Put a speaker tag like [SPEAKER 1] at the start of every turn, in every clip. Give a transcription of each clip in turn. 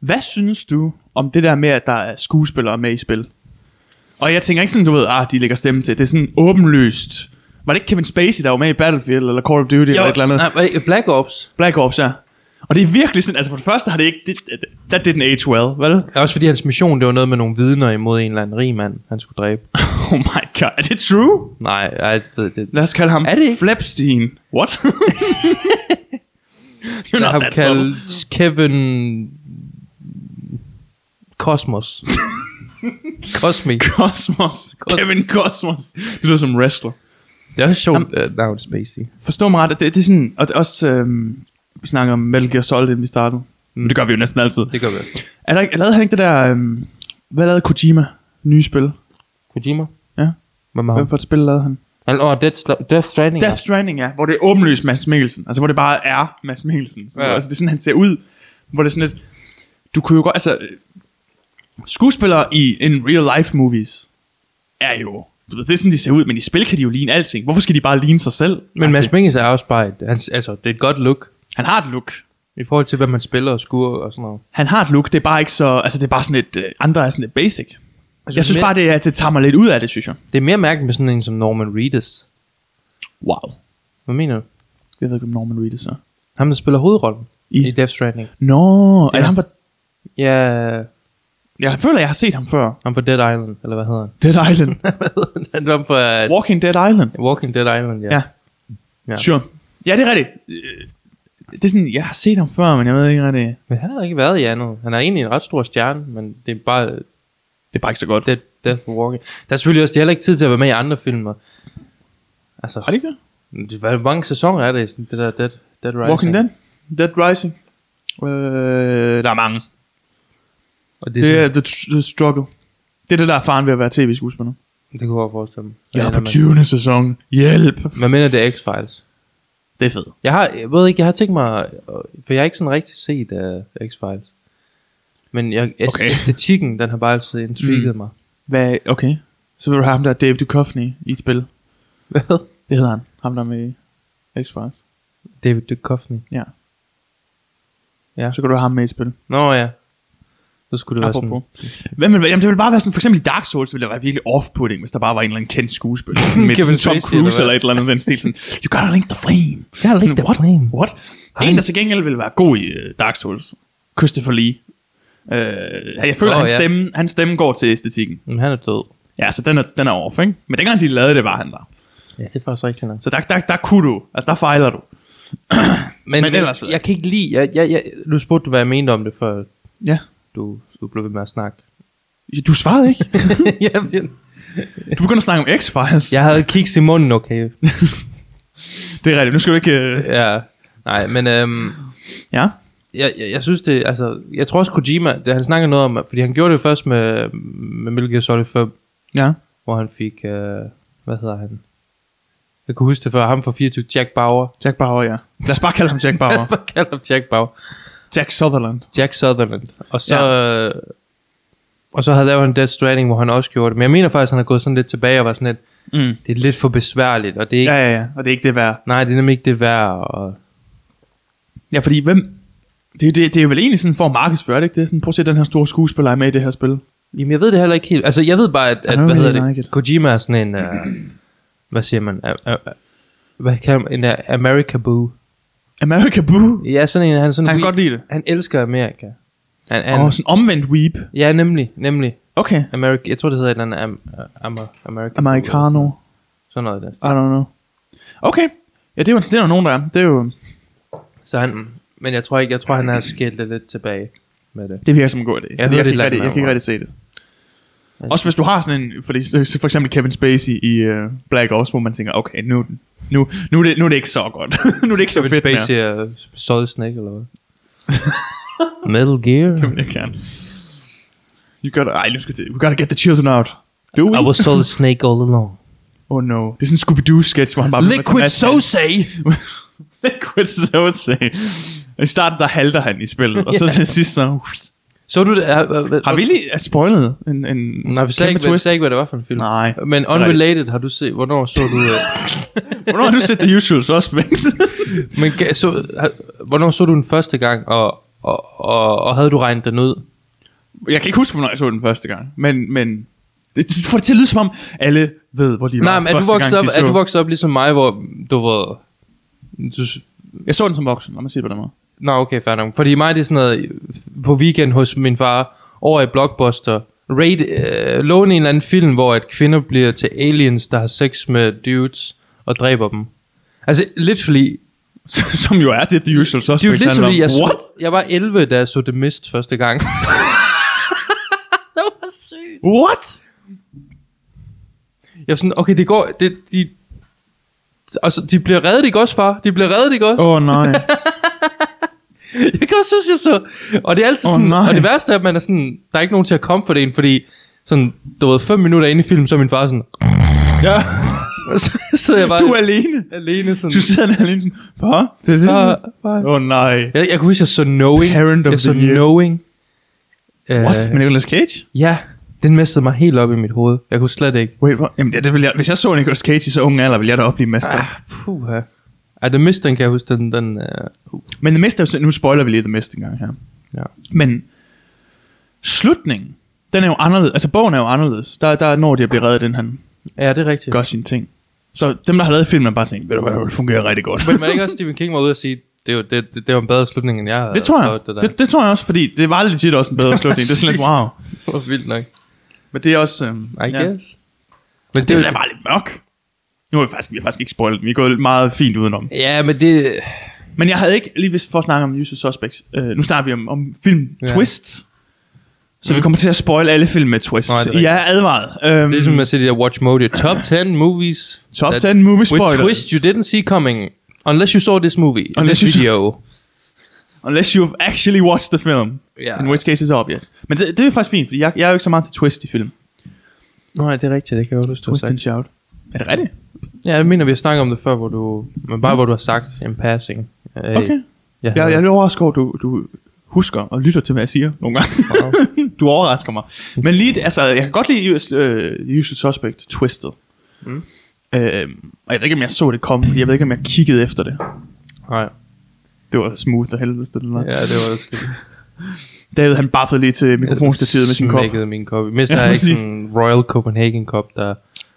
[SPEAKER 1] Hvad synes du om det der med, at der er skuespillere med i spil? Og jeg tænker ikke sådan, du ved, ah, de lægger stemme til. Det er sådan åbenlyst. Var det ikke Kevin Spacey, der var med i Battlefield, eller Call of Duty, jo, eller et eller andet?
[SPEAKER 2] Nej, var det ikke Black Ops.
[SPEAKER 1] Black Ops, ja. Og det er virkelig sådan, altså for det første har det ikke, det, det- that didn't age well, vel?
[SPEAKER 2] Ja, Også fordi hans mission, det var noget med nogle vidner imod en eller anden rig mand, han skulle dræbe.
[SPEAKER 1] Oh my god, er det true?
[SPEAKER 2] Nej, ej, det, det, det,
[SPEAKER 1] Lad os kalde ham
[SPEAKER 2] Er det ikke?
[SPEAKER 1] Flapstein. What? You're
[SPEAKER 2] jeg
[SPEAKER 1] not
[SPEAKER 2] har
[SPEAKER 1] that subtle.
[SPEAKER 2] kaldt Kevin... Cosmos. Cosmic.
[SPEAKER 1] Cosmos.
[SPEAKER 2] Cos-
[SPEAKER 1] Kevin Cosmos. Det lyder som wrestler.
[SPEAKER 2] Det er også sjovt, uh, navn Spacey.
[SPEAKER 1] Forstå mig ret, at det, det er sådan, og det er også, øhm, vi snakker om Metal Gear Solid, inden vi startede. Men Mm. det gør vi jo næsten altid.
[SPEAKER 2] Det gør vi.
[SPEAKER 1] Er der ikke, lavede han ikke det der, øhm, hvad lavede Kojima? Nye spil.
[SPEAKER 2] Kojima?
[SPEAKER 1] Ja.
[SPEAKER 2] Hvad
[SPEAKER 1] Hvad
[SPEAKER 2] med ham?
[SPEAKER 1] for et spil lavede han?
[SPEAKER 2] Han- Åh, Death, Sla- Death Stranding.
[SPEAKER 1] Death Stranding, ja. Hvor det er åbenlyst Mads Mikkelsen. Altså, hvor det bare er Mads Mikkelsen. Så,
[SPEAKER 2] Ja.
[SPEAKER 1] ja. Altså, det er sådan, han ser ud. Hvor det er sådan lidt... Du kunne jo godt... Altså, øh, skuespillere i en real-life movies er jo... Du ved, det er sådan, de ser ud, men i spil kan de jo ligne alting. Hvorfor skal de bare ligne sig selv?
[SPEAKER 2] Men Mads Mikkelsen er også bare et, han, altså, det er et godt look.
[SPEAKER 1] Han har et look.
[SPEAKER 2] I forhold til, hvad man spiller og skuer og sådan noget.
[SPEAKER 1] Han har et look, det er bare ikke så... Altså, det er bare sådan lidt... Øh, andre er sådan lidt basic. Altså, jeg synes
[SPEAKER 2] men-
[SPEAKER 1] bare, det, er, det tager mig lidt ud af det, synes jeg.
[SPEAKER 2] Det er mere mærkeligt med sådan en som Norman Reedus.
[SPEAKER 1] Wow.
[SPEAKER 2] Hvad mener du?
[SPEAKER 1] Jeg ved ikke, om Norman Reedus er.
[SPEAKER 2] Ham, der spiller hovedrollen
[SPEAKER 1] I-
[SPEAKER 2] i, i Death Stranding.
[SPEAKER 1] Nå, ja. er
[SPEAKER 2] Ja.
[SPEAKER 1] han bare...
[SPEAKER 2] Ja,
[SPEAKER 1] Jeg føler, jeg har set ham før.
[SPEAKER 2] ham på Dead Island, eller hvad hedder han?
[SPEAKER 1] Dead Island.
[SPEAKER 2] Hvad hedder han? Ham på uh,
[SPEAKER 1] Walking Dead Island.
[SPEAKER 2] Walking Dead Island, ja.
[SPEAKER 1] Ja.
[SPEAKER 2] Ja.
[SPEAKER 1] Sure. Ja, det er rigtigt. Øh, Det er sådan, jeg har set ham før, men jeg ved ikke rigtig.
[SPEAKER 2] Men han har ikke været i andet. Han er egentlig en ret stor stjerne, men det er bare øh,
[SPEAKER 1] Det er bare ikke så godt.
[SPEAKER 2] Dead, Death Walking. Der er selvfølgelig også, det er heller ikke tid til at være med i andre filmer. Altså,
[SPEAKER 1] Har de ikke det?
[SPEAKER 2] det- hvor mange sæsoner er det i sådan det der Dead, Dead Rising?
[SPEAKER 1] Walking Dead? Dead Rising? Øh, der er mange.
[SPEAKER 2] Og det, er
[SPEAKER 1] Det
[SPEAKER 2] sådan-
[SPEAKER 1] er the, tr- the Struggle. Det er det, der er faren ved at være tv-skuespiller.
[SPEAKER 2] Det kunne jeg godt forestille mig.
[SPEAKER 1] Jeg er
[SPEAKER 2] Eller
[SPEAKER 1] på 20. sæson. Hjælp.
[SPEAKER 2] man, man mener, det er X-Files.
[SPEAKER 1] Det er fedt.
[SPEAKER 2] Jeg har, jeg ved ikke, jeg har tænkt mig, øh, for jeg har ikke sådan rigtig set uh, X-Files. Men jeg, æst-
[SPEAKER 1] Okay.
[SPEAKER 2] æstetikken, den har bare altid intriget mm. mig.
[SPEAKER 1] Hvad, okay. Så vil du have ham der, Dave Duchovny, i et spil.
[SPEAKER 2] Hvad?
[SPEAKER 1] Det hedder han. Ham der med X-Files.
[SPEAKER 2] David Duchovny.
[SPEAKER 1] Ja.
[SPEAKER 2] Ja.
[SPEAKER 1] Så kan du have ham med i et spil.
[SPEAKER 2] Nå ja. Så skulle det være
[SPEAKER 1] Apropos. Hvem vil, jamen, det ville bare være sådan, for eksempel i Dark Souls ville det være virkelig off-putting, hvis der bare var en eller anden kendt skuespiller, sådan med
[SPEAKER 2] Kevin
[SPEAKER 1] sådan Tom
[SPEAKER 2] Spacey, eller
[SPEAKER 1] Cruise
[SPEAKER 2] hvad?
[SPEAKER 1] eller et eller andet den stil, sådan, you gotta link the flame.
[SPEAKER 2] gotta link
[SPEAKER 1] Sådan,
[SPEAKER 2] the
[SPEAKER 1] what?
[SPEAKER 2] flame.
[SPEAKER 1] What? En, der til gengæld ville være god i øh, Dark Souls, Christopher Lee. Øh, jeg føler,
[SPEAKER 2] Åh,
[SPEAKER 1] oh, hans,
[SPEAKER 2] ja.
[SPEAKER 1] stemme, hans stemme går til æstetikken.
[SPEAKER 2] sådan. Men han er død.
[SPEAKER 1] Ja, så den er, den er off, ikke? Men dengang de lavede det, var han der.
[SPEAKER 2] Ja, det er faktisk rigtigt nok.
[SPEAKER 1] Så der, der, der kunne du, altså der fejler du.
[SPEAKER 2] Men,
[SPEAKER 1] Men ellers ved jeg
[SPEAKER 2] jeg, jeg kan ikke lide, jeg, jeg, jeg, nu spurgte du, hvad jeg mente om det, før
[SPEAKER 1] Ja.
[SPEAKER 2] du, du blev ved med at snakke.
[SPEAKER 1] Du svarede ikke.
[SPEAKER 2] jeg, jeg,
[SPEAKER 1] Du begynder at snakke om X-Files.
[SPEAKER 2] jeg havde kiks i munden, okay.
[SPEAKER 1] Det er rigtigt. Nu skal du ikke... Øh...
[SPEAKER 2] ja. Nej, men øhm,
[SPEAKER 1] Ja.
[SPEAKER 2] jeg, jeg, jeg synes det, altså, jeg tror også Kojima, det, han snakker noget om, fordi han gjorde det først med, med Metal Gear Solid 5,
[SPEAKER 1] Ja.
[SPEAKER 2] hvor han fik, øh, hvad hedder han? Jeg kunne huske det før, ham fra 24, Jack Bauer.
[SPEAKER 1] Jack Bauer, ja. Lad os bare kalde ham Jack Bauer.
[SPEAKER 2] Hvad kalder ham Jack Bauer?
[SPEAKER 1] Jack Sutherland.
[SPEAKER 2] Jack Sutherland. Og så, ja. øh, og så havde lavet en Death Stranding, hvor han også gjorde det. Men jeg mener faktisk, han har gået sådan lidt tilbage og var sådan lidt,
[SPEAKER 1] Mm.
[SPEAKER 2] det er lidt for besværligt, og det er ikke,
[SPEAKER 1] Ja,
[SPEAKER 2] ja.
[SPEAKER 1] ja, ja. Og det er ikke det værd.
[SPEAKER 2] nej, det er nemlig ikke det værd. Og,
[SPEAKER 1] Ja, fordi hvem... Det, det, det er jo vel egentlig sådan for at markedsføre, det, ikke? Det er sådan, prøv at se, den her store skuespiller er med i det her spil.
[SPEAKER 2] Jamen, jeg ved det heller ikke helt. Altså, jeg ved bare, at, at
[SPEAKER 1] don't
[SPEAKER 2] hvad
[SPEAKER 1] really
[SPEAKER 2] hedder det?
[SPEAKER 1] like it.
[SPEAKER 2] Kojima er sådan en, uh, hvad siger man, uh, uh, hvad kalder man, en uh, America Boo.
[SPEAKER 1] America Boo.
[SPEAKER 2] Ja, sådan en, han er sådan
[SPEAKER 1] Han kan
[SPEAKER 2] weeb.
[SPEAKER 1] godt lide det.
[SPEAKER 2] Han elsker Amerika. Han, han,
[SPEAKER 1] Åh, oh, sådan omvendt weep.
[SPEAKER 2] Ja, nemlig, nemlig.
[SPEAKER 1] Okay.
[SPEAKER 2] America, jeg tror, det hedder et eller andet am, am, America Boo.
[SPEAKER 1] Americano.
[SPEAKER 2] Sådan noget der.
[SPEAKER 1] I don't know. Okay. Ja, det er jo det er der nogen, der er. Det er jo...
[SPEAKER 2] Så han, men jeg tror ikke, jeg tror, han har skilt det lidt tilbage med det.
[SPEAKER 1] Det virker som en god idé. Jeg,
[SPEAKER 2] hører
[SPEAKER 1] jeg,
[SPEAKER 2] det
[SPEAKER 1] kan, ikke
[SPEAKER 2] langt
[SPEAKER 1] rigtig, jeg kan ikke
[SPEAKER 2] nærmere.
[SPEAKER 1] rigtig se det. Også hvis du har sådan en, fordi, så- for eksempel Kevin Spacey i uh, Black Ops, hvor man tænker, okay, nu, nu, nu, er, det, nu er det ikke så godt. nu er det ikke så
[SPEAKER 2] Kevin
[SPEAKER 1] fedt mere.
[SPEAKER 2] Spacey er øh, Solid Snake, eller hvad? Metal Gear?
[SPEAKER 1] Men jeg kan. You gotta, ej, nu skal jeg til. We gotta get the children out. Do we?
[SPEAKER 2] I was Solid Snake all along.
[SPEAKER 1] Oh no. Det er sådan en Scooby-Doo-sketch, hvor han bare...
[SPEAKER 2] Liquid Sosa!
[SPEAKER 1] Liquid Sosa. I starten, der halter han i spillet, og så til sidst så...
[SPEAKER 2] Så du det? Har
[SPEAKER 1] Har vi lige er spoilet en, en
[SPEAKER 2] Nej, vi sagde,
[SPEAKER 1] kæmpe
[SPEAKER 2] ikke, hvad, vi sagde ikke, hvad det var for en film.
[SPEAKER 1] Nej.
[SPEAKER 2] Men
[SPEAKER 1] er rigtigt.
[SPEAKER 2] Unrelated har du set, hvornår så du... øh,
[SPEAKER 1] Hvornår har du set The Usual Suspects?
[SPEAKER 2] men ga- så, har, hvornår så du den første gang, og, Og, og, og havde du regnet den ud?
[SPEAKER 1] Jeg kan ikke huske, hvornår jeg så den første gang, men, men det, du får det til at lyde som om, alle ved, hvor de var
[SPEAKER 2] Nej, men er du,
[SPEAKER 1] første
[SPEAKER 2] vokset op,
[SPEAKER 1] gang, de
[SPEAKER 2] er du
[SPEAKER 1] så-
[SPEAKER 2] vokset op ligesom mig, hvor du var... Du,
[SPEAKER 1] Jeg så den som voksen, lad mig sige det på den måde.
[SPEAKER 2] Nå, okay, fair nok. Fordi mig, det er sådan noget, på weekend hos min far, over i Blockbuster, raid, øh, låne en eller anden film, hvor at kvinder bliver til aliens, der har sex med dudes og dræber dem. Altså, literally,
[SPEAKER 1] som jo er det, The Usual Suspects
[SPEAKER 2] dude,
[SPEAKER 1] handler om.
[SPEAKER 2] literally ligesom, jeg,
[SPEAKER 1] What?
[SPEAKER 2] så, jeg var 11, da jeg så The Mist første gang.
[SPEAKER 1] What?
[SPEAKER 2] Jeg var sådan, okay, det går, det, de, altså, de bliver reddet, ikke også, far? De bliver reddet, ikke også?
[SPEAKER 1] Åh oh, nej.
[SPEAKER 2] Jeg kan også synes, jeg så... Og det er altid
[SPEAKER 1] Åh,
[SPEAKER 2] sådan...
[SPEAKER 1] nej.
[SPEAKER 2] og det værste er, at man er sådan... Der er ikke nogen til at comfort en, fordi... Sådan, du ved, fem minutter inde i filmen, så er min far sådan...
[SPEAKER 1] ja,
[SPEAKER 2] Og så sidder jeg bare...
[SPEAKER 1] du er alene.
[SPEAKER 2] alene sådan...
[SPEAKER 1] Du sidder der alene sådan, hvad? Det er det.
[SPEAKER 2] Far, far.
[SPEAKER 1] Åh oh, nej.
[SPEAKER 2] Jeg, jeg kan huske, jeg så Knowing.
[SPEAKER 1] Parent of
[SPEAKER 2] jeg så
[SPEAKER 1] the year.
[SPEAKER 2] Knowing. Uh,
[SPEAKER 1] What? Med Nicolas Cage?
[SPEAKER 2] Ja, den mistede mig helt op i mit hoved. Jeg kunne slet ikke...
[SPEAKER 1] Wait, what? Jamen, det, det vil jeg, hvis jeg så Nicolas Cage i så unge alder, ville jeg da op blive mester.
[SPEAKER 2] Ah,
[SPEAKER 1] Ah.
[SPEAKER 2] puha. Ej, The Mist, den kan jeg huske, den... den uh,
[SPEAKER 1] Men The Mist er jo sådan, nu spoiler vi lige The Mist en gang her.
[SPEAKER 2] ja.
[SPEAKER 1] Men slutningen, den er jo anderledes. Altså, bogen er jo anderledes. Der, der når de at blive reddet, inden han
[SPEAKER 2] ja, det er rigtigt.
[SPEAKER 1] gør sine ting. Så dem, der har lavet filmen, har bare tænkt, ved du hvad, det fungerer rigtig godt.
[SPEAKER 2] Men var det ikke også Stephen King var ude og sige, det var, det, det, det var en bedre slutning, end jeg havde
[SPEAKER 1] det tror jeg.
[SPEAKER 2] prøvet,
[SPEAKER 1] Det,
[SPEAKER 2] der.
[SPEAKER 1] det, det, tror jeg også, fordi det var legit også en bedre slutning. Det er sådan lidt, wow.
[SPEAKER 2] det var vildt nok.
[SPEAKER 1] Men det er også... Øhm,
[SPEAKER 2] I ja. guess. Men
[SPEAKER 1] Det er bare lidt mørk. Nu har vi faktisk, vi har faktisk ikke spoilet den. Vi er gået meget fint udenom.
[SPEAKER 2] Ja, men det...
[SPEAKER 1] Men jeg havde ikke, lige hvis for at snakke om Usual Suspects, øh, nu snakker vi om, om film
[SPEAKER 2] Ja.
[SPEAKER 1] ja. Twist. Så vi kommer til at spoil alle film med twist.
[SPEAKER 2] Nej, det er
[SPEAKER 1] Nej,
[SPEAKER 2] rigtigt.
[SPEAKER 1] jeg er advaret. Øhm,
[SPEAKER 2] Det er som Ligesom at se det der Watch Mojo. Top 10 movies.
[SPEAKER 1] Top
[SPEAKER 2] that-
[SPEAKER 1] 10 movie
[SPEAKER 2] With
[SPEAKER 1] spoilers.
[SPEAKER 2] twist you didn't see coming. Unless you saw this movie. Unless
[SPEAKER 1] Unless
[SPEAKER 2] this
[SPEAKER 1] you-
[SPEAKER 2] video.
[SPEAKER 1] unless you've actually watched the film.
[SPEAKER 2] Ja.
[SPEAKER 1] In which case it's obvious. Men det, det er faktisk fint, fordi jeg, jeg er jo ikke så meget til twist i film.
[SPEAKER 2] Nej, det er rigtigt. Det kan jeg jo lyst
[SPEAKER 1] Twist and shout. Er det rigtigt?
[SPEAKER 2] Ja, jeg mener, vi har snakket om det før, hvor du... Men bare hvor du har sagt en passing. Øh,
[SPEAKER 1] Mm. Okay.
[SPEAKER 2] Ja,
[SPEAKER 1] Jeg, jeg er lidt overrasket over, at du, du husker og lytter til, hvad jeg siger nogle gange.
[SPEAKER 2] Wow.
[SPEAKER 1] du overrasker mig. Men lige, altså, jeg kan godt lide US, øh, The Usual Suspect, Twisted. Mm. Øh, og jeg ved ikke, om jeg så det komme, fordi jeg ved ikke, om jeg kiggede efter det.
[SPEAKER 2] Nej.
[SPEAKER 1] Det var smooth og helvedes, det der. Ja.
[SPEAKER 2] Ja, det var det skidt.
[SPEAKER 1] David, han baffede lige til mikrofonstativet med sin kop.
[SPEAKER 2] Smækkede min kop. Mest
[SPEAKER 1] Ja,
[SPEAKER 2] har jeg ikke
[SPEAKER 1] præcis.
[SPEAKER 2] sådan en Royal Copenhagen kop, der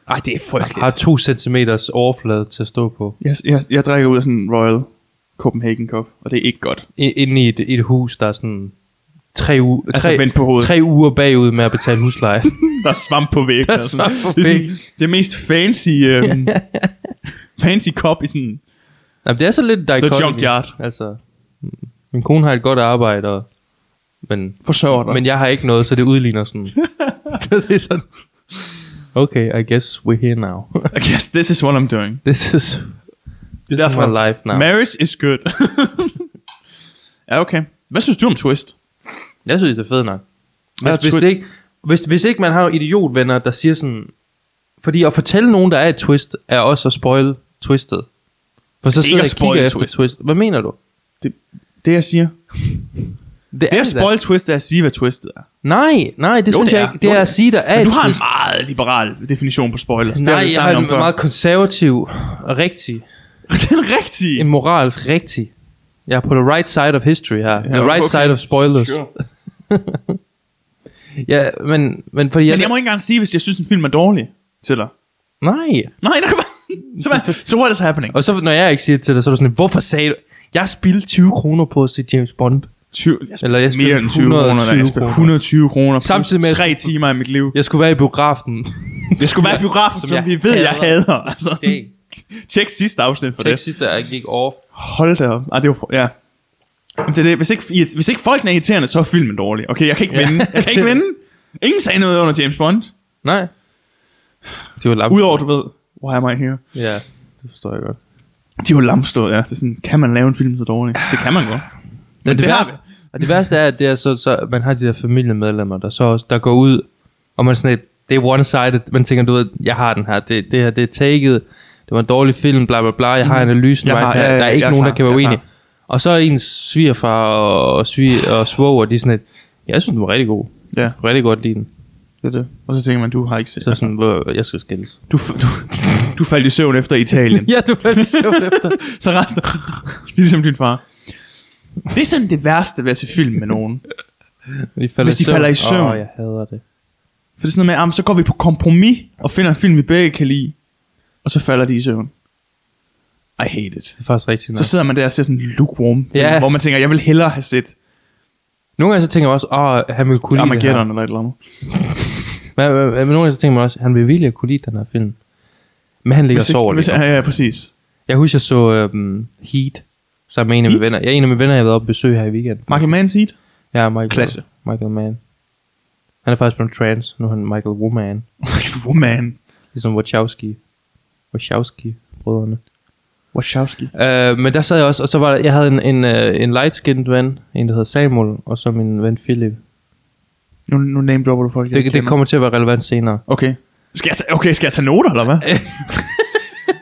[SPEAKER 1] Ej, det er
[SPEAKER 2] har
[SPEAKER 1] frygteligt.
[SPEAKER 2] to centimeters overflade til at stå på.
[SPEAKER 1] Jeg, jeg, jeg drikker ud af sådan en Royal Copenhagen kop, og det er ikke godt.
[SPEAKER 2] I- inde i et, i et hus, der er sådan tre, u-
[SPEAKER 1] Altså,
[SPEAKER 2] tre,
[SPEAKER 1] vendt på hovedet.
[SPEAKER 2] tre uger bagud med at betale husleje.
[SPEAKER 1] Der er svamp på væggen.
[SPEAKER 2] Der er
[SPEAKER 1] og sådan.
[SPEAKER 2] svamp
[SPEAKER 1] det,
[SPEAKER 2] på
[SPEAKER 1] er sådan,
[SPEAKER 2] væggen.
[SPEAKER 1] det mest fancy, øhm, fancy kop i sådan...
[SPEAKER 2] Jamen, det er så lidt dichotomy.
[SPEAKER 1] junkyard.
[SPEAKER 2] Altså, mm, min kone har et godt arbejde, og, men,
[SPEAKER 1] Forsørger dig.
[SPEAKER 2] men jeg har ikke noget, så det udligner sådan. det er sådan. Okay, I guess we're here now.
[SPEAKER 1] I guess this is what I'm doing.
[SPEAKER 2] This is,
[SPEAKER 1] Det
[SPEAKER 2] this is my life now.
[SPEAKER 1] Marriage is good. ja, okay. Hvad synes du om Twist?
[SPEAKER 2] Jeg synes, det er fedt nok. Altså,
[SPEAKER 1] Hvad er
[SPEAKER 2] Hvis, hvis,
[SPEAKER 1] twist?
[SPEAKER 2] det ikke, hvis, hvis ikke man har idiotvenner, der siger sådan... Fordi at fortælle nogen, der er et twist, er også at spoil twistet. For så
[SPEAKER 1] Det er
[SPEAKER 2] sidder
[SPEAKER 1] ikke
[SPEAKER 2] jeg og
[SPEAKER 1] at spoil
[SPEAKER 2] kigger efter
[SPEAKER 1] twist.
[SPEAKER 2] twist. Hvad mener du?
[SPEAKER 1] Det, det jeg siger. Det
[SPEAKER 2] da.
[SPEAKER 1] at spoil Twist er at sige, hvad Twistet er.
[SPEAKER 2] Nej, nej, det jo, synes
[SPEAKER 1] det
[SPEAKER 2] jeg
[SPEAKER 1] er.
[SPEAKER 2] ikke. Det
[SPEAKER 1] Jo,
[SPEAKER 2] er
[SPEAKER 1] det
[SPEAKER 2] at
[SPEAKER 1] er.
[SPEAKER 2] sige, der er
[SPEAKER 1] Men
[SPEAKER 2] et
[SPEAKER 1] du har en
[SPEAKER 2] twist.
[SPEAKER 1] meget liberal definition på spoilers.
[SPEAKER 2] Nej, jeg har en
[SPEAKER 1] om før.
[SPEAKER 2] meget konservativ, rigtig,
[SPEAKER 1] Den rigtige.
[SPEAKER 2] en moralsk rigtig. Jeg er på the right side of history her. Ja, the right
[SPEAKER 1] okay.
[SPEAKER 2] side of spoilers.
[SPEAKER 1] Sure.
[SPEAKER 2] Ja, men, men fordi
[SPEAKER 1] Men jeg må ikke engang sige, hvis jeg synes, en film er dårlig til dig.
[SPEAKER 2] Nej.
[SPEAKER 1] Nej, der kan bare... Så, hvad, so what is happening?
[SPEAKER 2] Og så når jeg ikke siger det til dig, så er du sådan, hvorfor sagde du... Jeg spildte 20 kroner på at se James Bond.
[SPEAKER 1] 20, jeg
[SPEAKER 2] Eller jeg spillede
[SPEAKER 1] mere end 20 kroner, da jeg
[SPEAKER 2] 120
[SPEAKER 1] spillede
[SPEAKER 2] kroner.
[SPEAKER 1] 120 kroner.
[SPEAKER 2] Samtidig
[SPEAKER 1] Samtidig
[SPEAKER 2] med-
[SPEAKER 1] med... 3 timer i mit liv.
[SPEAKER 2] Jeg skulle være i biografen.
[SPEAKER 1] Jeg skulle være i biografen, som,
[SPEAKER 2] jeg
[SPEAKER 1] vi ved, jeg
[SPEAKER 2] hader.
[SPEAKER 1] hader. Altså,
[SPEAKER 2] Dang.
[SPEAKER 1] tjek sidste afsnit for
[SPEAKER 2] Det
[SPEAKER 1] det.
[SPEAKER 2] er ikke sidste, jeg gik off.
[SPEAKER 1] Hold da op. Ah, det var, for- ja. Jamen, Det er det. Hvis, ikke, irrit- hvis ikke folkene er irriterende, så er filmen dårlig. Okay, jeg kan ikke
[SPEAKER 2] Ja.
[SPEAKER 1] vinde. Jeg kan ikke vinde. Ingen sagde noget under James Bond.
[SPEAKER 2] Nej. Det var lamt.
[SPEAKER 1] Udover, du ved, why am I here?
[SPEAKER 2] Ja, det forstår jeg godt.
[SPEAKER 1] De var lamstået, ja. Det er sådan, kan man lave en film så dårlig? Det kan man godt.
[SPEAKER 2] Men
[SPEAKER 1] det
[SPEAKER 2] det, det
[SPEAKER 1] har
[SPEAKER 2] værste, og det værste er, at det er så, så, man har de der familiemedlemmer, der, så, også- der går ud, og man er sådan lidt, det er one-sided, man tænker, du ved, jeg har den her, det, det her, det er taget, det var en dårlig film, bla bla bla, jeg har analysen,
[SPEAKER 1] Mm. Jeg
[SPEAKER 2] right
[SPEAKER 1] har-
[SPEAKER 2] her,
[SPEAKER 1] ja, ja,
[SPEAKER 2] der er
[SPEAKER 1] jeg
[SPEAKER 2] ikke
[SPEAKER 1] er
[SPEAKER 2] nogen, der
[SPEAKER 1] klar,
[SPEAKER 2] kan være
[SPEAKER 1] jeg er
[SPEAKER 2] uenige. Og så er ens svigerfar og, og, sviger, og svoger, de er sådan lidt, jeg synes, den var rigtig god,
[SPEAKER 1] Ja,
[SPEAKER 2] Jeg kunne rigtig godt lide den.
[SPEAKER 1] det er det. Og så tænker man, du har ikke set.
[SPEAKER 2] Så sådan, hvor, jeg skal skilles.
[SPEAKER 1] Du, du, du faldt i søvn efter Italien.
[SPEAKER 2] Ja, du faldt i søvn efter.
[SPEAKER 1] så resten... Ligesom din far. Det er sådan det værste ved at se film med nogen.
[SPEAKER 2] De falder
[SPEAKER 1] Hvis de
[SPEAKER 2] i søvn.
[SPEAKER 1] falder i søvn.
[SPEAKER 2] Åh, jeg hader det.
[SPEAKER 1] For det er sådan noget med, "Ah, men så går vi på kompromis og finder en film, vi begge kan lide. Og så falder de i søvn. I hate it.
[SPEAKER 2] Det er faktisk rigtigt nok.
[SPEAKER 1] Så sidder man der og ser sådan en lukewarm,
[SPEAKER 2] Ja.
[SPEAKER 1] yeah. hvor man tænker, jeg vil hellere have set
[SPEAKER 2] Nogle gange så tænker jeg også, åh, han vil kunne lide det her.
[SPEAKER 1] Armageddon eller et eller andet.
[SPEAKER 2] Men, men, men nogle gange så tænker man også, han vil virkelig kunne lide den her film. Men han ligger og sover
[SPEAKER 1] hvis,
[SPEAKER 2] lige nu.
[SPEAKER 1] ja, ja, præcis.
[SPEAKER 2] Jeg husker, jeg så øhm, Heat sammen med en af mine
[SPEAKER 1] Heat?
[SPEAKER 2] venner. Jeg er en af mine venner, jeg har været oppe og besøge her i weekenden.
[SPEAKER 1] Michael Mann's Heat.
[SPEAKER 2] Ja, Michael,
[SPEAKER 1] Klasse.
[SPEAKER 2] Michael Mann. Han er faktisk blevet trans. Nu er han Michael Woman.
[SPEAKER 1] Woman.
[SPEAKER 2] Ligesom Wachowski. Wachowski-brødrene.
[SPEAKER 1] Wachowski.
[SPEAKER 2] Øh, men der sad jeg også, og så var der, jeg havde en, en, øh, en light-skinned ven, en der hedder Samuel, og så min ven Philip.
[SPEAKER 1] Nu, nu name dropper du folk, jeg
[SPEAKER 2] Det, det
[SPEAKER 1] kender.
[SPEAKER 2] kommer til at være relevant senere.
[SPEAKER 1] Okay. Skal jeg tage, okay, skal jeg tage noter, eller hvad?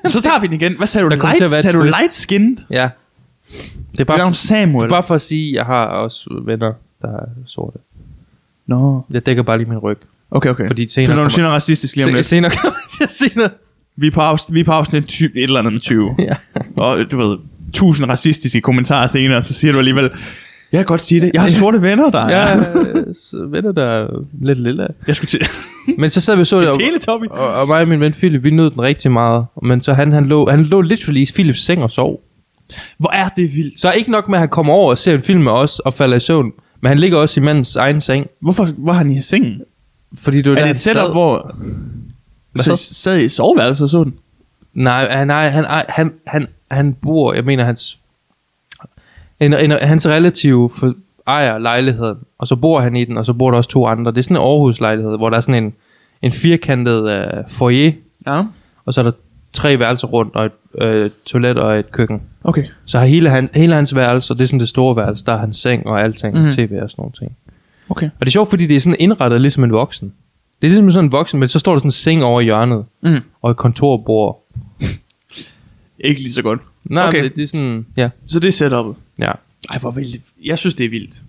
[SPEAKER 1] så tager vi den igen. Hvad sagde du?
[SPEAKER 2] Der kommer til at være
[SPEAKER 1] Light,
[SPEAKER 2] et
[SPEAKER 1] sagde du
[SPEAKER 2] twist.
[SPEAKER 1] light skinned?
[SPEAKER 2] Ja. Det er
[SPEAKER 1] Bare,
[SPEAKER 2] bare,
[SPEAKER 1] Samuel.
[SPEAKER 2] bare for at sige, at jeg har også venner, der er sorte.
[SPEAKER 1] Nå.
[SPEAKER 2] Jeg dækker bare lige min ryg.
[SPEAKER 1] Okay, okay.
[SPEAKER 2] Fordi senere
[SPEAKER 1] så når du
[SPEAKER 2] kommer-
[SPEAKER 1] siger noget racistisk lige om
[SPEAKER 2] Se,
[SPEAKER 1] lidt.
[SPEAKER 2] senere kommer jeg til at sige noget.
[SPEAKER 1] Vi er på, afs- vi er på afsnit ty- et eller andet med 20.
[SPEAKER 2] Ja.
[SPEAKER 1] Og øh, du ved, tusind racistiske kommentarer senere, så siger du alligevel, jeg kan godt sige det. Jeg har sorte venner, der
[SPEAKER 2] Jeg
[SPEAKER 1] er.
[SPEAKER 2] øh, så venner, der er lidt lille.
[SPEAKER 1] Jeg skulle til...
[SPEAKER 2] Men så sad vi og så det, og,
[SPEAKER 1] Teletubby.
[SPEAKER 2] og, og, mig og min ven Philip, vi nød den rigtig meget. Men så han, han, lå, han lå literally i Philips seng og sov.
[SPEAKER 1] Hvor er det vildt.
[SPEAKER 2] Så ikke nok med, at han kommer over og ser en film med os og falder i søvn, men han ligger også i mandens egen seng.
[SPEAKER 1] Hvorfor var han i sengen?
[SPEAKER 2] Fordi det var
[SPEAKER 1] Er
[SPEAKER 2] der,
[SPEAKER 1] det
[SPEAKER 2] han
[SPEAKER 1] et setup,
[SPEAKER 2] sad.
[SPEAKER 1] hvor... Så
[SPEAKER 2] Hvad?
[SPEAKER 1] sad i soveværelset og så den?
[SPEAKER 2] Nej, ah, nej han, han, han, han, han bor, jeg mener hans... En, en, hans relative for, ejer lejligheden, og så bor han i den, og så bor der også to andre. Det er sådan en Aarhus-lejlighed, hvor der er sådan en, en firkantet øh, foyer,
[SPEAKER 1] Ja.
[SPEAKER 2] og så er der tre værelser rundt, og et øh, toilet og et køkken.
[SPEAKER 1] Okay.
[SPEAKER 2] Så har hele, han, hele hans værelse, og det er sådan det store værelse, der er hans seng og alting, mm.
[SPEAKER 1] Mhm.
[SPEAKER 2] tv og sådan nogle ting.
[SPEAKER 1] Okay.
[SPEAKER 2] Og det er sjovt, fordi det er sådan indrettet ligesom en voksen. Det er ligesom sådan en voksen, men så står der sådan en seng over i hjørnet,
[SPEAKER 1] Mm.
[SPEAKER 2] og et kontorbord.
[SPEAKER 1] Ikke lige så godt.
[SPEAKER 2] Nej,
[SPEAKER 1] Okay.
[SPEAKER 2] okay. det, det er sådan, ja,
[SPEAKER 1] Så det er setup'et.
[SPEAKER 2] ja.
[SPEAKER 1] Ej, hvor vildt. Jeg synes, det er vildt.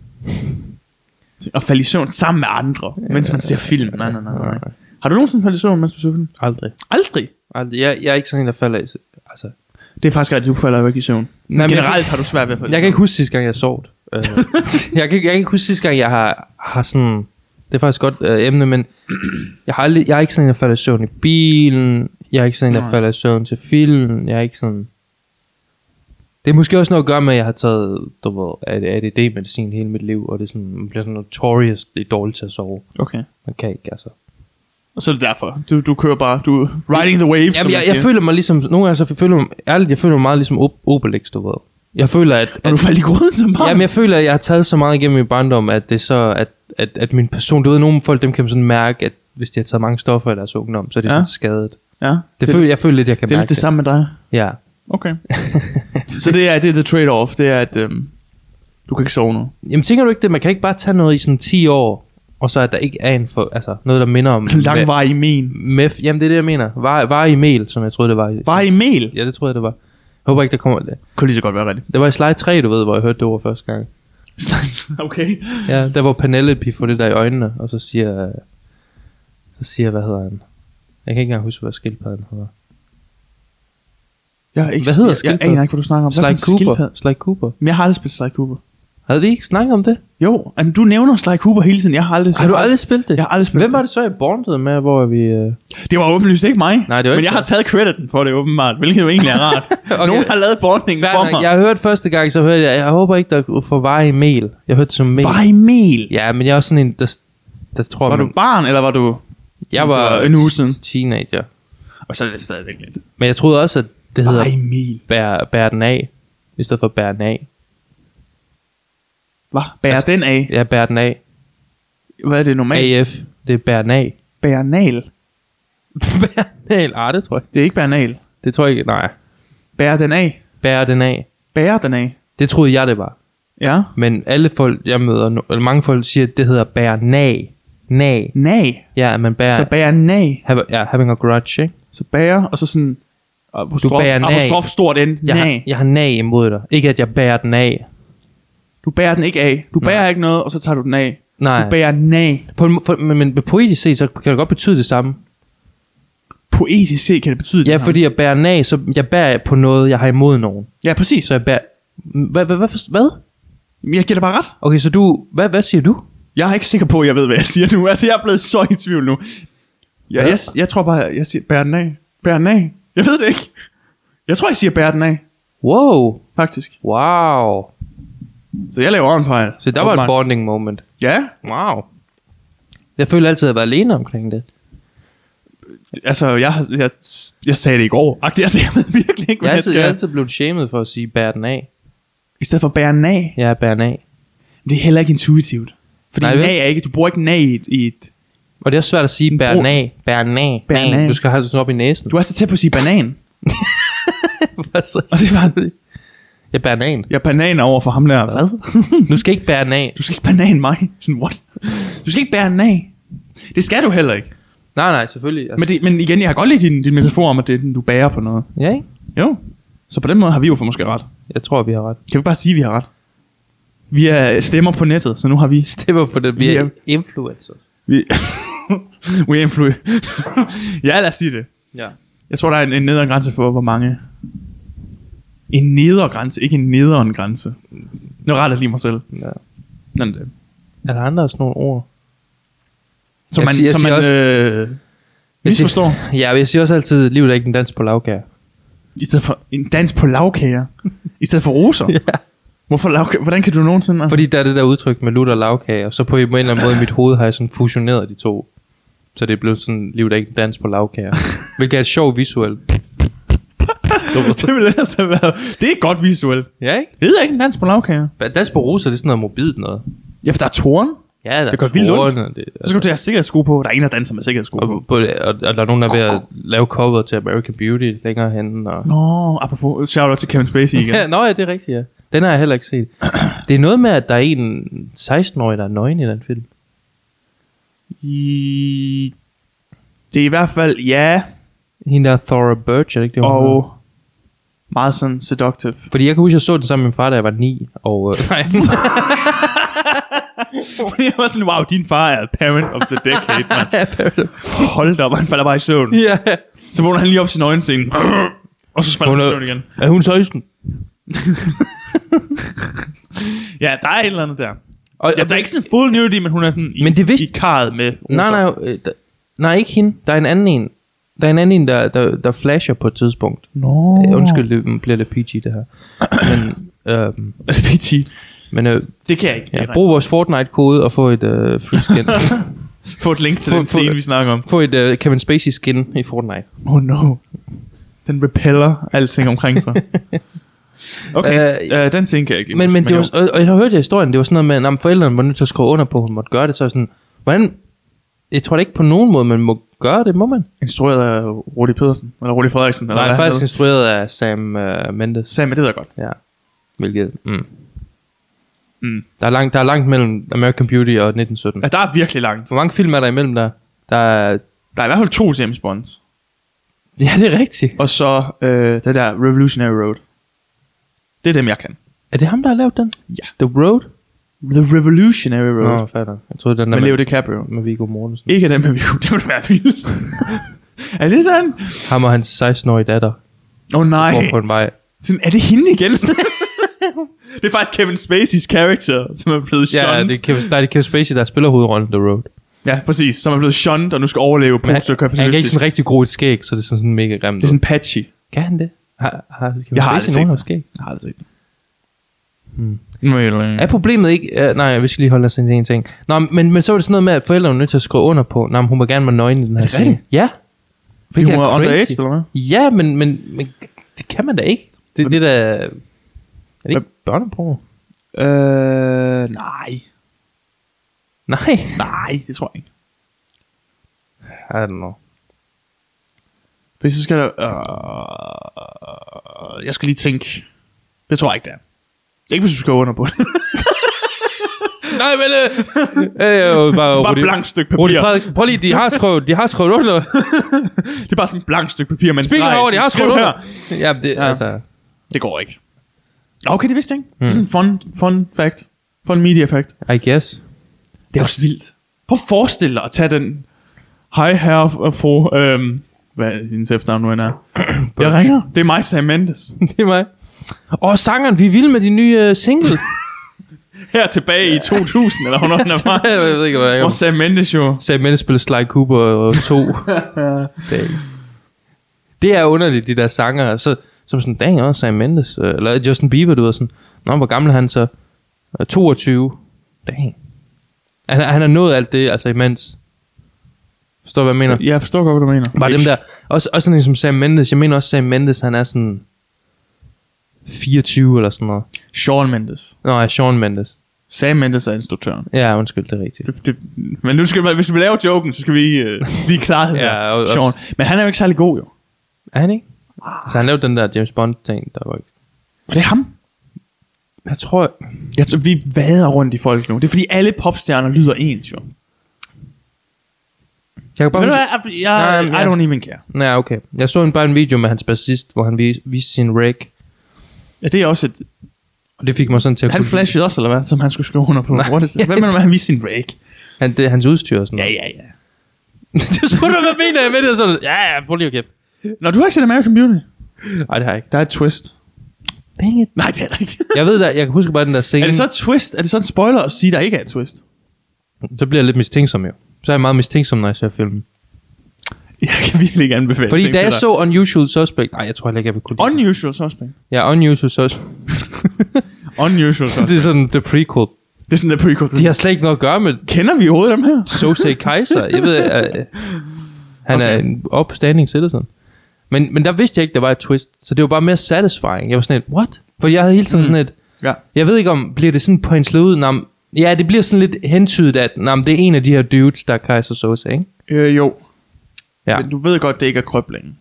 [SPEAKER 1] At falde i søvn sammen med andre, mens man ser film. Nej, nej, nej, nej. Har du nogensinde faldet i søvn, mens du ser film?
[SPEAKER 2] Aldrig.
[SPEAKER 1] Aldrig.
[SPEAKER 2] Aldrig. Jeg, jeg er ikke sådan en, der falder i... Altså,
[SPEAKER 1] Det er faktisk rigtigt, du falder jo ikke i søvn.
[SPEAKER 2] Nej, men
[SPEAKER 1] Generelt
[SPEAKER 2] jeg-
[SPEAKER 1] har du svært ved at falde i
[SPEAKER 2] jeg kan
[SPEAKER 1] søvn.
[SPEAKER 2] ikke huske sidste gang, jeg sov. Øh, jeg, kan, ikke- jeg kan ikke huske sidste gang, jeg har, har sådan... Det er faktisk et godt øh, emne, men jeg, har aldrig, jeg er ikke sådan en, der falder i søvn i bilen. Jeg er ikke sådan en, der
[SPEAKER 1] Nej.
[SPEAKER 2] falder i søvn til film. Jeg er ikke sådan... Det er måske også noget at gøre med, at jeg har taget du ved, ADD-medicin hele mit liv, og det er sådan, man bliver sådan notorious det er dårligt til at sove.
[SPEAKER 1] Okay.
[SPEAKER 2] Man kan ikke, altså.
[SPEAKER 1] Og så er det derfor. Du, du kører bare. Du er riding the wave, Jamen, som
[SPEAKER 2] Jamen,
[SPEAKER 1] jeg,
[SPEAKER 2] jeg, jeg, føler mig ligesom, nogle gange så føler jeg mig, ærligt, jeg føler mig meget ligesom Op- Obelix, du ved. Jeg føler, at,
[SPEAKER 1] Når du faldt i gryden som barn?
[SPEAKER 2] Jamen, jeg føler, at jeg har taget så meget igennem min barndom, at det er så, at, at, at min person, du ved, nogle folk, dem kan man sådan mærke, at hvis de har taget mange stoffer i deres ungdom, så er de
[SPEAKER 1] Ja.
[SPEAKER 2] ja. sådan skadet. Det,
[SPEAKER 1] ja.
[SPEAKER 2] det føler, jeg føler lidt, jeg kan
[SPEAKER 1] det er
[SPEAKER 2] mærke
[SPEAKER 1] lidt det samme med dig.
[SPEAKER 2] Ja.
[SPEAKER 1] Okay. så det er, det er the trade-off. Det er, at øhm, du kan ikke sove nu.
[SPEAKER 2] Jamen, tænker du ikke det? Man kan ikke bare tage noget i sådan 10 år, og så at der ikke er en for, altså, noget, der minder om...
[SPEAKER 1] Langvarig men.
[SPEAKER 2] Mef, jamen, det er det, jeg mener. Var, var i mel, som jeg troede, det var. i-
[SPEAKER 1] Bare i mel.
[SPEAKER 2] Ja, det troede jeg, det var. Jeg håber ikke, der kommer det.
[SPEAKER 1] Kunne lige så godt være rigtigt.
[SPEAKER 2] Det var i slide 3, du ved, hvor jeg hørte det ord første gang.
[SPEAKER 1] okay.
[SPEAKER 2] Ja, der hvor Penelope får det der i øjnene, og så siger, øh, så siger, hvad hedder han? Jeg kan ikke engang huske, hvad skildpadden hedder.
[SPEAKER 1] Jeg er ikke,
[SPEAKER 2] Hvad hedder
[SPEAKER 1] jeg, jeg,
[SPEAKER 2] skildpadde?
[SPEAKER 1] aner ikke, hvad du snakker om. Hvad
[SPEAKER 2] Sly
[SPEAKER 1] for en
[SPEAKER 2] Cooper.
[SPEAKER 1] skildpadde?
[SPEAKER 2] Sly Cooper.
[SPEAKER 1] Men jeg har aldrig spillet Sly Cooper.
[SPEAKER 2] Havde de ikke snakket om det?
[SPEAKER 1] Jo, altså, du nævner Sly Cooper hele tiden. Jeg har aldrig
[SPEAKER 2] Har du aldrig spillet det?
[SPEAKER 1] Jeg har aldrig spillet
[SPEAKER 2] Hvem var det så, jeg bondede med, hvor vi... Øh...
[SPEAKER 1] Det var åbenlyst ikke mig.
[SPEAKER 2] Nej, det var
[SPEAKER 1] men
[SPEAKER 2] ikke
[SPEAKER 1] jeg har taget crediten for det åbenbart, hvilket jo egentlig er rart. okay. Nogen har lavet bordningen
[SPEAKER 2] Fair
[SPEAKER 1] for
[SPEAKER 2] nok.
[SPEAKER 1] mig.
[SPEAKER 2] Jeg har hørt første gang, så hørte jeg, jeg håber ikke, der er for var i mel. Jeg hørte det som mel.
[SPEAKER 1] Var i mel.
[SPEAKER 2] Ja, men jeg er også sådan en, der, der tror,
[SPEAKER 1] Var du
[SPEAKER 2] man,
[SPEAKER 1] barn, eller var du...
[SPEAKER 2] jeg
[SPEAKER 1] du var
[SPEAKER 2] var
[SPEAKER 1] en uge siden?
[SPEAKER 2] teenager.
[SPEAKER 1] Og så er det stadigvæk lidt.
[SPEAKER 2] Men jeg troede også, at det hedder
[SPEAKER 1] Var i mel.
[SPEAKER 2] bær, bær den af, i stedet for bær den af.
[SPEAKER 1] Hvad? Bærer
[SPEAKER 2] Altså-
[SPEAKER 1] den af?
[SPEAKER 2] Ja, bær den af.
[SPEAKER 1] Hvad er det normalt?
[SPEAKER 2] AF, det er bær den af.
[SPEAKER 1] Bærenal.
[SPEAKER 2] Bære den af? Ah, det tror jeg.
[SPEAKER 1] Det er ikke bærenal.
[SPEAKER 2] Det tror jeg ikke. Nej.
[SPEAKER 1] Bærer den af.
[SPEAKER 2] Bære den af.
[SPEAKER 1] Bærer den af.
[SPEAKER 2] Det troede jeg, det var.
[SPEAKER 1] Ja.
[SPEAKER 2] Men alle folk, jeg møder, nu- eller mange folk siger, at det hedder bære nag. Nag.
[SPEAKER 1] Nag.
[SPEAKER 2] Ja, at man bærer...
[SPEAKER 1] Så bærer nag.
[SPEAKER 2] have, ja, having a grudge, ikke?
[SPEAKER 1] Så bærer, og så sådan... Apostrof,
[SPEAKER 2] bærer nag.
[SPEAKER 1] apostrof stort end.
[SPEAKER 2] Jeg,
[SPEAKER 1] nag.
[SPEAKER 2] har, jeg har nag imod dig. Ikke at jeg bærer den af.
[SPEAKER 1] Du bærer den ikke af. Du bærer ikke noget, og så tager du den af.
[SPEAKER 2] Nej.
[SPEAKER 1] Du bærer den af.
[SPEAKER 2] På en, må- for, men, men poetisk set, så kan det godt betyde det samme.
[SPEAKER 1] Poetisk set kan det betyde det
[SPEAKER 2] Ja,
[SPEAKER 1] samme.
[SPEAKER 2] fordi jeg bærer nag, så jeg bærer på noget, jeg har imod nogen.
[SPEAKER 1] Ja, præcis.
[SPEAKER 2] Så jeg bærer... Hvad? Hvad? Hvad? hvad, hvad?
[SPEAKER 1] Men jeg giver dig bare ret.
[SPEAKER 2] Okay, så du... Hvad, hvad siger du?
[SPEAKER 1] Jeg er ikke sikker på, at jeg ved, hvad jeg siger nu. Altså, jeg er blevet så i tvivl nu. Jeg,
[SPEAKER 2] Ja.
[SPEAKER 1] jeg, jeg tror bare, jeg siger, bær den af. Bær den af. Jeg ved det ikke. Jeg tror, jeg siger, bær den af,
[SPEAKER 2] Wow.
[SPEAKER 1] faktisk.
[SPEAKER 2] Wow.
[SPEAKER 1] Så jeg laver en fejl.
[SPEAKER 2] Så der var et
[SPEAKER 1] Åbenbart.
[SPEAKER 2] bonding moment.
[SPEAKER 1] Ja,
[SPEAKER 2] Wow. Jeg føler altid, at jeg var alene omkring det.
[SPEAKER 1] altså, jeg, har- jeg, jeg sagde det i går. Agtig, altså, jeg ved virkelig ikke,
[SPEAKER 2] Jeg
[SPEAKER 1] hvad
[SPEAKER 2] er
[SPEAKER 1] jeg
[SPEAKER 2] altid, jeg er
[SPEAKER 1] skal.
[SPEAKER 2] altid blevet shamed for at sige, bær den af.
[SPEAKER 1] I stedet for bær den af.
[SPEAKER 2] Jeg er bær den af.
[SPEAKER 1] Det er heller ikke intuitivt. Fordi
[SPEAKER 2] Nej, vel?
[SPEAKER 1] nag er ikke, du bruger ikke nag i et, i et...
[SPEAKER 2] Og det er også svært at sige, bær den af. Bær den af.
[SPEAKER 1] Bær den af.
[SPEAKER 2] Du skal have sådan op i næsen.
[SPEAKER 1] Du er så tæt på at sige banan.
[SPEAKER 2] Du...
[SPEAKER 1] Og det var...
[SPEAKER 2] Jeg bærer den af.
[SPEAKER 1] Jeg bananer over for ham der. Hvad?
[SPEAKER 2] Du skal ikke bære den af.
[SPEAKER 1] du skal ikke banan mig. Sådan, what? Du skal ikke bære en af. Det skal du heller ikke.
[SPEAKER 2] Nej, nej, selvfølgelig. Altså.
[SPEAKER 1] Men, det, men igen, jeg har godt lide din, din metafor om, at det, er den, du bærer på noget.
[SPEAKER 2] Ja, ikke?
[SPEAKER 1] Jo. Så på den måde har vi jo for måske ret.
[SPEAKER 2] Jeg tror, vi har ret.
[SPEAKER 1] Kan vi bare sige, at vi har ret? Vi er stemmer på nettet, så nu har vi... St-
[SPEAKER 2] Det var på det, vi er
[SPEAKER 1] Ja.
[SPEAKER 2] influencer.
[SPEAKER 1] vi We influ... ja, lad os sige det.
[SPEAKER 2] Ja.
[SPEAKER 1] Jeg tror, der er en, en nedre grænse for, hvor mange... En nedre grænse, ikke en nederen grænse. Nu retter jeg lige mig selv.
[SPEAKER 2] ja.
[SPEAKER 1] Sådan er det.
[SPEAKER 2] Er der andre sådan nogle ord?
[SPEAKER 1] Så
[SPEAKER 2] Jeg
[SPEAKER 1] man,
[SPEAKER 2] siger- jeg
[SPEAKER 1] så
[SPEAKER 2] siger
[SPEAKER 1] man
[SPEAKER 2] også-
[SPEAKER 1] øh,
[SPEAKER 2] Jeg siger-
[SPEAKER 1] misforstår.
[SPEAKER 2] Ja, jeg siger også altid, livet er ikke en dans på lavkær.
[SPEAKER 1] I stedet for en dans på lavkager. I stedet for roser.
[SPEAKER 2] Ja.
[SPEAKER 1] Hvorfor lavkager? Hvordan kan du nogensinde...
[SPEAKER 2] Fordi der er det der udtryk med lutter og lavkage, og så på en eller anden måde i mit hoved har jeg sådan fusioneret de to. Så det er blevet sådan, livet er ikke en dans på lavkager. Hvilket er et sjovt visuelt.
[SPEAKER 1] det ville ellers have været... Det er godt visuelt.
[SPEAKER 2] Ja, ikke?
[SPEAKER 1] Det hedder ikke en dans på lavkager.
[SPEAKER 2] Ba- Dans på roser, det er sådan noget mobilt noget.
[SPEAKER 1] Ja, for der er tårn.
[SPEAKER 2] Ja, der
[SPEAKER 1] Det gør vildt ondt.
[SPEAKER 2] ondt. Det,
[SPEAKER 1] Så skal du tage sikkerhedssko på. Der er en, der danser med sikkerhedssko på.
[SPEAKER 2] og, på, og, og, der er nogen, der er ved at lave cover til American Beauty længere henne. Og...
[SPEAKER 1] Nå, apropos. Shout out til Kevin Spacey igen.
[SPEAKER 2] Ja, nå ja, det er rigtigt, ja. Den har jeg heller ikke set. Det er noget med, at der er en 16-årig, der er nøgen i den film.
[SPEAKER 1] I... Det er i hvert fald ja,
[SPEAKER 2] Hende der Thora Birch, er det ikke det, hun hedder?
[SPEAKER 1] og meget sådan seductive.
[SPEAKER 2] Fordi jeg kan huske, jeg så den sammen med min far, da jeg var 9. Og, øh, nej,
[SPEAKER 1] Jeg var sådan, wow, din far er parent of the decade, man. Hold da op, han falder bare i søvn.
[SPEAKER 2] ja.
[SPEAKER 1] Så vågner han lige op til nøgenscenen. Og så falder han i
[SPEAKER 2] Hun er-
[SPEAKER 1] søvn igen.
[SPEAKER 2] Er hun 16?
[SPEAKER 1] Ja, der er et eller andet der.
[SPEAKER 2] Og,
[SPEAKER 1] Jeg tager ikke sådan en full nudity, men hun er sådan i,
[SPEAKER 2] Men det vidste-
[SPEAKER 1] i karret med roser.
[SPEAKER 2] Nej, nej, øh, der, nej, ikke hende. Der er en anden en. Der er en anden en, der, der, der flasher på et tidspunkt.
[SPEAKER 1] Nå.
[SPEAKER 2] Oh. Undskyld, det bliver lidt PG, det her. Men, øh,
[SPEAKER 1] PT.
[SPEAKER 2] men øh,
[SPEAKER 1] Det kan jeg ikke.
[SPEAKER 2] ja,
[SPEAKER 1] Ja,
[SPEAKER 2] brug vores Fortnite-kode og få et øh, free skin.
[SPEAKER 1] Få et link til
[SPEAKER 2] Få-
[SPEAKER 1] den
[SPEAKER 2] få-
[SPEAKER 1] scene, vi snakker om.
[SPEAKER 2] få et øh, Kevin Spacey-skin i Fortnite.
[SPEAKER 1] Oh no. Den repeller alting omkring sig. Okay,
[SPEAKER 2] Øh,
[SPEAKER 1] øh, øh, den scene kan jeg ikke. lide,
[SPEAKER 2] Men, men det
[SPEAKER 1] jo.
[SPEAKER 2] var, og, og jeg hørte historien, det var sådan noget med, at jamen, forældrene var nødt til at skrive under på, at hun måtte gøre det. Så jeg sådan, hvordan... Jeg tror da ikke på nogen måde, man må gøre det, må man?
[SPEAKER 1] Instrueret af Rudi Pedersen, eller Rudi Frederiksen, eller
[SPEAKER 2] Nej,
[SPEAKER 1] hvad han
[SPEAKER 2] faktisk
[SPEAKER 1] hedder.
[SPEAKER 2] instrueret af Sam uh, Mendes.
[SPEAKER 1] Sam, det ved jeg godt.
[SPEAKER 2] Ja. Hvilket, mm.
[SPEAKER 1] Mm.
[SPEAKER 2] Der, er langt, der er langt mellem American Beauty og 1917.
[SPEAKER 1] Ja, der er virkelig langt.
[SPEAKER 2] Hvor mange film er der imellem der? Der er...
[SPEAKER 1] Der er i hvert fald to James Bonds.
[SPEAKER 2] Ja, det er rigtigt.
[SPEAKER 1] Og så øh, det der Revolutionary Road. Det er dem, jeg kan.
[SPEAKER 2] Er det ham, der har lavet den?
[SPEAKER 1] Ja.
[SPEAKER 2] The Road?
[SPEAKER 1] The Revolutionary Road.
[SPEAKER 2] Nå, fatter. Jeg troede, den
[SPEAKER 1] Nå,
[SPEAKER 2] der
[SPEAKER 1] med Leo
[SPEAKER 2] med,
[SPEAKER 1] DiCaprio.
[SPEAKER 2] med Viggo Mortensen.
[SPEAKER 1] Ikke dem med Vivo. Det ville være vildt. er det sådan?
[SPEAKER 2] Ham og hans 16-årige datter
[SPEAKER 1] Åh oh, nej.
[SPEAKER 2] går på en vej.
[SPEAKER 1] Sådan, er det hende igen? det er faktisk Kevin Spacey's karakter, som er blevet shunned.
[SPEAKER 2] Ja, det er Kevin, nej, det er Kevin Spacey, der spiller hovedrollen i The Road.
[SPEAKER 1] ja præcis. Som er blevet shunned, og nu skal overleve
[SPEAKER 2] Men han, han
[SPEAKER 1] posterkapitalistisk.
[SPEAKER 2] kan ikke sådan rigtig gro et skæg, så det er sådan, sådan mega grimt.
[SPEAKER 1] Det er sådan patchy.
[SPEAKER 2] Kan han det? Har, har, kan
[SPEAKER 1] Jeg har aldrig set
[SPEAKER 2] det.
[SPEAKER 1] det.
[SPEAKER 2] Skæg?
[SPEAKER 1] Jeg har aldrig set det. Hmm. Really?
[SPEAKER 2] Er problemet ikke... Uh, nej, vi skal lige holde os til en ting. Nå, men, men så var det sådan noget med, at forældrene var nødt til at skrive under på, nej, hun må gerne være nøgen i den her
[SPEAKER 1] det rigtigt?
[SPEAKER 2] Ja.
[SPEAKER 1] Fordi hun
[SPEAKER 2] Det
[SPEAKER 1] er
[SPEAKER 2] er
[SPEAKER 1] underage,
[SPEAKER 2] crazy.
[SPEAKER 1] eller hvad?
[SPEAKER 2] Ja, men, men, men det kan man da ikke. Det er det, der... Er det ikke børneporno?
[SPEAKER 1] Øh, nej.
[SPEAKER 2] Nej.
[SPEAKER 1] Nej, det tror jeg ikke.
[SPEAKER 2] I don't know.
[SPEAKER 1] Fordi så skal der... Øh, jeg skal lige tænke... Det tror jeg ikke, det er. Ikke hvis du skal under på det.
[SPEAKER 2] Nej, men... Øh, øh, bare
[SPEAKER 1] bare
[SPEAKER 2] Rudi-
[SPEAKER 1] et blankt stykke
[SPEAKER 2] Rudi
[SPEAKER 1] papir.
[SPEAKER 2] Frederiksen, prøv lige, de har skrevet, de har skrevet under.
[SPEAKER 1] Det er bare sådan et blankt stykke papir med en
[SPEAKER 2] Fingre
[SPEAKER 1] streg.
[SPEAKER 2] over, de
[SPEAKER 1] Sådan,
[SPEAKER 2] har skrevet
[SPEAKER 1] skriv her.
[SPEAKER 2] under. Ja, det, ja. altså...
[SPEAKER 1] Det går ikke. Nå, Okay, det vidste jeg ikke.
[SPEAKER 2] Hmm.
[SPEAKER 1] Det er sådan en fun, fun fact. Fun media fact.
[SPEAKER 2] I guess.
[SPEAKER 1] Det er også vildt. Prøv at forestille dig at tage den... Hej herre og fru... Øhm, hvad er hendes efternavn nu end er? jeg ringer. Det er mig, Sam Mendes.
[SPEAKER 2] Det er mig. Og sangeren, vi er vilde med de nye uh, øh, single.
[SPEAKER 1] her tilbage i 2000, eller hvornår den er fra.
[SPEAKER 2] jeg ved ikke, hvad jeg
[SPEAKER 1] Hvor
[SPEAKER 2] gør.
[SPEAKER 1] Sam Mendes jo.
[SPEAKER 2] Sam Mendes spiller Sly Cooper 2. det er underligt, de der sanger. Så, som sådan, dang også Sam Mendes. øh, Eller Justin Bieber, du ved sådan. Nå, hvor gammel er han så? Øh, 22. Dang. Han, han har nået alt det, altså imens. Forstår du, hvad jeg mener?
[SPEAKER 1] Jeg forstår godt, hvad du mener.
[SPEAKER 2] Bare dem der. Også, også sådan en som Sam Mendes. Jeg mener også Sam Mendes, han er sådan 24 eller sådan noget.
[SPEAKER 1] Sean Mendes.
[SPEAKER 2] Nå, ja, Sean Mendes.
[SPEAKER 1] Sam Mendes er instruktøren.
[SPEAKER 2] Ja, undskyld, det er rigtigt.
[SPEAKER 1] Det, det, men nu skal, vi- hvis vi laver joken, så skal vi øh, lige klare det
[SPEAKER 2] Ja,
[SPEAKER 1] ja,
[SPEAKER 2] og-
[SPEAKER 1] der.
[SPEAKER 2] og-
[SPEAKER 1] Sean. Men han er jo ikke særlig god, jo.
[SPEAKER 2] Er han ikke? Så han lavede den der James Bond-ting, der var ikke...
[SPEAKER 1] Var det ham?
[SPEAKER 2] Jeg tror...
[SPEAKER 1] Jeg tror, vi vader rundt i folk nu. Det er fordi, alle popstjerner lyder ens, jo.
[SPEAKER 2] Jeg kan bare
[SPEAKER 1] Ved du
[SPEAKER 2] huske,
[SPEAKER 1] hvad? Jeg, jeg,
[SPEAKER 2] Nej,
[SPEAKER 1] I
[SPEAKER 2] ja.
[SPEAKER 1] don't even care.
[SPEAKER 2] Nej, okay. Jeg så en, bare en video med hans bassist, hvor han vis, viste sin rig.
[SPEAKER 1] Ja, det er også et,
[SPEAKER 2] Og det fik mig sådan til at
[SPEAKER 1] han
[SPEAKER 2] kunne-
[SPEAKER 1] flashede også, eller hvad? Som han skulle skrive under på.
[SPEAKER 2] Nej.
[SPEAKER 1] What is, hvad mener du, han viste sin break?
[SPEAKER 2] han, det, hans udstyr og sådan noget.
[SPEAKER 1] ja, ja.
[SPEAKER 2] du spurgte mig, hvad mener jeg med det? Og så, ja, ja, prøv lige at gætte.
[SPEAKER 1] Nå, du har ikke set American Beauty?
[SPEAKER 2] Nej, det har jeg ikke.
[SPEAKER 1] Der er et twist.
[SPEAKER 2] Dang it.
[SPEAKER 1] Nej, det er der ikke.
[SPEAKER 2] Jeg ved da, jeg kan huske bare den der scene.
[SPEAKER 1] er det så et twist? Er det så en spoiler at sige, der ikke er et twist?
[SPEAKER 2] så bliver jeg lidt mistænksom jo. Så er jeg meget mistænksom, når jeg ser filmen.
[SPEAKER 1] Jeg kan virkelig ikke anbefale
[SPEAKER 2] Fordi
[SPEAKER 1] ting
[SPEAKER 2] da
[SPEAKER 1] til
[SPEAKER 2] jeg
[SPEAKER 1] dig.
[SPEAKER 2] så Unusual Suspect... Nej, jeg tror heller ikke, jeg vil kunne lide den.
[SPEAKER 1] Unusual Suspect.
[SPEAKER 2] Ja, Unusual Suspect.
[SPEAKER 1] Unusual Suspect.
[SPEAKER 2] det er sådan the prequel.
[SPEAKER 1] det er sådan der prequel.
[SPEAKER 2] De har slet ikke noget at gøre med
[SPEAKER 1] Kender vi overhovedet dem her?
[SPEAKER 2] Sose Kaiser. Jeg ved, øh, han okay. er
[SPEAKER 1] Okay.
[SPEAKER 2] en upstanding citizen. Men, men der vidste jeg ikke, der var et twist. Så det var bare mere satisfying. Jeg var sådan et, what? Fordi jeg havde hele tiden sådan et,
[SPEAKER 1] Ja.
[SPEAKER 2] jeg ved ikke om, bliver det sådan på en slå ud? Nå, men- ja, det bliver sådan lidt hentydet, at nå, men det er en af de her dudes, der er Kaiser Sose, ikke?
[SPEAKER 1] Øh, jo.
[SPEAKER 2] Ja.
[SPEAKER 1] Men du ved godt, det ikke er krøblingen.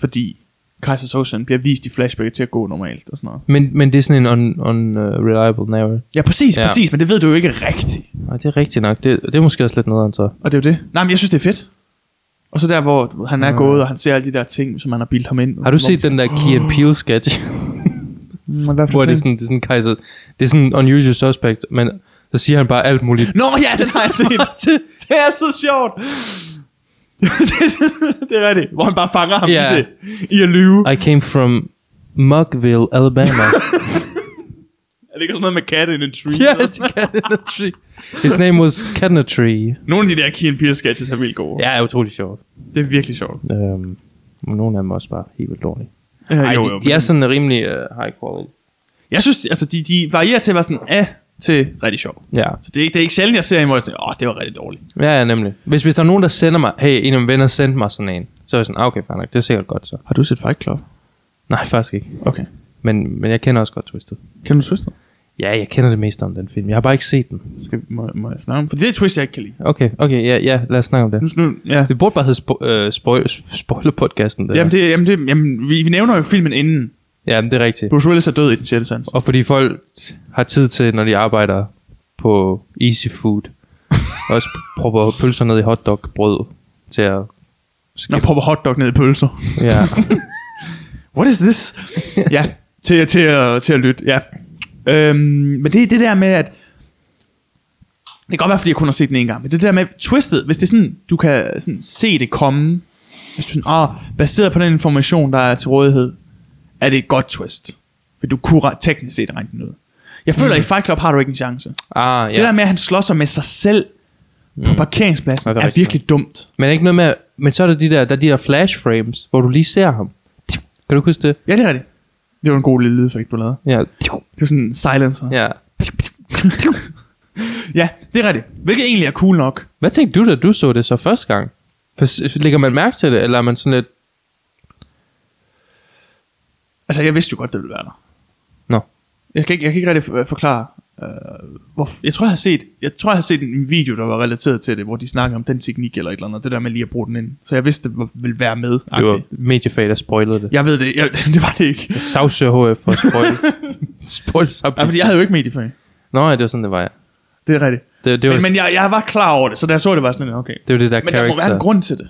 [SPEAKER 1] Fordi Kaiser Sosan bliver vist i flashback til at gå normalt og sådan noget.
[SPEAKER 2] Men, men det er sådan en unreliable un, uh, narrative.
[SPEAKER 1] Ja, præcis,
[SPEAKER 2] Ja.
[SPEAKER 1] ja. præcis, men det ved du jo ikke rigtigt.
[SPEAKER 2] Nej, det er rigtigt nok. Det, det er måske også lidt nederen så.
[SPEAKER 1] Og det er jo det. Nej, men jeg synes, det er fedt. Og så der, hvor du ved, han er gået, og han ser alle de der ting, som han har bildt ham ind.
[SPEAKER 2] Mm. Har du set den der Key and Peele sketch?
[SPEAKER 1] der,
[SPEAKER 2] Hvor det er sådan, det er sådan Kaiser, det er sådan unusual suspect, men så siger han bare alt muligt.
[SPEAKER 1] Nå ja, den har jeg set. det er så sjovt. det er rigtigt. Hvor han bare fanger ham
[SPEAKER 2] Ja.
[SPEAKER 1] yeah. i, det, i at lyve.
[SPEAKER 2] I came from Mugville, Alabama.
[SPEAKER 1] Er det ikke sådan noget med cat in a tree? eller
[SPEAKER 2] yes,
[SPEAKER 1] sådan noget?
[SPEAKER 2] cat in a tree. His name was Cat in a Tree.
[SPEAKER 1] Nogle af de der Key and Peele sketches er vildt gode.
[SPEAKER 2] Ja, er utrolig sjovt.
[SPEAKER 1] Det er virkelig sjovt.
[SPEAKER 2] Øhm, men nogle af dem er også bare helt vildt dårlige.
[SPEAKER 1] Ja,
[SPEAKER 2] Ej, de, de er sådan rimelig uh, high quality.
[SPEAKER 1] Jeg synes, altså, de, de varierer til at være sådan, ah, til rigtig sjov.
[SPEAKER 2] Ja.
[SPEAKER 1] Så det er, ikke, det er ikke sjældent, jeg ser en, hvor jeg tænker, åh, det var rigtig dårligt.
[SPEAKER 2] ja, ja, nemlig. Hvis, hvis der er nogen, der sender mig, hey, en af mine venner sendte mig sådan en, så er jeg sådan, ah, okay, fair nok, det er sikkert godt så.
[SPEAKER 1] Har du set Fight Club?
[SPEAKER 2] Nej, faktisk ikke.
[SPEAKER 1] Okay.
[SPEAKER 2] Men, men jeg kender også godt Twisted.
[SPEAKER 1] Kan du søster?
[SPEAKER 2] Ja, jeg kender det meste om den film. Jeg har bare ikke set den.
[SPEAKER 1] Skal, må, må jeg snakke om? For det er et twist, jeg ikke kan lide.
[SPEAKER 2] Okay, okay, ja, ja lad os snakke om det.
[SPEAKER 1] Nu, nu, ja.
[SPEAKER 2] Det burde bare hedde spo- øh, spoil- spoiler-podcasten. Det
[SPEAKER 1] Jamen, det, jamen, det, jamen vi, vi nævner jo filmen inden.
[SPEAKER 2] her. Jamen, det er rigtigt.
[SPEAKER 1] Bruce Willis er død i den sjældne sans.
[SPEAKER 2] Og fordi folk har tid til, når de arbejder på easy food, også propper pølser ned i hotdogbrød til at...
[SPEAKER 1] Når han popper hotdog ned i pølser.
[SPEAKER 2] Ja.
[SPEAKER 1] What is this? ja, til, til, at, til at lytte, ja. Øhm, men det er det der med, at... Det kan godt være, fordi jeg kun har set den en gang, men det der med twistet, hvis det er sådan, du kan sådan se det komme, hvis du sådan, ah, baseret på den information, der er til rådighed, er det et godt twist. For du kunne ret- teknisk set regne den ud. Jeg føler, mm. i Fight Club har du ikke en chance. Ja.
[SPEAKER 2] Ah, Mhm. ja. Mhm.
[SPEAKER 1] Det der med, at han slår sig med sig selv mm. på parkeringspladsen,
[SPEAKER 2] Ja,
[SPEAKER 1] ja,
[SPEAKER 2] det er
[SPEAKER 1] er, er
[SPEAKER 2] rigtigt.
[SPEAKER 1] virkelig dumt.
[SPEAKER 2] Men ikke noget med... Men så er der de der, der, er de der flash frames, hvor du lige ser ham. Kan du huske det?
[SPEAKER 1] Ja, det er det. Det var en god lille lydeffekt, du lavede.
[SPEAKER 2] Ja.
[SPEAKER 1] Det var sådan en silencer.
[SPEAKER 2] ja.
[SPEAKER 1] Ja, det er rigtigt. Hvilket egentlig er cool nok.
[SPEAKER 2] Hvad tænkte du, da du så det så første gang? For s- Lægger man mærke til det, eller er man sådan lidt...
[SPEAKER 1] Altså, jeg vidste jo godt, det ville være der.
[SPEAKER 2] Nå.
[SPEAKER 1] Jeg kan ikke, jeg kan ikke rigtig øh, forklare, øh, hvor, jeg, tror, jeg, har set, jeg tror, jeg har set en video, der var relateret til det, hvor de snakker om den teknik eller et eller andet, det der med lige at bruge den ind. Så jeg vidste, det var- ville være med.
[SPEAKER 2] Det var mediefag, der spoilede det.
[SPEAKER 1] Jeg ved det, jeg, det var det ikke.
[SPEAKER 2] Savsøger HF for at spoil. spoil
[SPEAKER 1] Ja, fordi jeg havde jo ikke mediefag.
[SPEAKER 2] Nå, ja, det var sådan, det var, ja.
[SPEAKER 1] Det er rigtigt.
[SPEAKER 2] Det, det, var,
[SPEAKER 1] Men, men jeg, jeg var klar over det, så da jeg så det, var jeg sådan, okay.
[SPEAKER 2] det var det der
[SPEAKER 1] Men
[SPEAKER 2] character.
[SPEAKER 1] der må være en grund til det.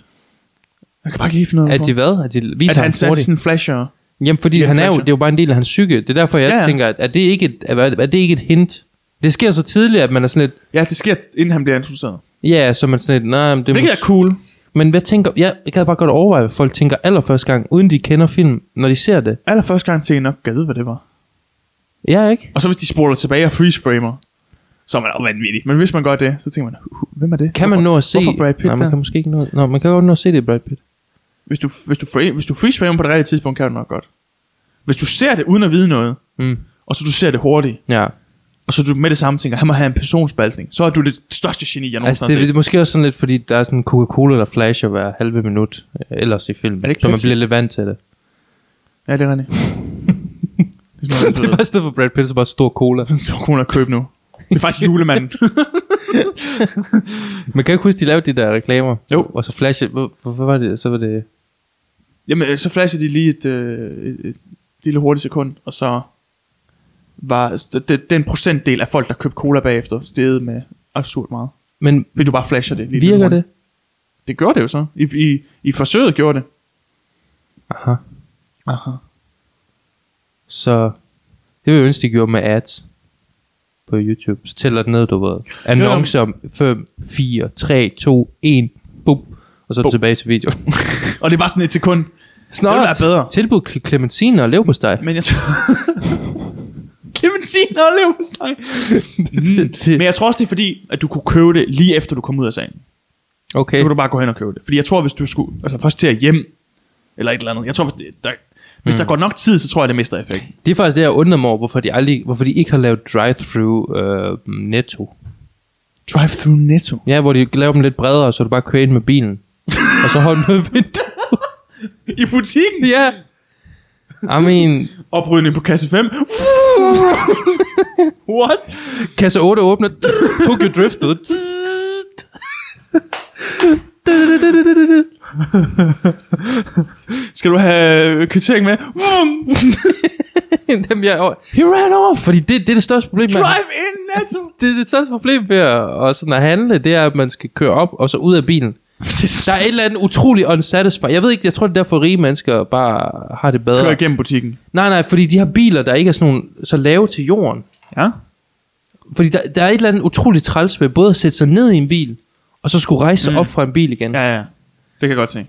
[SPEAKER 1] Jeg kan bare ikke lige finde noget
[SPEAKER 2] At
[SPEAKER 1] på.
[SPEAKER 2] de hvad? At de viser
[SPEAKER 1] at han
[SPEAKER 2] ham
[SPEAKER 1] satte
[SPEAKER 2] hurtigt?
[SPEAKER 1] sådan en flasher.
[SPEAKER 2] Jamen, fordi
[SPEAKER 1] Jamen,
[SPEAKER 2] han er jo,
[SPEAKER 1] Fletcher.
[SPEAKER 2] det er jo bare en del af hans psyke. Det er derfor, jeg
[SPEAKER 1] Ja, ja.
[SPEAKER 2] tænker, at er det, ikke et, er, er det ikke et hint? Det sker så tidligt, at man er sådan lidt...
[SPEAKER 1] Ja, det sker, inden han bliver introduceret.
[SPEAKER 2] Ja, så er man sådan lidt... Nej, men det
[SPEAKER 1] Hvilket
[SPEAKER 2] mås-
[SPEAKER 1] er cool.
[SPEAKER 2] Men hvad tænker... Ja, jeg kan bare godt overveje, hvad folk tænker allerførste gang, uden de kender film, når de ser det.
[SPEAKER 1] Allerførste gang tænkte jeg nok, gad vide, hvad det var.
[SPEAKER 2] Ja, ikke?
[SPEAKER 1] Og så hvis de spoler tilbage og freeze-framer, så er man jo vanvittig. Men hvis man gør det, så tænker man, "Huh, hvem er det?
[SPEAKER 2] Kan man
[SPEAKER 1] Hvorfor-
[SPEAKER 2] nå at se...
[SPEAKER 1] Hvorfor Brad Pitt
[SPEAKER 2] Nej, man
[SPEAKER 1] der?
[SPEAKER 2] kan måske ikke nå... Nå, man kan godt nå at se det i Brad Pitt.
[SPEAKER 1] Hvis du, hvis, du frame, hvis du freeze frame på det rigtige tidspunkt, kan du nok godt. Hvis du ser det uden at vide noget,
[SPEAKER 2] Mm.
[SPEAKER 1] og så du ser det hurtigt,
[SPEAKER 2] Ja.
[SPEAKER 1] og så du med det samme tænker, han må have en personsbaltning, så er du det største geni, jeg
[SPEAKER 2] Altså,
[SPEAKER 1] nogensinde
[SPEAKER 2] det,
[SPEAKER 1] har
[SPEAKER 2] er
[SPEAKER 1] set.
[SPEAKER 2] måske også sådan lidt, fordi der er sådan Coca-Cola, der flasher hver halve minut øh, ellers i filmen.
[SPEAKER 1] Er det ikke
[SPEAKER 2] så man
[SPEAKER 1] Pepsi?
[SPEAKER 2] bliver lidt vant til det.
[SPEAKER 1] Ja, det er rigtigt. det er sådan noget,
[SPEAKER 2] det er
[SPEAKER 1] du
[SPEAKER 2] bare i stedet for Brad Pitt, så bare stor cola.
[SPEAKER 1] ved, så kroner at købe nu. Det er faktisk julemanden.
[SPEAKER 2] Man kan jo ikke huske, de lavede de der reklamer.
[SPEAKER 1] Jo.
[SPEAKER 2] Og så flashe... Hvor, hvor, hvor var det? Så var det...
[SPEAKER 1] Jamen, øh, så flasher de lige et, øh, et, et lille hurtigt sekund, og så var s- det, den procentdel af folk, der købte cola bagefter, steget med absurd meget.
[SPEAKER 2] Men
[SPEAKER 1] Fordi du bare flasher det. Lige
[SPEAKER 2] virker
[SPEAKER 1] lynhurtigt.
[SPEAKER 2] det?
[SPEAKER 1] Det gjorde det jo så. I, i, i forsøget gjorde det.
[SPEAKER 2] Aha.
[SPEAKER 1] Aha.
[SPEAKER 2] Så det vil jeg ønske, de gjorde med ads på YouTube. Så tæller det ned, du ved. Annoncer om 5, 4, 3, 2, 1, bum. Og så er du
[SPEAKER 1] Bum.
[SPEAKER 2] tilbage til videoen.
[SPEAKER 1] Og det er bare sådan et sekund.
[SPEAKER 2] Snart.
[SPEAKER 1] Det ville være bedre.
[SPEAKER 2] Tilbud cl- clementiner og leverpostej.
[SPEAKER 1] Men jeg tror... Clementine og leverpostej.
[SPEAKER 2] det, det,
[SPEAKER 1] Men jeg tror også, det er fordi, at du kunne købe det lige efter du kom ud af sagen.
[SPEAKER 2] okay.
[SPEAKER 1] Så kunne du bare gå hen og købe det. Fordi jeg tror, hvis du skulle altså, først til at hjem, eller et eller andet. Jeg tror, hvis, det- der, hvis der går nok tid, så tror jeg, det mister effekt.
[SPEAKER 2] Det er faktisk det, jeg undrer mig over, hvorfor de, aldrig, hvorfor de ikke har lavet drive-through øh, netto.
[SPEAKER 1] Drive through netto.
[SPEAKER 2] Ja, hvor de laver dem lidt bredere, så du bare kører ind med bilen. og så holder den med vinduet.
[SPEAKER 1] I butikken.
[SPEAKER 2] ja. I mean,
[SPEAKER 1] Oprydning på kasse 5. What?
[SPEAKER 2] kasse 8 åbner. Tokyo Drift ud.
[SPEAKER 1] Skal du have øh, kvittering med?
[SPEAKER 2] Dem jeg over.
[SPEAKER 1] He ran off.
[SPEAKER 2] Fordi det, det er det største problem, man
[SPEAKER 1] Drive in netto.
[SPEAKER 2] det, det største problem ved at, at, sådan at handle, det er, at man skal køre op og så ud af bilen. Der er et eller andet utroligt unsatisfied. Jeg ved ikke, jeg tror, det er derfor rige mennesker bare har det bedre.
[SPEAKER 1] Kør igennem butikken.
[SPEAKER 2] Nej, nej, fordi de har biler, der ikke er sådan nogle, så lave til jorden.
[SPEAKER 1] Ja.
[SPEAKER 2] Fordi der, der er et eller andet utroligt træls ved både at sætte sig ned i en bil, og så skulle rejse mm. op fra en bil igen. Ja.
[SPEAKER 1] Ja, ja. Det kan jeg godt se.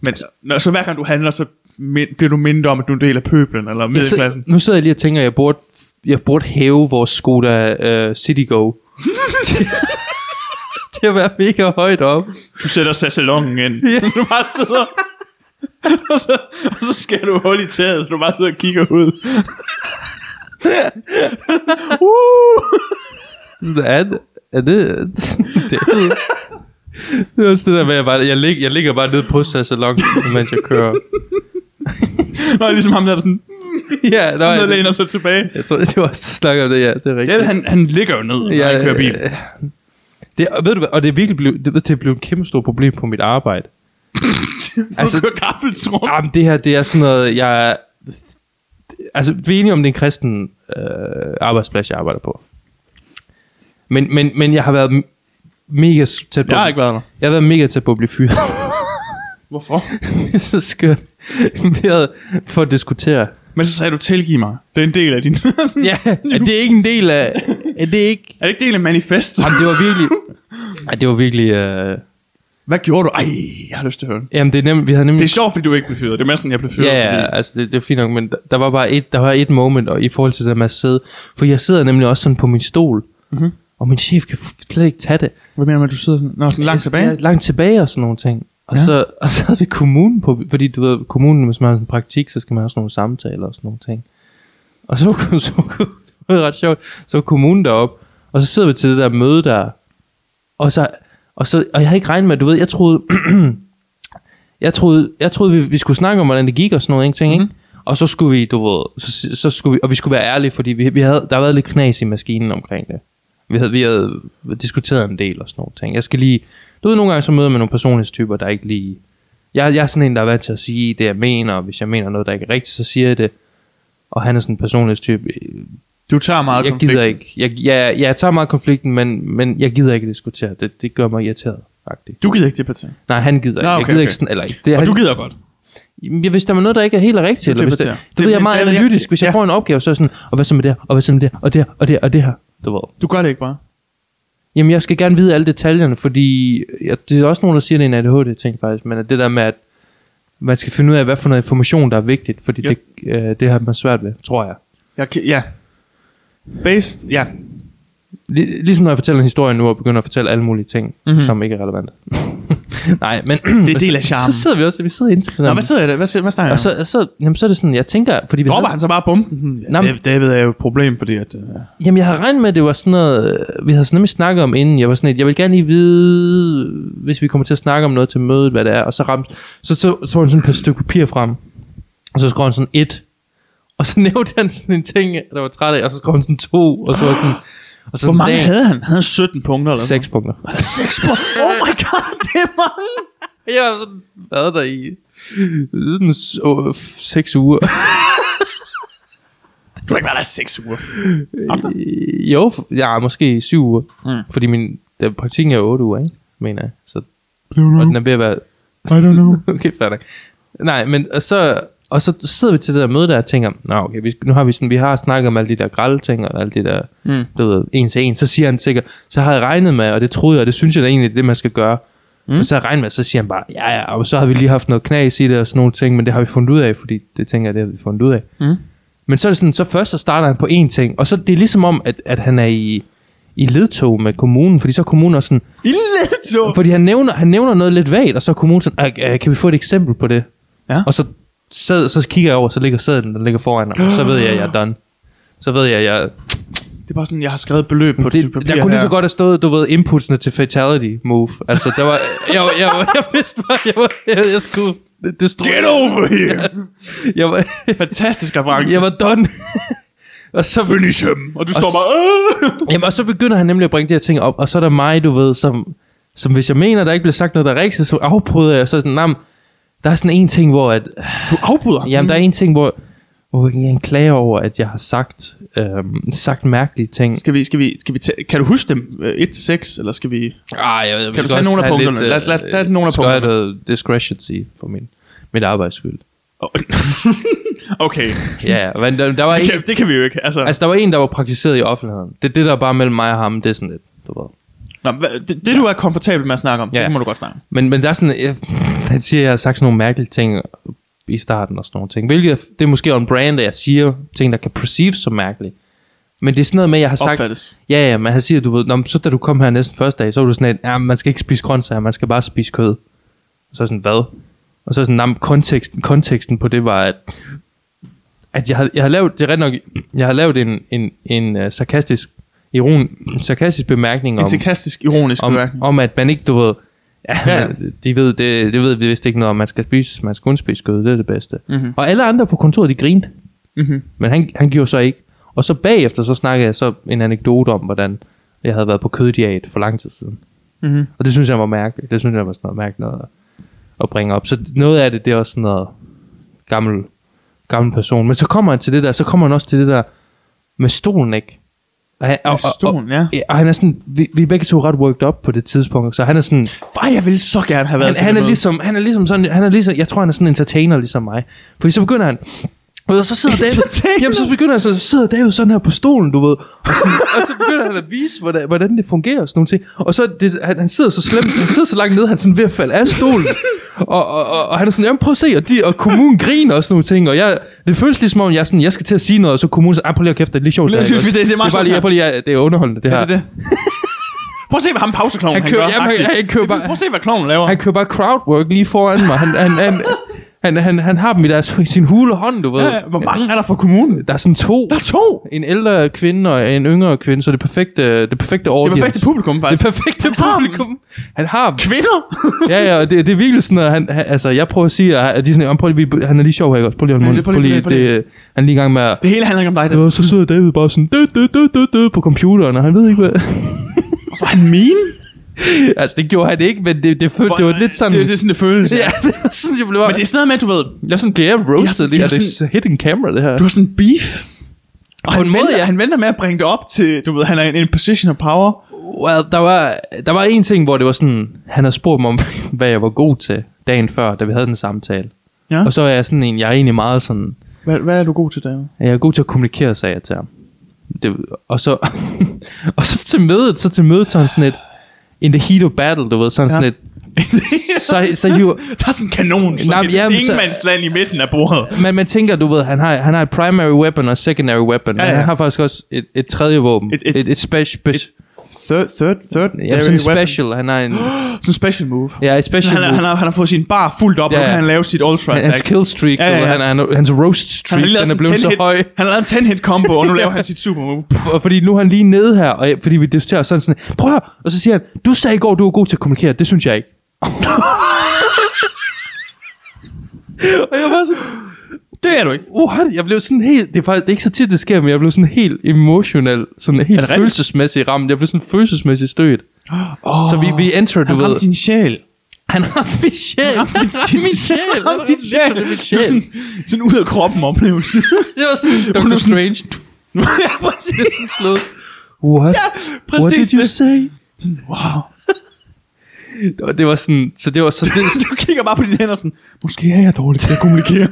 [SPEAKER 1] Men når, så hver gang du handler, så min- bliver du mindre om, at du er en del af pøblen, eller middelklassen.
[SPEAKER 2] Så, nu sidder jeg lige og tænker, at jeg burde, jeg burde hæve vores Skoda uh, Citigo. til, til at være mega højt op.
[SPEAKER 1] Du sætter sassalongen ind. Du bare sidder... og, så, og så skærer du hul i taget, så du bare sidder og kigger ud. uh!
[SPEAKER 2] Sådan, er, det- er det... det det er også det der med, at jeg, bare, jeg, lig, jeg ligger bare nede på salon, mens jeg kører.
[SPEAKER 1] Nå, ligesom ham der, der sådan,
[SPEAKER 2] ja, nej,
[SPEAKER 1] der læner
[SPEAKER 2] det,
[SPEAKER 1] sig tilbage.
[SPEAKER 2] jeg tror, det var også, der snakker om det, ja, det er rigtigt.
[SPEAKER 1] Ja, han, han ligger jo ned, når ja, han kører bil.
[SPEAKER 2] øh, Det, og ved du hvad, og det er virkelig blevet, det, det er blevet et kæmpe stort problem på mit arbejde.
[SPEAKER 1] altså,
[SPEAKER 2] altså-
[SPEAKER 1] du kører gaffeltrum.
[SPEAKER 2] Jamen, Ah, det her, det er sådan noget, jeg... er- Altså, vi er enige om, det er en kristen øh, arbejdsplads, jeg arbejder på. Men, men, men jeg har været m- mega s- tæt på...
[SPEAKER 1] Jeg har ikke været der.
[SPEAKER 2] jeg har været mega tæt på at blive fyret.
[SPEAKER 1] Hvorfor?
[SPEAKER 2] det er så skørt. Vi havde for at diskutere.
[SPEAKER 1] Men så sagde du, tilgiv mig. Det er en del af din... sådan,
[SPEAKER 2] Ja, er det ikke en del af... Er det ikke...
[SPEAKER 1] Er det ikke del af manifestet?
[SPEAKER 2] Jamen, det var virkelig... Ej, det var virkelig... Øh,
[SPEAKER 1] Hvad gjorde du? Ej, jeg har lyst til at høre den.
[SPEAKER 2] jamen, det er nem, vi havde nemlig...
[SPEAKER 1] Det er sjovt, fordi du ikke blev fyret. Det er mere sådan, jeg blev fyret.
[SPEAKER 2] Ja, ja,
[SPEAKER 1] fordi...
[SPEAKER 2] altså det, det er fint nok, men der, der var bare et, der var et moment og, i forhold til det der med at sidde. For jeg sidder nemlig også sådan på min stol, mm-hmm.
[SPEAKER 1] Mhm.
[SPEAKER 2] og min chef kan f- slet ikke tage det.
[SPEAKER 1] Hvad mener du, du sidder sådan? Nå, sådan langt tilbage?
[SPEAKER 2] Jeg, langt tilbage og sådan nogle ting. Og,
[SPEAKER 1] Ja.
[SPEAKER 2] ja. så, og så havde vi kommunen på, fordi du ved, kommunen, hvis man har sådan en praktik, så skal man have sådan nogle samtaler og sådan nogle ting. Og så, så, så, det var ret sjovt, så var kommunen derop, og så sidder vi til det der møde der, og så, og så, og jeg havde ikke regnet med, du ved, jeg troede, jeg troede, jeg troede vi, vi skulle snakke om, hvordan det gik og sådan noget, ikke, ting,
[SPEAKER 1] Mhm.
[SPEAKER 2] ikke? Og så skulle vi, du ved, så, så skulle vi, og vi skulle være ærlige, fordi vi, vi havde, der havde været lidt knas i maskinen omkring det. Vi havde, vi havde diskuteret en del og sådan nogle ting. Jeg skal lige, du ved, nogle gange så møder man nogle personlighedstyper, der ikke lige, jeg, jeg er sådan en, der er vant til at sige det, jeg mener, og hvis jeg mener noget, der ikke er rigtigt, så siger jeg det. Og han er sådan en personlighedstype,
[SPEAKER 1] Du tager meget
[SPEAKER 2] jeg
[SPEAKER 1] konflikt.
[SPEAKER 2] gider ikke, jeg, jeg, jeg tager meget konflikten, men, men jeg gider ikke diskutere, det, det gør mig irriteret, faktisk.
[SPEAKER 1] Du gider ikke debattere.
[SPEAKER 2] Nej, han gider ikke.
[SPEAKER 1] Nå,
[SPEAKER 2] jeg
[SPEAKER 1] okay,
[SPEAKER 2] gider
[SPEAKER 1] okay.
[SPEAKER 2] ikke sådan, eller ikke. Det, er-
[SPEAKER 1] Og du gider godt.
[SPEAKER 2] Jamen, hvis der er noget, der ikke er helt rigtigt, eller hvis det,
[SPEAKER 1] debatterer.
[SPEAKER 2] det ved
[SPEAKER 1] Det-
[SPEAKER 2] jeg er meget
[SPEAKER 1] det- det-
[SPEAKER 2] analytisk. Hvis jeg
[SPEAKER 1] ja.
[SPEAKER 2] får en opgave, så er jeg sådan, og hvad så med det, og hvad så med det, og det, og det, og det her. Du ved.
[SPEAKER 1] Du gør det ikke bare.
[SPEAKER 2] Jamen, jeg skal gerne vide alle detaljerne, fordi ja, det er også nogen, der siger, det er en ADHD-ting faktisk, men at det der med, at man skal finde ud af, hvad for noget information, der er vigtigt, fordi
[SPEAKER 1] Ja.
[SPEAKER 2] det, øh, det har man svært ved, tror jeg.
[SPEAKER 1] Jeg, ki- ja. Based, ja.
[SPEAKER 2] Lig- ligesom når jeg fortæller en historie nu og begynder at fortælle alle mulige ting, mm-hmm. som ikke er relevante. Nej, men...
[SPEAKER 1] Mhm. Det er del af charmen.
[SPEAKER 2] Så sidder vi også, vi sidder indtil sådan.
[SPEAKER 1] Nå, hvad sidder jeg der? Hvad, sidder, hvad snakker jeg
[SPEAKER 2] og
[SPEAKER 1] om?
[SPEAKER 2] så, og så, jamen, så er det sådan, jeg tænker, fordi vi
[SPEAKER 1] Dropper
[SPEAKER 2] havde,
[SPEAKER 1] han så bare bomben? Hmm, ja,
[SPEAKER 2] Nå, men-
[SPEAKER 1] David- David er jo et problem, fordi at... Øh,
[SPEAKER 2] jamen, jeg havde regnet med, at det var sådan noget, øh, vi havde sådan nemlig snakket om inden, jeg var sådan et, jeg vil gerne lige vide, hvis vi kommer til at snakke om noget til mødet, hvad det er, og så ramte, så, så tog han sådan et par stykke papir frem, og så skrev han sådan et, og så nævnte han sådan en ting, der var træt af, og så skrev han sådan to, og så var sådan, og så
[SPEAKER 1] hvor
[SPEAKER 2] sådan
[SPEAKER 1] mange
[SPEAKER 2] dagen-
[SPEAKER 1] havde han? Havde han 17 punkter eller
[SPEAKER 2] Seks punkter.
[SPEAKER 1] 6 punkter? Oh my god, det er mange!
[SPEAKER 2] Jeg har sådan været der i sådan s- åh, f- seks uger.
[SPEAKER 1] Du har ikke været der i 6 uger.
[SPEAKER 2] jo, f- ja, måske syv uger. Mm. Fordi min der, praktikken er otte uger, ikke? mener jeg. Så, og den er ved at være...
[SPEAKER 1] I don't know.
[SPEAKER 2] Okay, fair nok. Nej, men og så, og så sidder vi til det der møde der og tænker, Nå, okay, vi, nu har vi sådan, vi har snakket om alle de der grælde ting og alt det der, mm. du ved, en til en. Så siger han sikkert, så har jeg regnet med, og det troede jeg, og det synes jeg da egentlig, det er det man skal gøre. Mm. Og så har jeg regnet med, så siger han bare, ja, ja, og så har vi lige haft noget knas i det og sådan nogle ting, men det har vi fundet ud af, fordi det tænker jeg, det har vi fundet ud af. Mm. Men så er det sådan, så først så starter han på én ting, og så det er ligesom om, at, at han er i, i ledtog med kommunen, fordi så er kommunen også sådan,
[SPEAKER 1] I Leto!
[SPEAKER 2] fordi han nævner, han nævner noget lidt vagt, og så er kommunen sådan, "Øh, øh, kan vi få et eksempel på det?
[SPEAKER 1] Ja.
[SPEAKER 2] Og så, sad, så kigger jeg over, så ligger sædlen, den ligger foran ham, og så ved jeg, at jeg er done. Så ved jeg, at jeg...
[SPEAKER 1] Det er bare sådan, jeg har skrevet beløb på det, et
[SPEAKER 2] Det,
[SPEAKER 1] stykke papir
[SPEAKER 2] der kunne lige så
[SPEAKER 1] her.
[SPEAKER 2] godt have stået, du ved, inputsene til fatality move. Altså, der var... Jeg, jeg, jeg, jeg vidste bare, jeg, var, jeg, jeg skulle... Det, det stod,
[SPEAKER 1] Get over here!
[SPEAKER 2] jeg, var,
[SPEAKER 1] Fantastisk reference.
[SPEAKER 2] jeg var done. og så...
[SPEAKER 1] Finish him. Og du står
[SPEAKER 2] s-
[SPEAKER 1] bare... "Øh." "Åh!"
[SPEAKER 2] Jamen, og så begynder han nemlig at bringe de her ting op, og så er der mig, du ved, som, som hvis jeg mener, der ikke bliver sagt noget, der er rigtigt, så afbryder jeg, og så er jeg sådan, nah, der er sådan en ting, hvor at,
[SPEAKER 1] Du afbryder.
[SPEAKER 2] jamen, der er en ting, hvor, hvor jeg klager over, at jeg har sagt, øhm, sagt mærkelige ting.
[SPEAKER 1] Skal vi, skal vi, skal vi tæ- kan du huske dem? øh, 1-6, eller skal vi...
[SPEAKER 2] Ah, jeg, jeg
[SPEAKER 1] Kan du tage nogle af punkterne? Lad os- lad os- lad os nogle af
[SPEAKER 2] Skal jeg have noget discretion i øh, for min, mit arbejds skyld.
[SPEAKER 1] Okay,
[SPEAKER 2] Ja, ja, men der, der var en,
[SPEAKER 1] okay det kan vi jo ikke. Altså,
[SPEAKER 2] altså, der var en, der var praktiseret i offentligheden. Det er det, der er bare mellem mig og ham, det er sådan lidt, du ved.
[SPEAKER 1] nå, hva- det, det, du er komfortabel med at snakke om,
[SPEAKER 2] Ja.
[SPEAKER 1] det må du godt snakke om.
[SPEAKER 2] Men, men der er sådan, jeg, han siger, at jeg har sagt sådan nogle mærkelige ting i starten og sådan nogle ting. Hvilket er- det er måske on brand, at jeg siger ting, der kan perceives som mærkelige. Men det er sådan noget med, at jeg har sagt...
[SPEAKER 1] Opfattes.
[SPEAKER 2] Ja, ja, men han siger, du ved, Nå, men så da du kom her næsten første dag, så var du sådan, at ja, man skal ikke spise grøntsager, man skal bare spise kød. Og så er jeg sådan, hvad? Og så er jeg sådan, "Nå, men konteksten, konteksten på det var, at, at jeg, har, jeg har lavet, det er ret nok, jeg har lavet en, en, en uh, sarkastisk, iron, sarkastisk bemærkning
[SPEAKER 1] En
[SPEAKER 2] om,
[SPEAKER 1] sarkastisk, ironisk
[SPEAKER 2] om,
[SPEAKER 1] bemærkning.
[SPEAKER 2] om at man ikke, du ved, ja,
[SPEAKER 1] Ja.
[SPEAKER 2] ja. de ved, det, det ved vi vist ikke noget om, man skal spise, man skal kun spise kød, det er det bedste.
[SPEAKER 1] Mhm.
[SPEAKER 2] Mm-hmm. Og alle andre på kontoret, de grinte, mm-hmm. men han, han gjorde så ikke. Og så bagefter, så snakkede jeg så en anekdote om, hvordan jeg havde været på køddiæt for lang tid siden. Mm-hmm. Og det synes jeg var mærkeligt, det synes jeg var sådan noget mærkeligt noget at, at bringe op. Så noget af det, det er også sådan noget gammel, gammel person. Men så kommer han til det der, så kommer han også til det der med stolen, ikke? Og, han- og,
[SPEAKER 1] Med stolen, ja.
[SPEAKER 2] Ja, og han er sådan, vi, vi er begge to ret worked up på det tidspunkt, så han er sådan,
[SPEAKER 1] Ej, jeg ville så gerne have været
[SPEAKER 2] han,
[SPEAKER 1] til
[SPEAKER 2] han
[SPEAKER 1] Altså, det
[SPEAKER 2] er
[SPEAKER 1] møde.
[SPEAKER 2] ligesom, han er ligesom sådan, han er ligesom, jeg tror han er sådan en entertainer ligesom mig. Fordi så begynder han, og så sidder David,
[SPEAKER 1] Entertainer?
[SPEAKER 2] jamen så begynder han, så sidder David sådan her på stolen, du ved. Og, sådan, og så begynder han at vise, hvordan, hvordan det fungerer og sådan nogle ting. Og så er det, han, han sidder så slemt, han sidder så langt ned, han er sådan ved at falde af stolen. Og, og, og, og han er sådan, jamen prøv at se, og, de, og kommunen griner og sådan nogle ting. Og jeg, det føles ligesom om, jeg, er sådan, jeg skal til at sige noget, og så kommunen siger, "Ah, prøv lige at kæft, det er lige sjovt.
[SPEAKER 1] Jeg
[SPEAKER 2] her,
[SPEAKER 1] synes,
[SPEAKER 2] ikke
[SPEAKER 1] vi-
[SPEAKER 2] også?"
[SPEAKER 1] det- det er meget
[SPEAKER 2] det er,
[SPEAKER 1] sjovt
[SPEAKER 2] bare lige,
[SPEAKER 1] her.
[SPEAKER 2] jeg, prøv lige, at- det er underholdende det her.
[SPEAKER 1] Er det det? Prøv at se, hvad ham pausekloven
[SPEAKER 2] Han
[SPEAKER 1] han,
[SPEAKER 2] kører-
[SPEAKER 1] gør.
[SPEAKER 2] jamen, han-
[SPEAKER 1] agtigt.
[SPEAKER 2] han kører bare-
[SPEAKER 1] Prøv at se, hvad kloven laver.
[SPEAKER 2] Han kører bare crowdwork lige foran mig. Han, han, han, han, han, han har dem i, deres, i sin hule hånd, du ved.
[SPEAKER 1] Ja, Hvor mange er der fra kommunen?
[SPEAKER 2] Der er sådan to.
[SPEAKER 1] Der er to!
[SPEAKER 2] En ældre kvinde og en yngre kvinde, så det perfekte, det perfekte audience.
[SPEAKER 1] Det perfekte publikum,
[SPEAKER 2] det
[SPEAKER 1] faktisk.
[SPEAKER 2] perfekte
[SPEAKER 1] Han har dem.
[SPEAKER 2] publikum. Han har dem.
[SPEAKER 1] Kvinder!
[SPEAKER 2] Ja, ja, og det, det er virkelig sådan noget, han, han, altså, jeg prøver at sige, at de er sådan, "Jamen, prøv lige, vi- han er lige sjov her, ikke også? Prøv lige, at holde
[SPEAKER 1] Ja, det- prøv
[SPEAKER 2] munden.
[SPEAKER 1] lige-
[SPEAKER 2] Prøv lige, det, han er lige i gang med at,
[SPEAKER 1] Det hele handler ikke om dig. Det
[SPEAKER 2] og så sidder David bare sådan, dø, dø, dø, dø, dø, på computeren, og han ved ikke, hvad...
[SPEAKER 1] var han mean.
[SPEAKER 2] altså, det gjorde han ikke, men det, det, følte, det var lidt sådan...
[SPEAKER 1] Det, det er sådan, det føles.
[SPEAKER 2] ja, det var sådan, jeg blev
[SPEAKER 1] Men det er sådan noget med, at du ved,
[SPEAKER 2] Jeg er sådan, bliver jeg roasted
[SPEAKER 1] Jeg-
[SPEAKER 2] lige,
[SPEAKER 1] jeg
[SPEAKER 2] og det er hidden camera, det her.
[SPEAKER 1] du har sådan en beef. Og han,
[SPEAKER 2] en måde,
[SPEAKER 1] venter,
[SPEAKER 2] ja.
[SPEAKER 1] han venter med at bringe det op til, du ved, han er i en position of power.
[SPEAKER 2] Well, der var, der var en ting, hvor det var sådan, han havde spurgt mig om, hvad jeg var god til dagen før, da vi havde den samtale.
[SPEAKER 1] Ja.
[SPEAKER 2] Og så er jeg sådan en, jeg er egentlig meget sådan,
[SPEAKER 1] Hvad, hvad er du god til, David?
[SPEAKER 2] jeg er god til at kommunikere, sagde jeg til ham. Det, og, så, og så til mødet, så til mødet, så er han sådan et, in the heat of battle, du ved, så er han
[SPEAKER 1] Ja.
[SPEAKER 2] ja. sådan et, så, så hiver,
[SPEAKER 1] Der er sådan en kanon,
[SPEAKER 2] Nå,
[SPEAKER 1] sådan
[SPEAKER 2] men jamen,
[SPEAKER 1] et
[SPEAKER 2] så-
[SPEAKER 1] ingenmandsland i midten af bordet.
[SPEAKER 2] man, man tænker, du ved, han har, han har et primary weapon og et secondary weapon, ja,
[SPEAKER 1] Ja,
[SPEAKER 2] ja.
[SPEAKER 1] ja.
[SPEAKER 2] han har faktisk også et, et tredje våben,
[SPEAKER 1] Et-
[SPEAKER 2] et,
[SPEAKER 1] et-
[SPEAKER 2] et, et, speci- speci-
[SPEAKER 1] Third, third, third
[SPEAKER 2] Ja, sådan en special. Han har en,
[SPEAKER 1] Sådan en special move.
[SPEAKER 2] ja, et special
[SPEAKER 1] Han, er,
[SPEAKER 2] move.
[SPEAKER 1] han, har, han har fået sin bar fuldt op,
[SPEAKER 2] Ja,
[SPEAKER 1] og nu
[SPEAKER 2] ja.
[SPEAKER 1] kan han lave sit ultra
[SPEAKER 2] Han,
[SPEAKER 1] attack.
[SPEAKER 2] hans kill streak,
[SPEAKER 1] Ja, ja, ja.
[SPEAKER 2] Han, hans roast
[SPEAKER 1] han
[SPEAKER 2] streak,
[SPEAKER 1] har lige lavet
[SPEAKER 2] den er
[SPEAKER 1] sådan
[SPEAKER 2] blevet så
[SPEAKER 1] en 10
[SPEAKER 2] høj.
[SPEAKER 1] hit, han har lavet en 10 hit combo, og nu laver han sit super move.
[SPEAKER 2] Og fordi nu er han lige nede her, og jeg, fordi vi diskuterer sådan sådan, prøv at høre." og så siger han, du sagde i går, du var god til at kommunikere, det synes jeg ikke. og jeg var sådan,
[SPEAKER 1] Det er du ikke.
[SPEAKER 2] what? Uh, Jeg blev sådan helt, det er, faktisk, det er ikke så tit, det sker, men jeg blev sådan helt emotionel, sådan helt
[SPEAKER 1] det rigtigt?
[SPEAKER 2] følelsesmæssigt ramt. Jeg blev sådan følelsesmæssigt stødt.
[SPEAKER 1] Oh,
[SPEAKER 2] Så vi, vi enter, du
[SPEAKER 1] han
[SPEAKER 2] ved.
[SPEAKER 1] ramte din sjæl.
[SPEAKER 2] Han ramte min sjæl. Han ramte min sjæl.
[SPEAKER 1] Han ramte din
[SPEAKER 2] Han
[SPEAKER 1] sjæl.
[SPEAKER 2] ramte min
[SPEAKER 1] Det var
[SPEAKER 2] sjæl.
[SPEAKER 1] sådan, sådan ud af kroppen oplevelse.
[SPEAKER 2] Det var sådan Doctor Strange.
[SPEAKER 1] ja,
[SPEAKER 2] Det
[SPEAKER 1] præcis.
[SPEAKER 2] er sådan slået. What? What
[SPEAKER 1] præcis
[SPEAKER 2] did you
[SPEAKER 1] det.
[SPEAKER 2] say?
[SPEAKER 1] Wow.
[SPEAKER 2] Det var, det var sådan, så det var så det,
[SPEAKER 1] Du kigger bare på dine hænder sådan, måske er jeg dårlig til at kommunikere.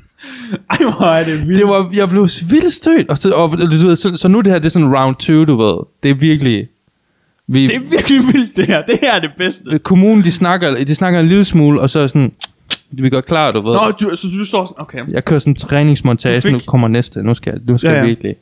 [SPEAKER 1] Ej, hvor er det vildt.
[SPEAKER 2] det var, jeg blev vildt stødt. Og, så, og, du ved, så, så nu det her, det er sådan round 2, du ved. Det er virkelig... Vi,
[SPEAKER 1] Det er virkelig vildt, det her. Det her er det bedste.
[SPEAKER 2] kommunen, de snakker, de snakker en lille smule, og så er sådan... Vi går klar, du ved.
[SPEAKER 1] Nå, du, så du står sådan, okay.
[SPEAKER 2] Jeg kører sådan en træningsmontage,
[SPEAKER 1] Du fik-
[SPEAKER 2] nu kommer næste, nu skal, jeg- nu skal
[SPEAKER 1] Ja,
[SPEAKER 2] ja, ja.
[SPEAKER 1] ja.
[SPEAKER 2] jeg virkelig.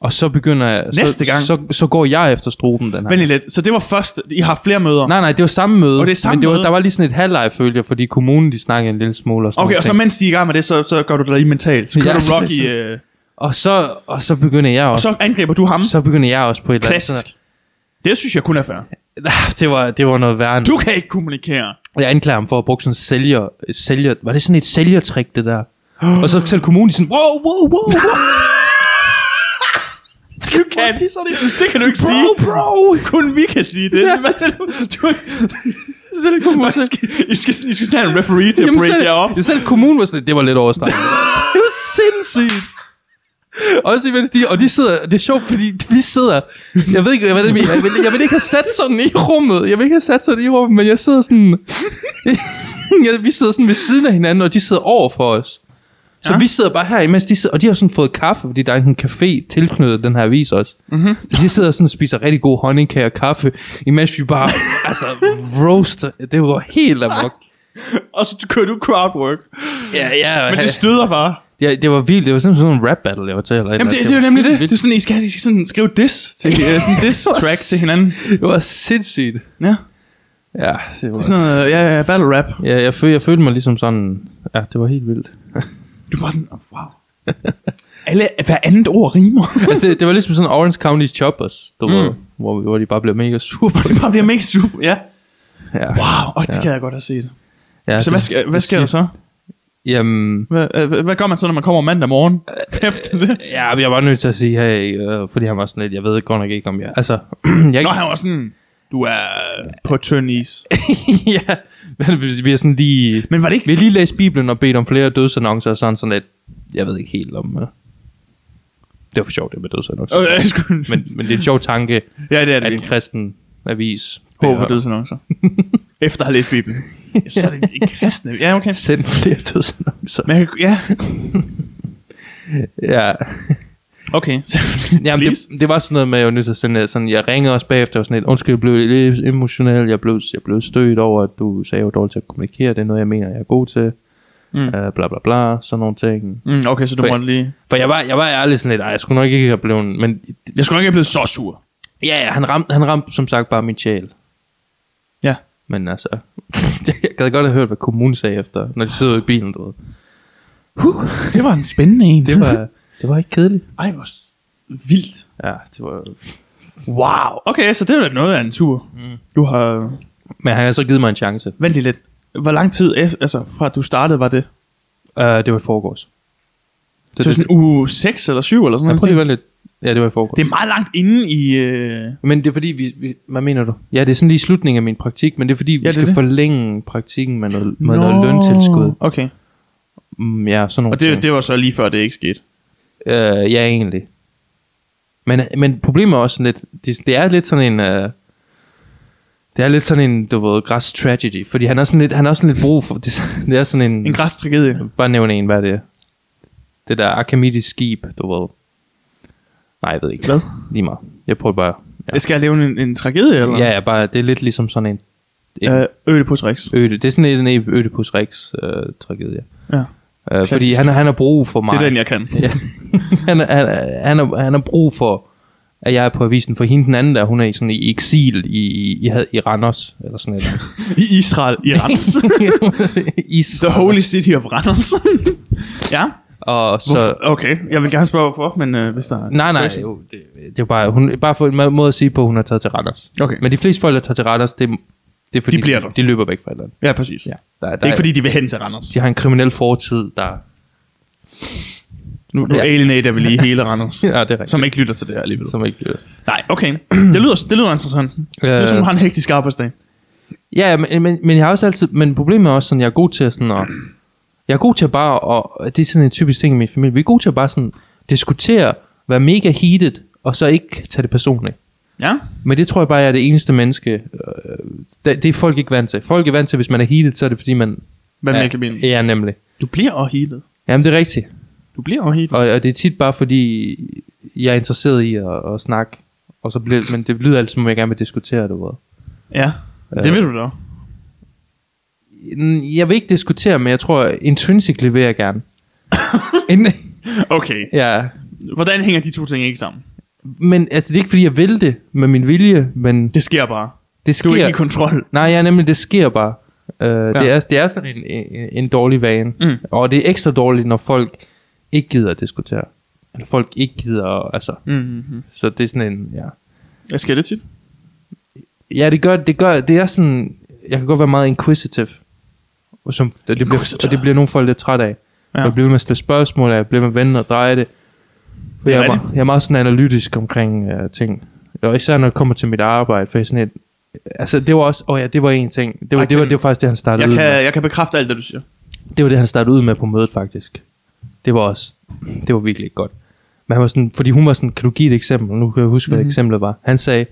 [SPEAKER 2] Og så begynder jeg...
[SPEAKER 1] Næste
[SPEAKER 2] så,
[SPEAKER 1] gang.
[SPEAKER 2] Så, så, går jeg efter struben, den her.
[SPEAKER 1] Vent lige lidt. Så det var første. I har flere møder.
[SPEAKER 2] Nej, nej, det var samme møde.
[SPEAKER 1] Og det er samme
[SPEAKER 2] men det var,
[SPEAKER 1] møde?
[SPEAKER 2] der var lige sådan et halvleg, følte jeg, fordi kommunen, de snakkede en lille smule og sådan
[SPEAKER 1] okay,
[SPEAKER 2] nogle
[SPEAKER 1] og så
[SPEAKER 2] ting.
[SPEAKER 1] mens de er i gang med det, så, så gør du det lige mentalt. Så kører
[SPEAKER 2] Ja,
[SPEAKER 1] du
[SPEAKER 2] så-
[SPEAKER 1] Rocky,
[SPEAKER 2] så-
[SPEAKER 1] øh,
[SPEAKER 2] og så, og så begynder jeg
[SPEAKER 1] og
[SPEAKER 2] også.
[SPEAKER 1] så angriber du ham.
[SPEAKER 2] Så, så begynder jeg også på et eller andet.
[SPEAKER 1] Klassisk. Det synes jeg kun er fair.
[SPEAKER 2] sådan- Det var, det var noget værre. end-
[SPEAKER 1] Du kan ikke kommunikere.
[SPEAKER 2] Jeg anklager ham for at bruge sådan en sælger, sælger... Var det sådan et sælgertrik, det der? og så selv kommunen de sådan, wow, wow, wow, wow,
[SPEAKER 1] Du kan. Det, det kan du ikke sige.
[SPEAKER 2] bro.
[SPEAKER 1] Kun vi kan sige det.
[SPEAKER 2] Ja.
[SPEAKER 1] Hvad er det, du,
[SPEAKER 2] Selv kommunen,
[SPEAKER 1] I, skal, I, skal, I skal snart have en referee til at break
[SPEAKER 2] selv,
[SPEAKER 1] jer op.
[SPEAKER 2] Jamen, selv kommunen var sådan, det var lidt overstreget. det var sindssygt. Også imens de, og de sidder, det er sjovt, fordi vi sidder, jeg ved ikke, jeg, ved, jeg, vil, jeg vil ikke have sat sådan i rummet, jeg vil ikke have sat sådan i rummet, men jeg sidder sådan, jeg, vi sidder sådan ved siden af hinanden, og de sidder over for os. Så
[SPEAKER 1] Ja.
[SPEAKER 2] ja. vi sidder bare her, imens de sidder, og de har sådan fået kaffe, fordi der er en café tilknyttet den her avis også.
[SPEAKER 1] Mhm.
[SPEAKER 2] Mm-hmm. De sidder sådan og spiser rigtig god honningkage og kaffe, imens vi bare, altså, roaster, det var helt amok.
[SPEAKER 1] Og så kører du crowdwork.
[SPEAKER 2] Ja, ja,
[SPEAKER 1] Men det støder bare.
[SPEAKER 2] Ja, det var vildt. Det var simpelthen sådan en rap battle, jeg var til. Eller et
[SPEAKER 1] Jamen, det,
[SPEAKER 2] eller andet.
[SPEAKER 1] det er jo nemlig det.
[SPEAKER 2] vildt.
[SPEAKER 1] Det er sådan, I skal, I skal sådan skrive diss til, uh, sådan en diss track til hinanden.
[SPEAKER 2] Det var sindssygt.
[SPEAKER 1] Ja,
[SPEAKER 2] Ja, det var...
[SPEAKER 1] sådan noget, ja, ja, battle rap.
[SPEAKER 2] Ja, jeg, føl, jeg følte mig ligesom sådan... Ja, det var helt vildt.
[SPEAKER 1] Du var sådan, oh, wow. Alle, hver andet ord rimer.
[SPEAKER 2] altså, det, det var ligesom sådan Orange County Choppers, du mm. ved, hvor, hvor de bare blev mega sure. på
[SPEAKER 1] det
[SPEAKER 2] det.
[SPEAKER 1] bare bliver mega super, ja.
[SPEAKER 2] ja.
[SPEAKER 1] Wow, og det
[SPEAKER 2] Ja.
[SPEAKER 1] kan jeg godt have set.
[SPEAKER 2] ja,
[SPEAKER 1] Så hvad, sk- hvad sker der så?
[SPEAKER 2] Jamen...
[SPEAKER 1] Hvad, øh, hvad gør man så, når man kommer mandag morgen?
[SPEAKER 2] Øh,
[SPEAKER 1] Efter det?
[SPEAKER 2] Ja, men jeg var nødt til at sige, hey, øh, fordi han var sådan lidt, jeg ved godt nok ikke om jeg... Altså, jeg...
[SPEAKER 1] Nå, han var sådan, du er på tynd is.
[SPEAKER 2] ja, men vi- vi er sådan lige...
[SPEAKER 1] Men var det ikke
[SPEAKER 2] Vi har lige læst Bibelen og bedt om flere dødsannoncer, og sådan sådan lidt, jeg ved ikke helt om... Uh... Det var for sjovt, det med dødsannoncer.
[SPEAKER 1] Øh, jeg skulle...
[SPEAKER 2] men, men det er en sjov tanke,
[SPEAKER 1] Ja, det er det.
[SPEAKER 2] at en
[SPEAKER 1] virkelig.
[SPEAKER 2] kristen avis
[SPEAKER 1] Håber
[SPEAKER 2] beder-
[SPEAKER 1] dødsannoncer. Efter at have læst Bibelen. Så er det en kristne. Ja, okay.
[SPEAKER 2] send flere dødsannoncer.
[SPEAKER 1] Men jeg kan- ja,
[SPEAKER 2] Ja,
[SPEAKER 1] okay.
[SPEAKER 2] Jamen,
[SPEAKER 1] Please.
[SPEAKER 2] det, det, var sådan noget med, at jeg var nødt til at sende, sådan, jeg ringede også bagefter, og sådan lidt, undskyld, jeg blev lidt emotionel, jeg blev, jeg blev stødt over, at du sagde, jeg var dårlig til at kommunikere, det er noget, jeg mener, jeg er god til, mm. uh, bla bla bla, sådan nogle ting.
[SPEAKER 1] Mm, okay, så du
[SPEAKER 2] For-
[SPEAKER 1] måtte lige...
[SPEAKER 2] For jeg var, jeg var ærlig sådan lidt, ej, jeg skulle nok ikke have blevet, men
[SPEAKER 1] Jeg skulle nok ikke have blevet så sur.
[SPEAKER 2] ja, ja, han ramte, han ramte som sagt bare min sjæl.
[SPEAKER 1] Ja.
[SPEAKER 2] Men altså, jeg gad godt have hørt, hvad kommunen sagde efter, når de sidder i bilen, du ved.
[SPEAKER 1] Det var en spændende en.
[SPEAKER 2] Det var, det var ikke kedeligt.
[SPEAKER 1] Ej, hvor s- vildt.
[SPEAKER 2] Ja, det var...
[SPEAKER 1] Wow. Okay, så det er da noget af en tur. Mm. Du har...
[SPEAKER 2] Men han har så givet mig en chance.
[SPEAKER 1] Vent lige lidt. Hvor lang tid efter, altså, fra du startede, var det?
[SPEAKER 2] Uh, det var i forgårs.
[SPEAKER 1] Det, så sådan uge 6 eller 7 eller sådan
[SPEAKER 2] jeg prøver lige at
[SPEAKER 1] noget?
[SPEAKER 2] vente lidt. Ja, det Altså, var i forgårs.
[SPEAKER 1] Det er meget langt inde i... Øh...
[SPEAKER 2] Men det er fordi, vi, vi... Hvad mener du? Ja, det er sådan lige slutningen af min praktik, men det er fordi, vi
[SPEAKER 1] det er
[SPEAKER 2] skal
[SPEAKER 1] det.
[SPEAKER 2] forlænge praktikken med noget, med noget løntilskud.
[SPEAKER 1] Okay.
[SPEAKER 2] Mm, ja, sådan nogle
[SPEAKER 1] Og det,
[SPEAKER 2] ting.
[SPEAKER 1] det var så lige før, det ikke skete.
[SPEAKER 2] Øh, ja, egentlig. Men, men problemet er også sådan lidt, det, det er lidt sådan en, øh, det er lidt sådan en, du ved, græs tragedy, fordi han er sådan lidt, han er sådan lidt brug for, det, det er sådan en,
[SPEAKER 1] En græstragedie.
[SPEAKER 2] bare nævne en, hvad det er. Det der Archimedes skib, du ved. Nej, jeg ved ikke.
[SPEAKER 1] Hvad?
[SPEAKER 2] Lige meget. Jeg prøver bare. Ja,
[SPEAKER 1] Ja. Skal jeg lave en, en tragedie, eller?
[SPEAKER 2] ja, ja bare, det er lidt ligesom sådan en en
[SPEAKER 1] Øh, Ødipus Rex.
[SPEAKER 2] øde, det er sådan en- en Ødipus Rex øh, tragedie.
[SPEAKER 1] Ja.
[SPEAKER 2] Øh, fordi
[SPEAKER 1] Klassisk.
[SPEAKER 2] han, han har brug for mig.
[SPEAKER 1] Det er den, jeg kan.
[SPEAKER 2] Ja. han, han, han, har, han har brug for at jeg er på avisen for hende den anden, der hun er i, sådan, i eksil i, i, i, i Randers, eller sådan noget.
[SPEAKER 1] I Israel, i Randers.
[SPEAKER 2] Is.
[SPEAKER 1] The holy city of Randers. ja,
[SPEAKER 2] Og så,
[SPEAKER 1] hvorfor? okay. Jeg vil gerne spørge, hvorfor, men øh, hvis der er...
[SPEAKER 2] Nej, nej, jo, det, det er bare, hun, bare for en må- måde at sige på, at hun har taget til Randers.
[SPEAKER 1] Okay.
[SPEAKER 2] Men de fleste folk, der tager til Randers, det, det er fordi,
[SPEAKER 1] De bliver der.
[SPEAKER 2] de løber væk fra et eller andet.
[SPEAKER 1] Ja, præcis. Ja.
[SPEAKER 2] Der, der
[SPEAKER 1] Det er ikke, fordi de vil hen til Randers.
[SPEAKER 2] de har en kriminel fortid, der...
[SPEAKER 1] Nu, nu
[SPEAKER 2] Ja.
[SPEAKER 1] ja. alienater vi lige hele Randers.
[SPEAKER 2] Ja, det er rigtigt.
[SPEAKER 1] Som ikke lytter til det her alligevel.
[SPEAKER 2] Som ikke,
[SPEAKER 1] Nej, okay. Det lyder, det lyder interessant. Øh. Det er som, hun har en hektisk arbejdsdag.
[SPEAKER 2] ja, men, men, men, jeg har også altid... Men problemet er også sådan, jeg er god til at sådan at, Jeg er god til at bare... Og det er sådan en typisk ting i min familie. Vi er gode til at bare sådan diskutere, være mega heated, og så ikke tage det personligt.
[SPEAKER 1] Ja?
[SPEAKER 2] Men det tror jeg bare, jeg er det eneste menneske. Øh, det, det er folk ikke vant til. Folk er vant til, hvis man er heated, så er det fordi, man...
[SPEAKER 1] Hvad
[SPEAKER 2] er,
[SPEAKER 1] ja. Mikkel
[SPEAKER 2] Ja, nemlig.
[SPEAKER 1] Du bliver overheatet.
[SPEAKER 2] Jamen, det er rigtigt.
[SPEAKER 1] Du bliver overheatet.
[SPEAKER 2] Og, og det er tit bare fordi, jeg er interesseret i at, at snakke. Og så bliver, men det lyder altid, som om jeg gerne vil diskutere det. Ved.
[SPEAKER 1] Ja. Det
[SPEAKER 2] Øh.
[SPEAKER 1] ved du da.
[SPEAKER 2] Mm, Jeg vil ikke diskutere, men jeg tror, intrinsically vil jeg gerne. Ind-
[SPEAKER 1] Okay.
[SPEAKER 2] ja.
[SPEAKER 1] Hvordan hænger de to ting ikke sammen?
[SPEAKER 2] Men altså, det er ikke fordi, jeg vil det med min vilje, men
[SPEAKER 1] Det sker bare.
[SPEAKER 2] det
[SPEAKER 1] Du
[SPEAKER 2] sker.
[SPEAKER 1] er ikke i kontrol.
[SPEAKER 2] Nej, ja, nemlig, det sker bare. Uh, ja. det,
[SPEAKER 1] Ja.
[SPEAKER 2] er, det er sådan en, en, en dårlig vane.
[SPEAKER 1] Mm.
[SPEAKER 2] Og det er ekstra dårligt, når folk ikke gider at diskutere. Eller folk ikke gider, altså.
[SPEAKER 1] Mm-hmm.
[SPEAKER 2] Så det er sådan en, ja.
[SPEAKER 1] Jeg sker det tit.
[SPEAKER 2] Ja, det gør, det gør, det er sådan, jeg kan godt være meget inquisitive. Og, som, og, det, bliver,
[SPEAKER 1] Inquisitor.
[SPEAKER 2] og det bliver nogle folk lidt træt af.
[SPEAKER 1] Ja.
[SPEAKER 2] Ja. Jeg bliver ved med at stille spørgsmål, og jeg bliver ved med at vende og dreje det.
[SPEAKER 1] Det
[SPEAKER 2] det
[SPEAKER 1] er
[SPEAKER 2] jeg, er
[SPEAKER 1] rigtigt.
[SPEAKER 2] meget, jeg er meget sådan analytisk omkring øh, ting. Og især når det kommer til mit arbejde, for jeg er sådan et, Altså, det var også... Åh oh ja, det var en ting. Det var,
[SPEAKER 1] Jeg
[SPEAKER 2] det var,
[SPEAKER 1] kan-
[SPEAKER 2] det var faktisk det, han startede
[SPEAKER 1] Jeg
[SPEAKER 2] ud med.
[SPEAKER 1] kan, jeg kan bekræfte alt, det du siger.
[SPEAKER 2] Det var det, han startede ud med på mødet, faktisk. Det var også... Det var virkelig ikke godt. Men han var sådan... Fordi hun var sådan, kan du give et eksempel? Nu kan jeg huske, hvad mm-hmm. eksemplet var. Han sagde,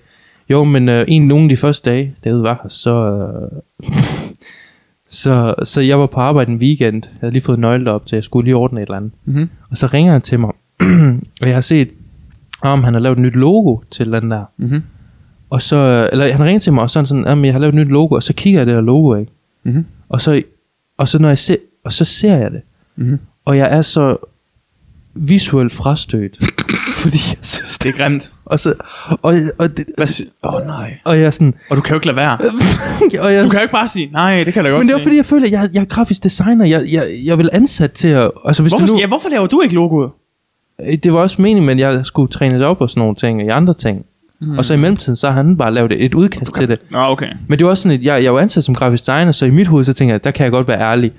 [SPEAKER 2] jo, men øh, en nogle af de første dage, David var her, så, øh, så... Så jeg var på arbejde en weekend. Jeg havde lige fået nøgler op til, jeg skulle lige ordne et eller andet.
[SPEAKER 1] Mm-hmm.
[SPEAKER 2] Og så ringer han til mig, og jeg har set, om han har lavet et nyt logo til den der.
[SPEAKER 1] Mhm.
[SPEAKER 2] Og så, øh, eller han ringer til mig, og sådan sådan, jamen, jeg har lavet et nyt logo, og så kigger jeg det der logo, ikke?
[SPEAKER 1] Mhm.
[SPEAKER 2] Og så, og så når jeg ser, og så ser jeg det.
[SPEAKER 1] Mhm.
[SPEAKER 2] Og jeg er så visuelt frastødt. fordi jeg synes
[SPEAKER 1] Det
[SPEAKER 2] det.
[SPEAKER 1] er grimt.
[SPEAKER 2] Og, så, og, og, det,
[SPEAKER 1] Hvad si- Åh oh, nej.
[SPEAKER 2] og jeg er sådan...
[SPEAKER 1] Og du kan jo ikke lade være.
[SPEAKER 2] og jeg,
[SPEAKER 1] Du kan jo ikke bare sige, nej, det kan jeg da godt
[SPEAKER 2] men det var
[SPEAKER 1] se."
[SPEAKER 2] fordi, jeg føler, at jeg, jeg er grafisk designer. Jeg, jeg, jeg vil ansat til at... Altså, hvis
[SPEAKER 1] Hvorfor,
[SPEAKER 2] du nu,
[SPEAKER 1] ja, hvorfor laver du ikke logoet?
[SPEAKER 2] Øh, Det var også meningen, men jeg skulle trænes op og sådan nogle ting, og i andre ting. Mm. Og så i mellemtiden, så har han bare lavet et udkast til det.
[SPEAKER 1] Nå, okay.
[SPEAKER 2] Men det var også sådan, at jeg, jeg var ansat som grafisk designer, så i mit hoved, så tænker jeg, der kan jeg godt være ærlig.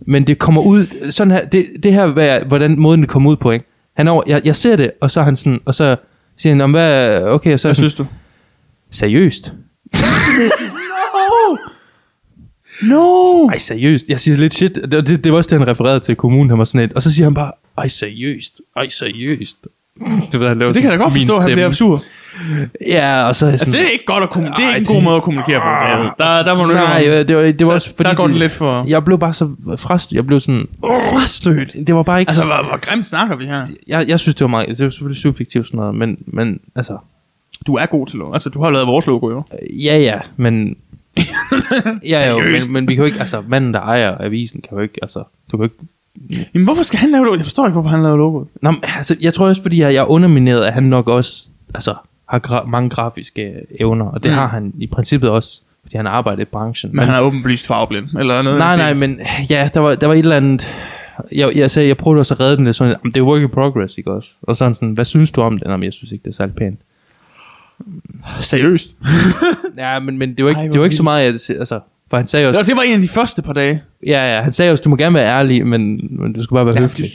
[SPEAKER 2] Men det kommer ud, sådan her, det, det her, hvad, jeg- hvordan måden det kommer ud på, ikke? Han er over, jeg, jeg ser det, og så er han sådan, og så siger han, "Nå, men hvad, okay, og så er
[SPEAKER 1] Hvad
[SPEAKER 2] jeg sådan,
[SPEAKER 1] synes du?
[SPEAKER 2] seriøst?
[SPEAKER 1] Oh! No!
[SPEAKER 2] Ej, seriøst? Jeg siger lidt shit. Det, det, det var også det, han refererede til kommunen, han var sådan et, og så siger han bare, ej, seriøst? Ej, seriøst? Det, ved, han laver
[SPEAKER 1] Det kan jeg da godt
[SPEAKER 2] min
[SPEAKER 1] forstå, at han
[SPEAKER 2] stemme.
[SPEAKER 1] bliver sur.
[SPEAKER 2] Ja, og så er jeg
[SPEAKER 1] Altså,
[SPEAKER 2] sådan,
[SPEAKER 1] det er ikke godt at kommunikere. Det er
[SPEAKER 2] Ej,
[SPEAKER 1] ikke en
[SPEAKER 2] det-
[SPEAKER 1] god måde at kommunikere på. David. Der, der må du
[SPEAKER 2] Nej,
[SPEAKER 1] indrømme.
[SPEAKER 2] øh, det var, det var også fordi...
[SPEAKER 1] der går den
[SPEAKER 2] de-
[SPEAKER 1] lidt for-
[SPEAKER 2] Jeg blev bare så frastødt. Jeg blev sådan...
[SPEAKER 1] Frastødt.
[SPEAKER 2] Det var bare ikke...
[SPEAKER 1] Altså, hvor, hvor grimt snakker vi her?
[SPEAKER 2] jeg, jeg synes, det var meget... Det var selvfølgelig subjektivt sådan noget, men, men altså...
[SPEAKER 1] Du er god til logo. Altså, du har lavet vores logo, jo.
[SPEAKER 2] øh, Ja, ja, men... ja, jo,
[SPEAKER 1] Seriøst?
[SPEAKER 2] men, men vi kan jo ikke... Altså, manden, der ejer avisen, kan jo ikke... Altså, du kan jo ikke...
[SPEAKER 1] Jamen, hvorfor skal han lave logo? Jeg forstår ikke, hvorfor han lavede logoet.
[SPEAKER 2] Nå, men, altså, jeg tror også, fordi jeg, jeg underminerede, at han nok også... Altså, har gra- mange grafiske øh, evner, og det
[SPEAKER 1] Mm.
[SPEAKER 2] har han i princippet også, fordi han arbejder i branchen.
[SPEAKER 1] Men han er åbenlyst farveblind. Eller noget.
[SPEAKER 2] Nej, nej, men ja, der var, der var et eller andet... Jeg, jeg, sagde, jeg prøvede også at redde den lidt sådan, "Jamen, det er work in progress, ikke også? Og sådan sådan, hvad synes du om den? Jamen, jeg synes ikke, det er særlig pænt.
[SPEAKER 1] Seriøst.
[SPEAKER 2] Ja, men, men det var ikke,
[SPEAKER 1] Ej, hvor
[SPEAKER 2] det var ikke så
[SPEAKER 1] vildt.
[SPEAKER 2] meget, at, altså, for han sagde
[SPEAKER 1] Nå,
[SPEAKER 2] også,
[SPEAKER 1] det var en af de første par dage.
[SPEAKER 2] ja, ja, han sagde også, du må gerne være ærlig, men, men du skal bare være ja, høflig.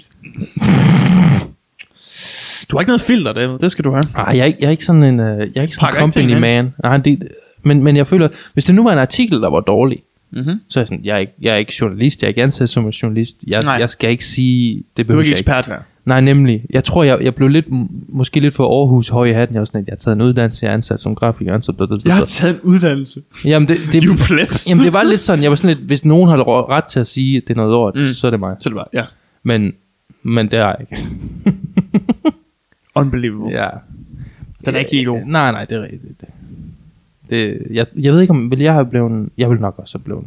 [SPEAKER 1] Du har ikke noget filter, David. Det skal du have.
[SPEAKER 2] Ej, jeg, er ikke- jeg er ikke sådan en, øh, jeg er ikke sådan en
[SPEAKER 1] Pakker ikke
[SPEAKER 2] company
[SPEAKER 1] tingene
[SPEAKER 2] man. Nej, det, men, men jeg føler, hvis det nu var en artikel, der var dårlig,
[SPEAKER 1] Mm-hmm.
[SPEAKER 2] så er jeg sådan, jeg er ikke, jeg er ikke journalist, jeg er ikke ansat som en journalist, jeg,
[SPEAKER 1] Nej.
[SPEAKER 2] jeg skal ikke sige, det
[SPEAKER 1] Du er
[SPEAKER 2] behøver jeg
[SPEAKER 1] ikke
[SPEAKER 2] ikke.
[SPEAKER 1] ekspert her.
[SPEAKER 2] Nej, nemlig. Jeg tror, jeg, jeg blev lidt, m- måske lidt for Aarhus høj i hatten. Jeg var sådan, at jeg har taget en uddannelse, jeg er ansat som grafiker. Så, da, da, da.
[SPEAKER 1] Jeg har taget en uddannelse.
[SPEAKER 2] Jamen, det, det,
[SPEAKER 1] You plebs.
[SPEAKER 2] jamen, det var lidt sådan, jeg var sådan lidt, hvis nogen har ro- ret til at sige, at det er noget lort, mm.
[SPEAKER 1] Mm.
[SPEAKER 2] så er det mig.
[SPEAKER 1] Så det var, ja.
[SPEAKER 2] Men, men det er jeg ikke.
[SPEAKER 1] Unbelievable.
[SPEAKER 2] Ja.
[SPEAKER 1] Den er ikke helt god.
[SPEAKER 2] Øh, Nej, nej, det er rigtigt. Det, det, jeg, jeg ved ikke, om vil jeg have blevet... Jeg vil nok også have blevet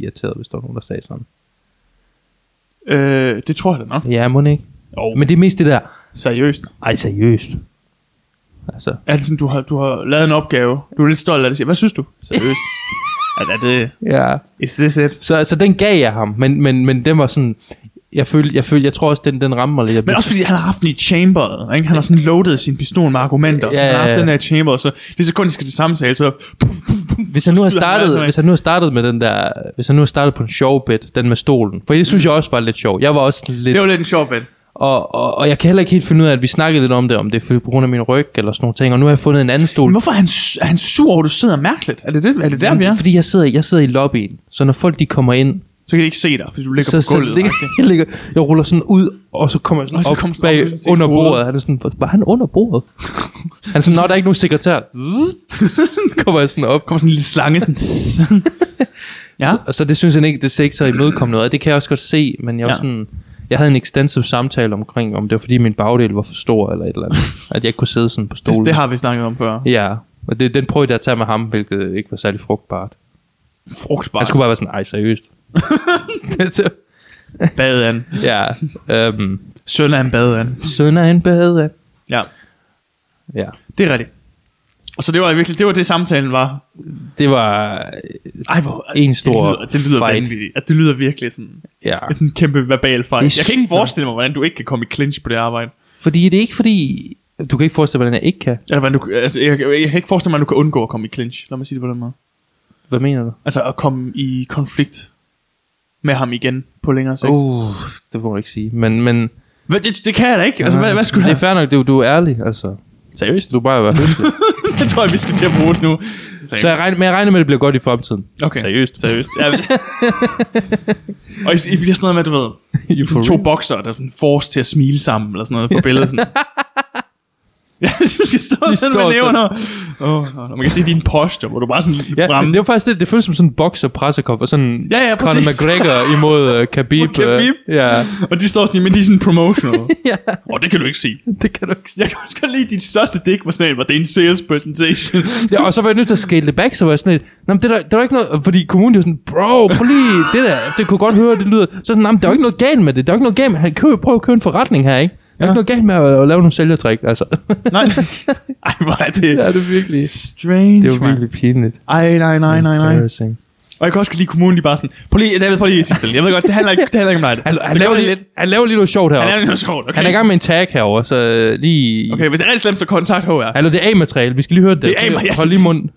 [SPEAKER 2] irriteret, hvis der var nogen, der sagde sådan.
[SPEAKER 1] Øh, det tror jeg da nok.
[SPEAKER 2] Ja, må ikke.
[SPEAKER 1] Jo,
[SPEAKER 2] Men det er mest det der,
[SPEAKER 1] seriøst.
[SPEAKER 2] ej seriøst. Altså,
[SPEAKER 1] Er det sådan, du har, du har lavet en opgave? Du er lidt stolt af det. siger, Hvad synes du? Seriøst. er, er det...
[SPEAKER 2] ja.
[SPEAKER 1] Is this it?
[SPEAKER 2] Så, så den gav jeg ham, men, men, men den var sådan... Jeg, føl, jeg, føl, jeg tror også, den, den rammer mig lidt. Jeg
[SPEAKER 1] Men også fordi han har haft den i chamberet, ikke? Han har sådan loadet sin pistol med argumenter, og sådan,
[SPEAKER 2] Ja,
[SPEAKER 1] han har
[SPEAKER 2] ja,
[SPEAKER 1] haft
[SPEAKER 2] ja.
[SPEAKER 1] den her i chamberet, så lige så kun de skal til samtale, så...
[SPEAKER 2] hvis han nu
[SPEAKER 1] skyder
[SPEAKER 2] har
[SPEAKER 1] han
[SPEAKER 2] startet,
[SPEAKER 1] altså af.
[SPEAKER 2] hvis han nu har startet med den der, hvis han nu har startet på en sjov bit, den med stolen, for det
[SPEAKER 1] Mm.
[SPEAKER 2] synes jeg også var lidt sjov. Jeg var også sådan lidt,
[SPEAKER 1] Det var lidt en sjov bed.
[SPEAKER 2] og, og, og, jeg kan heller ikke helt finde ud af, at vi snakkede lidt om det, om det er fordi på grund af min ryg eller sådan nogle ting, og nu har jeg fundet en anden stol.
[SPEAKER 1] Men hvorfor er han, su- er han sur over, at du sidder mærkeligt? Er det, det, er det der, vi er?
[SPEAKER 2] Fordi jeg sidder, i- jeg sidder i lobbyen, så når folk de kommer ind,
[SPEAKER 1] Så kan de ikke se dig, fordi du ligger
[SPEAKER 2] så,
[SPEAKER 1] på
[SPEAKER 2] så
[SPEAKER 1] gulvet.
[SPEAKER 2] ligger, jeg, ligger, jeg ruller sådan ud, og så kommer jeg sådan
[SPEAKER 1] Og så
[SPEAKER 2] op
[SPEAKER 1] kommer sådan op
[SPEAKER 2] bag
[SPEAKER 1] med sådan sit
[SPEAKER 2] under
[SPEAKER 1] hoved.
[SPEAKER 2] bordet. Han er sådan, var han under bordet? han er sådan, nå, der er ikke nogen sekretær. Zzzt. kommer jeg sådan op.
[SPEAKER 1] kommer sådan en lille slange, sådan... ja,
[SPEAKER 2] Og så det synes jeg ikke, det ser ikke så imødekommende ud. Og det kan jeg også godt se, men jeg, ja.
[SPEAKER 1] Ja.
[SPEAKER 2] sådan, jeg havde en extensive samtale omkring, om det var fordi min bagdel var for stor eller et eller andet. at jeg ikke kunne sidde sådan på
[SPEAKER 1] det,
[SPEAKER 2] stolen.
[SPEAKER 1] det, har vi snakket om før.
[SPEAKER 2] Ja, og det, den prøvede jeg at tage med ham, hvilket ikke var særlig frugtbart.
[SPEAKER 1] Frugtbart.
[SPEAKER 2] Han skulle bare være sådan, ej seriøst. Det- det-
[SPEAKER 1] Bade an.
[SPEAKER 2] ja, øhm,
[SPEAKER 1] Søn af en bade an.
[SPEAKER 2] søn er en bade.
[SPEAKER 1] Ja,
[SPEAKER 2] Ja,
[SPEAKER 1] det er rigtigt. Og så det var virkelig, det var det samtalen var.
[SPEAKER 2] det var, øh,
[SPEAKER 1] Ej, hvor,
[SPEAKER 2] En stor
[SPEAKER 1] det lyder, det lyder
[SPEAKER 2] fight.
[SPEAKER 1] vanvittigt. Altså, det lyder virkelig sådan,
[SPEAKER 2] ja.
[SPEAKER 1] sådan en kæmpe verbal
[SPEAKER 2] Det er
[SPEAKER 1] fight. Jeg kan ikke
[SPEAKER 2] sygt,
[SPEAKER 1] forestille mig, hvordan du ikke kan komme i clinch på det arbejde.
[SPEAKER 2] Fordi det er ikke fordi, du kan ikke forestille dig, hvordan jeg ikke kan.
[SPEAKER 1] Eller hvordan du, altså, jeg, jeg, kan ikke forestille mig, at du kan undgå at komme i clinch. Lad mig sige det på den måde.
[SPEAKER 2] Hvad mener du?
[SPEAKER 1] Altså at komme i konflikt med ham igen på længere sigt. Uh.
[SPEAKER 2] Uh, det må du ikke sige. Men, men
[SPEAKER 1] Hvad, det, det, kan jeg da ikke. Altså, hvad, hvad skulle
[SPEAKER 2] det
[SPEAKER 1] jeg?
[SPEAKER 2] er fair nok, du, du er ærlig, altså.
[SPEAKER 1] Seriøst?
[SPEAKER 2] Du er bare være høflig.
[SPEAKER 1] det tror jeg, vi skal til at bruge det nu.
[SPEAKER 2] Så jeg regner, men jeg regner med, at det bliver godt i fremtiden.
[SPEAKER 1] Okay.
[SPEAKER 2] Seriøst.
[SPEAKER 1] Seriøst. Ja, men- og I, I bliver sådan noget med, du ved, sådan to bokser, der sådan force til at smile sammen, eller sådan noget på billedet. Sådan. Ja, jeg synes, jeg står
[SPEAKER 2] De
[SPEAKER 1] sådan
[SPEAKER 2] står
[SPEAKER 1] med nævner. Oh, og man kan se din posture, hvor du bare sådan
[SPEAKER 2] Ja,
[SPEAKER 1] ja, fremme.
[SPEAKER 2] det var faktisk det, det føles som sådan en boks og pressekop, og sådan
[SPEAKER 1] Ja, ja,
[SPEAKER 2] Conor
[SPEAKER 1] præcis.
[SPEAKER 2] McGregor imod uh, Khabib.
[SPEAKER 1] Mod Khabib.
[SPEAKER 2] øh, ja.
[SPEAKER 1] Og de står sådan, men de er sådan promotional.
[SPEAKER 2] ja,
[SPEAKER 1] Og det kan du ikke se.
[SPEAKER 2] det kan du ikke sige.
[SPEAKER 1] Jeg kan også godt lide, at dit største dick var sådan, en, var det en sales presentation.
[SPEAKER 2] Ja, og så var jeg nødt til at scale det back, så var jeg sådan lidt, "Nå, men det er der, der er ikke noget, fordi kommunen var sådan, bro, prøv lige, det der, det kunne godt høre, det lyder, så sådan, "Nå, men der er jo ikke noget galt med det, der er jo ikke noget galt med, han køber, prøv at købe en forretning her, ikke? Der er ikke noget galt med at, at lave nogle sælgertræk, altså.
[SPEAKER 1] nej. Ej, hvor er det
[SPEAKER 2] ja, det er virkelig,
[SPEAKER 1] strange,
[SPEAKER 2] det var
[SPEAKER 1] mand.
[SPEAKER 2] virkelig pinligt.
[SPEAKER 1] Ej, nej, nej, nej, nej.
[SPEAKER 2] Embarrassing.
[SPEAKER 1] Og jeg kan også godt lide kommunen, de er bare sådan, prøv lige, David, prøv lige at stille. Jeg ved godt, det handler ikke, det handler ikke om dig.
[SPEAKER 2] Han, han,
[SPEAKER 1] det
[SPEAKER 2] laver
[SPEAKER 1] gør det
[SPEAKER 2] lige, lidt. han laver lige noget sjovt
[SPEAKER 1] Han
[SPEAKER 2] herovre.
[SPEAKER 1] er jo noget sjovt, okay?
[SPEAKER 2] Han er i gang med en tag herover, så øh, lige...
[SPEAKER 1] Okay, hvis det er rigtig slemt, så kontakt HR. Ja.
[SPEAKER 2] Hallo, det er A-materiale. Vi skal lige høre det.
[SPEAKER 1] Det er A- ja,
[SPEAKER 2] Hold lige mund.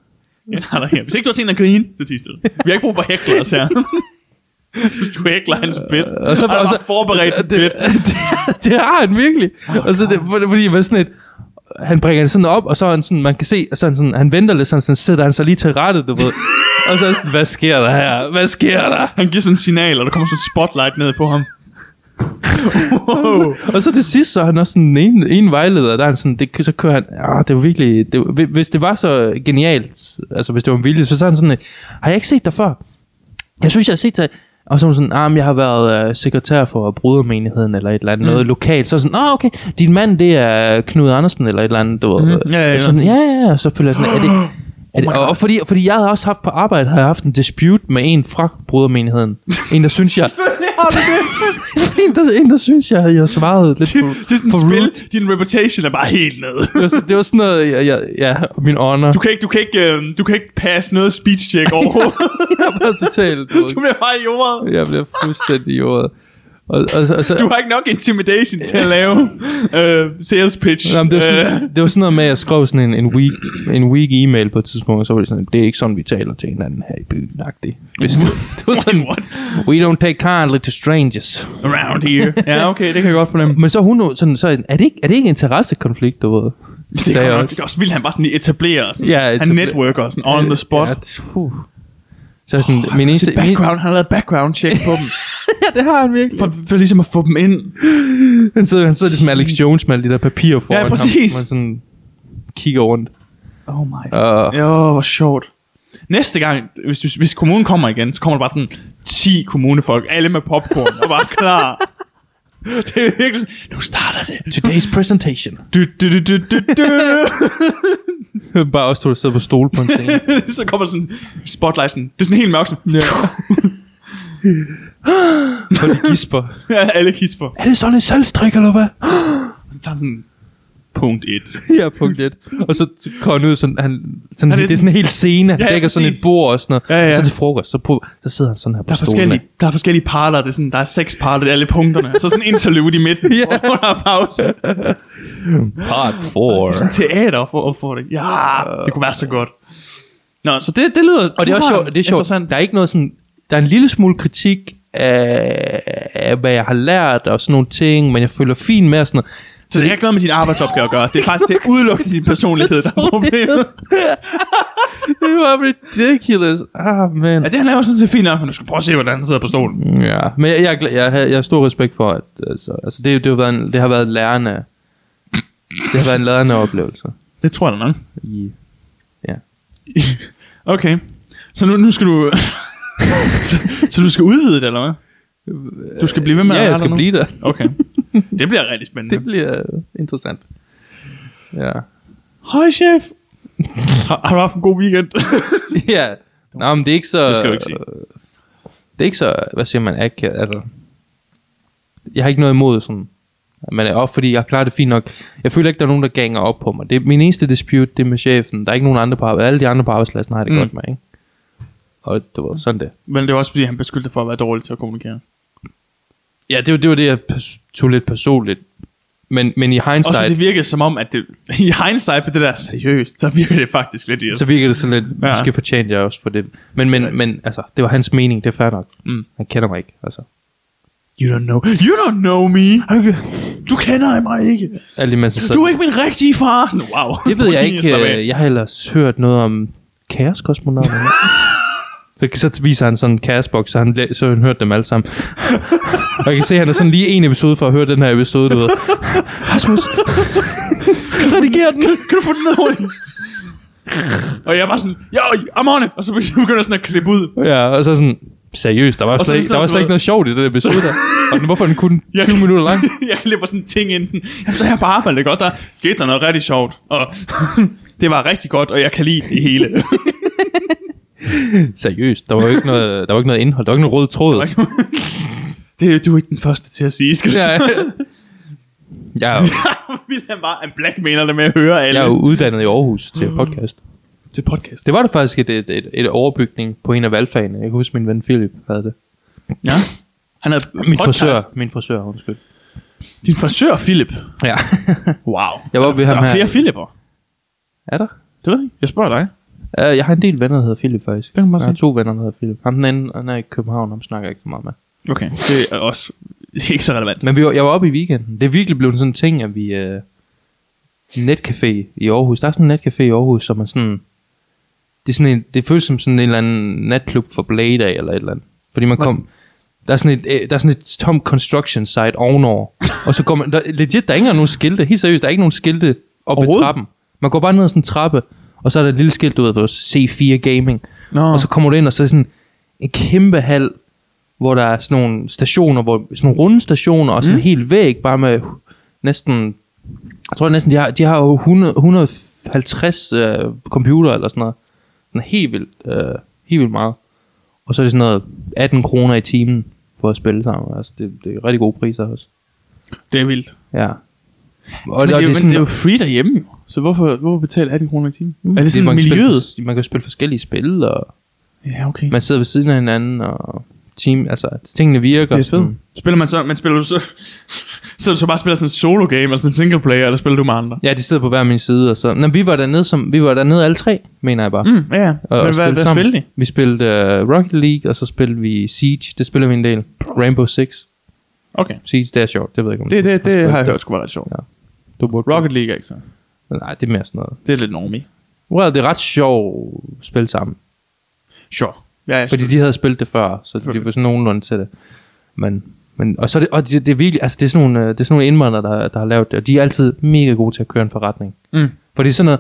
[SPEAKER 1] nej, nej, Hvis ikke du har tænkt dig at grine, så tis stille. Vi har ikke brug for hæklers her. du hækler hans bit. Og så
[SPEAKER 2] og
[SPEAKER 1] bare
[SPEAKER 2] så-
[SPEAKER 1] forberedt en
[SPEAKER 2] Det,
[SPEAKER 1] bit.
[SPEAKER 2] det, det har han virkelig. Oh, og så det, for- fordi man sådan et, han bringer det sådan op, og så er han sådan, man kan se, og så er han sådan, han venter lidt, sådan, sådan sidder han sig lige til rette, du ved. og så er jeg sådan, hvad sker der her? Hvad sker der?
[SPEAKER 1] Han giver sådan et signal, og der kommer sådan et spotlight ned på ham. wow.
[SPEAKER 2] Og så til sidst, så er han også sådan en, en vejleder, der er han sådan, det, så kører han, ah, det var virkelig, det, var- hvis det var så genialt, altså hvis det var en vilje, så sagde han sådan, øh, har jeg ikke set dig før? Jeg synes, jeg har set dig, og så var hun sådan, ah, men jeg har været øh, sekretær for brudermenigheden, eller et eller andet, mm. noget lokalt. Så er jeg sådan, ah, okay, din mand, det er Knud Andersen, eller et eller andet, du mm. ved.
[SPEAKER 1] Mm-hmm. Ja, ja, ja. Oh
[SPEAKER 2] Og Sådan, ja, ja, ja, og så føler jeg sådan, er det, er det, og, og fordi, fordi jeg havde også haft på arbejde, har jeg haft en dispute med en fra brudermenigheden. En, der synes jeg, en, der, en, der synes jeg, jeg svarede lidt for,
[SPEAKER 1] Det er sådan
[SPEAKER 2] for
[SPEAKER 1] et spil.
[SPEAKER 2] rude.
[SPEAKER 1] Din reputation er bare helt nede.
[SPEAKER 2] Det var, sådan- det var sådan noget, jeg, jeg, ja, min honor.
[SPEAKER 1] Du kan ikke, du kan ikke, øh, du kan ikke passe noget speech check overhovedet.
[SPEAKER 2] Jeg var totalt... du
[SPEAKER 1] du
[SPEAKER 2] ved,
[SPEAKER 1] bliver bare jordet.
[SPEAKER 2] Jeg blev fuldstændig jordet. Og, og, og, så,
[SPEAKER 1] Du har ikke nok intimidation til at lave øh, sales pitch.
[SPEAKER 2] Nå, men det, var
[SPEAKER 1] Øh,
[SPEAKER 2] sådan, det var sådan noget med, at jeg skrev sådan en, en, weak, en weak e-mail på et tidspunkt, og så var det sådan, det er ikke sådan, vi taler til hinanden her i byen, agtig. Hvis- Det var sådan,
[SPEAKER 1] What?
[SPEAKER 2] we don't take kindly to strangers.
[SPEAKER 1] øh, around here. Ja, okay, det kan jeg godt fornemme.
[SPEAKER 2] Men så hun jo sådan, så er det- er det ikke, er det ikke interessekonflikt, du ved?
[SPEAKER 1] Det
[SPEAKER 2] Sagde
[SPEAKER 1] er,
[SPEAKER 2] jeg
[SPEAKER 1] godt,
[SPEAKER 2] også.
[SPEAKER 1] det er også vildt, han bare sådan lige etablerer. Sådan.
[SPEAKER 2] Ja,
[SPEAKER 1] Han
[SPEAKER 2] etablerer.
[SPEAKER 1] networker sådan on the spot.
[SPEAKER 2] Ja, tuh. Så er sådan, oh, min
[SPEAKER 1] Eneste,
[SPEAKER 2] eneste... Min,
[SPEAKER 1] background, han har lavet background check på dem,
[SPEAKER 2] ja, det har han virkelig.
[SPEAKER 1] for, for ligesom at få dem ind.
[SPEAKER 2] Han sidder, han sidder ligesom Alex Jones med alle de der papirer foran
[SPEAKER 1] præcis.
[SPEAKER 2] ham. Man sådan kigger rundt. Uh.
[SPEAKER 1] Oh my god.
[SPEAKER 2] Og
[SPEAKER 1] Jo, hvor sjovt. Næste gang, hvis, du, hvis kommunen kommer igen, så kommer der bare sådan 10 kommunefolk, alle med popcorn, og bare klar. Det er virkelig sådan, nu starter det.
[SPEAKER 2] today's presentation.
[SPEAKER 1] Du, du, du, du, du, du.
[SPEAKER 2] Bare også to, der sidder på stol på en scene.
[SPEAKER 1] så kommer sådan spotlight sådan, det er sådan helt mørkt sådan,
[SPEAKER 2] ja. Og de gisper.
[SPEAKER 1] alle kisper.
[SPEAKER 2] Er det sådan en salgstrik, eller hvad?
[SPEAKER 1] Og så tager han sådan Punkt 1.
[SPEAKER 2] Ja, punkt et. Og så t- går han ud, sådan, han,
[SPEAKER 1] Han
[SPEAKER 2] sådan, han
[SPEAKER 1] er
[SPEAKER 2] det er sådan en hel scene, han
[SPEAKER 1] Ja, ja,
[SPEAKER 2] dækker sådan et
[SPEAKER 1] præcis.
[SPEAKER 2] bord og sådan noget.
[SPEAKER 1] Ja, ja.
[SPEAKER 2] Og så til frokost, så, på, så sidder han sådan her på
[SPEAKER 1] Der er, forskellige, der er forskellige parter, det er sådan, der er seks parter, det er alle punkterne. Så sådan en interlude i midten, yeah. hvor der er pause. Det
[SPEAKER 2] Part
[SPEAKER 1] er
[SPEAKER 2] 4.
[SPEAKER 1] sådan teater for opfordring. Ja, det kunne være så godt. Nå, så det, det lyder
[SPEAKER 2] Og det er også sjovt, det er sjovt.
[SPEAKER 1] interessant.
[SPEAKER 2] der er ikke noget sådan, der er en lille smule kritik af, af hvad jeg har lært og sådan nogle ting, men jeg føler fint med og sådan noget.
[SPEAKER 1] Så det har ikke noget med din arbejdsopgave at gøre. Det er faktisk det er udelukkende din personlighed, der er problemet.
[SPEAKER 2] Det var ridiculous. Ah, man.
[SPEAKER 1] Ja, det han laver sådan set fint nok, men du skal prøve at se, hvordan han sidder på stolen.
[SPEAKER 2] Ja, men jeg, jeg, er glad- jeg, har- jeg har stor respekt for, at altså, altså det, det, har været en, det har været lærende. Det har været en lærende oplevelse.
[SPEAKER 1] Det tror jeg da nok.
[SPEAKER 2] I,
[SPEAKER 1] Okay. Så nu, nu skal du... så, så, du skal udvide det, eller hvad? Du skal blive ved med
[SPEAKER 2] ja,
[SPEAKER 1] at
[SPEAKER 2] jeg
[SPEAKER 1] være
[SPEAKER 2] skal
[SPEAKER 1] der nu?
[SPEAKER 2] blive der.
[SPEAKER 1] Okay. Det bliver rigtig spændende.
[SPEAKER 2] Det bliver øh, interessant. Ja.
[SPEAKER 1] Hej, chef. Har, har du haft en god weekend? Øh,
[SPEAKER 2] ja. Nå, men det er ikke så...
[SPEAKER 1] Det skal du ikke sige.
[SPEAKER 2] Det er ikke så... Hvad siger man? Ikke, altså, jeg har ikke noget imod sådan... Men er op, fordi jeg klarer det fint nok. Jeg føler ikke, der er nogen, der ganger op på mig. Det er min eneste dispute, det er med chefen. Der er ikke nogen andre på arbejde. Alle de andre på arbejdspladsen har det
[SPEAKER 1] Mm.
[SPEAKER 2] mm. godt med, ikke? Og det var sådan det.
[SPEAKER 1] Men det var også, fordi han beskyldte dig for at være dårlig til at kommunikere.
[SPEAKER 2] Ja, det var det, var det jeg pers- tog lidt personligt. Men, men i
[SPEAKER 1] Og
[SPEAKER 2] hindsight,
[SPEAKER 1] så
[SPEAKER 2] det
[SPEAKER 1] det virkede som om, at det, i hindsight på det der seriøst, så virker det faktisk lidt
[SPEAKER 2] så
[SPEAKER 1] irriterende.
[SPEAKER 2] virker det sådan lidt,
[SPEAKER 1] Ja.
[SPEAKER 2] ja. måske fortjente jeg også for det. Men, men, men altså, det var hans mening, det er fair nok.
[SPEAKER 1] Mm.
[SPEAKER 2] Han kender mig ikke, altså.
[SPEAKER 1] You don't know. You don't know me. Du kender mig ikke.
[SPEAKER 2] Alt imens jeg så-
[SPEAKER 1] Du er ikke min rigtige far. Sådan, wow.
[SPEAKER 2] Det ved jeg
[SPEAKER 1] Prøv lige at slappe
[SPEAKER 2] ikke.
[SPEAKER 1] af.
[SPEAKER 2] øh, Jeg har ellers hørt noget om kaoskosmonauterne. så, så viser han sådan en kaosboks, så han, læ- så han hørt dem alle sammen. Og jeg kan se, at han er sådan lige en episode for at høre den her episode, du ved. Rasmus,
[SPEAKER 1] Rediger den. Kan du få den ned hurtigt? og jeg var sådan, jo, I'm on it. Og så begynder jeg sådan at klippe ud.
[SPEAKER 2] Ja, og så sådan, seriøst, der var,
[SPEAKER 1] så
[SPEAKER 2] slet, ikke-
[SPEAKER 1] sådan
[SPEAKER 2] der var
[SPEAKER 1] noget,
[SPEAKER 2] slet ikke noget sjovt i det der episode der. Og den- hvorfor er den kun 20 minutter lang?
[SPEAKER 1] jeg klipper sådan ting ind, sådan, jamen, så er jeg på arbejde, det er godt, der skete der noget rigtig sjovt, og det var rigtig godt, og jeg kan lide det hele.
[SPEAKER 2] Seriøst, der var jo ikke noget, der var ikke noget indhold, der var ikke noget rød tråd.
[SPEAKER 1] det er du er ikke den første til at sige, skal du
[SPEAKER 2] Ja,
[SPEAKER 1] sige.
[SPEAKER 2] jeg, er jo,
[SPEAKER 1] William var en blackmailer, der med at høre alle
[SPEAKER 2] jeg er jo uddannet i Aarhus til podcast.
[SPEAKER 1] til podcast.
[SPEAKER 2] Det var der faktisk et, et, et, et overbygning på en af valgfagene. Jeg kan huske, min ven Philip havde det.
[SPEAKER 1] Ja. Han havde
[SPEAKER 2] Min
[SPEAKER 1] podcast.
[SPEAKER 2] frisør. Min frisør, undskyld.
[SPEAKER 1] Din frisør, Philip.
[SPEAKER 2] Ja.
[SPEAKER 1] Wow.
[SPEAKER 2] Jeg var oppe ved
[SPEAKER 1] Der
[SPEAKER 2] ham
[SPEAKER 1] er
[SPEAKER 2] her.
[SPEAKER 1] flere Philipper.
[SPEAKER 2] er der?
[SPEAKER 1] Det ved jeg. ikke. Jeg spørger dig.
[SPEAKER 2] Uh, jeg har en del venner, der hedder Philip faktisk.
[SPEAKER 1] Det kan man bare
[SPEAKER 2] jeg har to venner, der hedder Philip. Ham den anden, han er i København, ham snakker jeg ikke så meget med.
[SPEAKER 1] Okay, det er også ikke så relevant.
[SPEAKER 2] Men vi var, jeg var oppe i weekenden. Det er virkelig blevet sådan en ting, at vi... Øh, netcafé i Aarhus. Der er sådan en netcafé i Aarhus, som er sådan... Det, er sådan en, det føles som sådan en eller anden natklub for Blade af, eller et eller andet. Fordi man kom... Der er, sådan et, øh, der er sådan et tom construction site ovenover. og så går man... Der, legit, der er ikke engang nogen skilte. Helt seriøst, der er ikke nogen skilte op ad
[SPEAKER 1] Overhovedet?
[SPEAKER 2] trappen. Man går bare ned ad sådan en trappe, og så er der et lille skilt, du ved, hvor C4 Gaming.
[SPEAKER 1] Nå.
[SPEAKER 2] Og så kommer du ind, og så er det sådan en kæmpe hal, hvor der er sådan nogle stationer, hvor, sådan nogle runde stationer, og sådan mm. en hel væg, bare med næsten, jeg tror næsten, de har, de har jo 100, 150 øh, computer eller sådan noget. Sådan helt vildt, øh, helt vildt meget. Og så er det sådan noget 18 kroner i timen for at spille sammen. Altså, det, det er rigtig gode priser også.
[SPEAKER 1] Det er vildt.
[SPEAKER 2] Ja.
[SPEAKER 1] Og
[SPEAKER 2] Og,
[SPEAKER 1] det,
[SPEAKER 2] og
[SPEAKER 1] det, er, jo-
[SPEAKER 2] sådan-
[SPEAKER 1] men det er jo free derhjemme, jo. Så hvorfor, hvorfor betale 18 kroner i timen? Mm, er det sådan
[SPEAKER 2] man kan spille
[SPEAKER 1] miljøet?
[SPEAKER 2] fors- man kan jo spille forskellige spil, og
[SPEAKER 1] Ja, okay.
[SPEAKER 2] man sidder ved siden af hinanden, og team, altså, tingene virker. Mm.
[SPEAKER 1] Det er
[SPEAKER 2] sådan.
[SPEAKER 1] fedt. Spiller man så, men spiller du så, så du så bare spiller sådan en solo game, eller sådan en single player, eller spiller du med andre?
[SPEAKER 2] Ja, de sidder på hver min side, og så... Nå, vi var dernede, som, vi var dernede alle tre, mener jeg bare.
[SPEAKER 1] Mm, ja, ja.
[SPEAKER 2] Og,
[SPEAKER 1] men hvad, hvad
[SPEAKER 2] sammen.
[SPEAKER 1] spiller de?
[SPEAKER 2] Vi spillede uh, Rocket League, og så spillede vi Siege. Det spiller vi en del. Rainbow Six.
[SPEAKER 1] Okay.
[SPEAKER 2] Siege, det er sjovt. Det ved jeg ikke, om
[SPEAKER 1] Det,
[SPEAKER 2] du-
[SPEAKER 1] det, det
[SPEAKER 2] du-
[SPEAKER 1] har jeg hørt skulle være ret sjovt.
[SPEAKER 2] Ja. Du burde
[SPEAKER 1] Rocket League er ikke så.
[SPEAKER 2] Men Nej, det er mere sådan noget.
[SPEAKER 1] Det er lidt normie.
[SPEAKER 2] Well, det er ret sjovt at spille sammen.
[SPEAKER 1] Sure. Ja, jeg
[SPEAKER 2] Fordi de havde spillet det før, så de var sådan nogenlunde til det. Men, men og så er det, og det, det er virkelig, altså det er sådan nogle, øh, det er sådan nogle indvandrere, der, der har lavet det, og de er altid mega gode til at køre en forretning.
[SPEAKER 1] Mm.
[SPEAKER 2] Fordi sådan noget,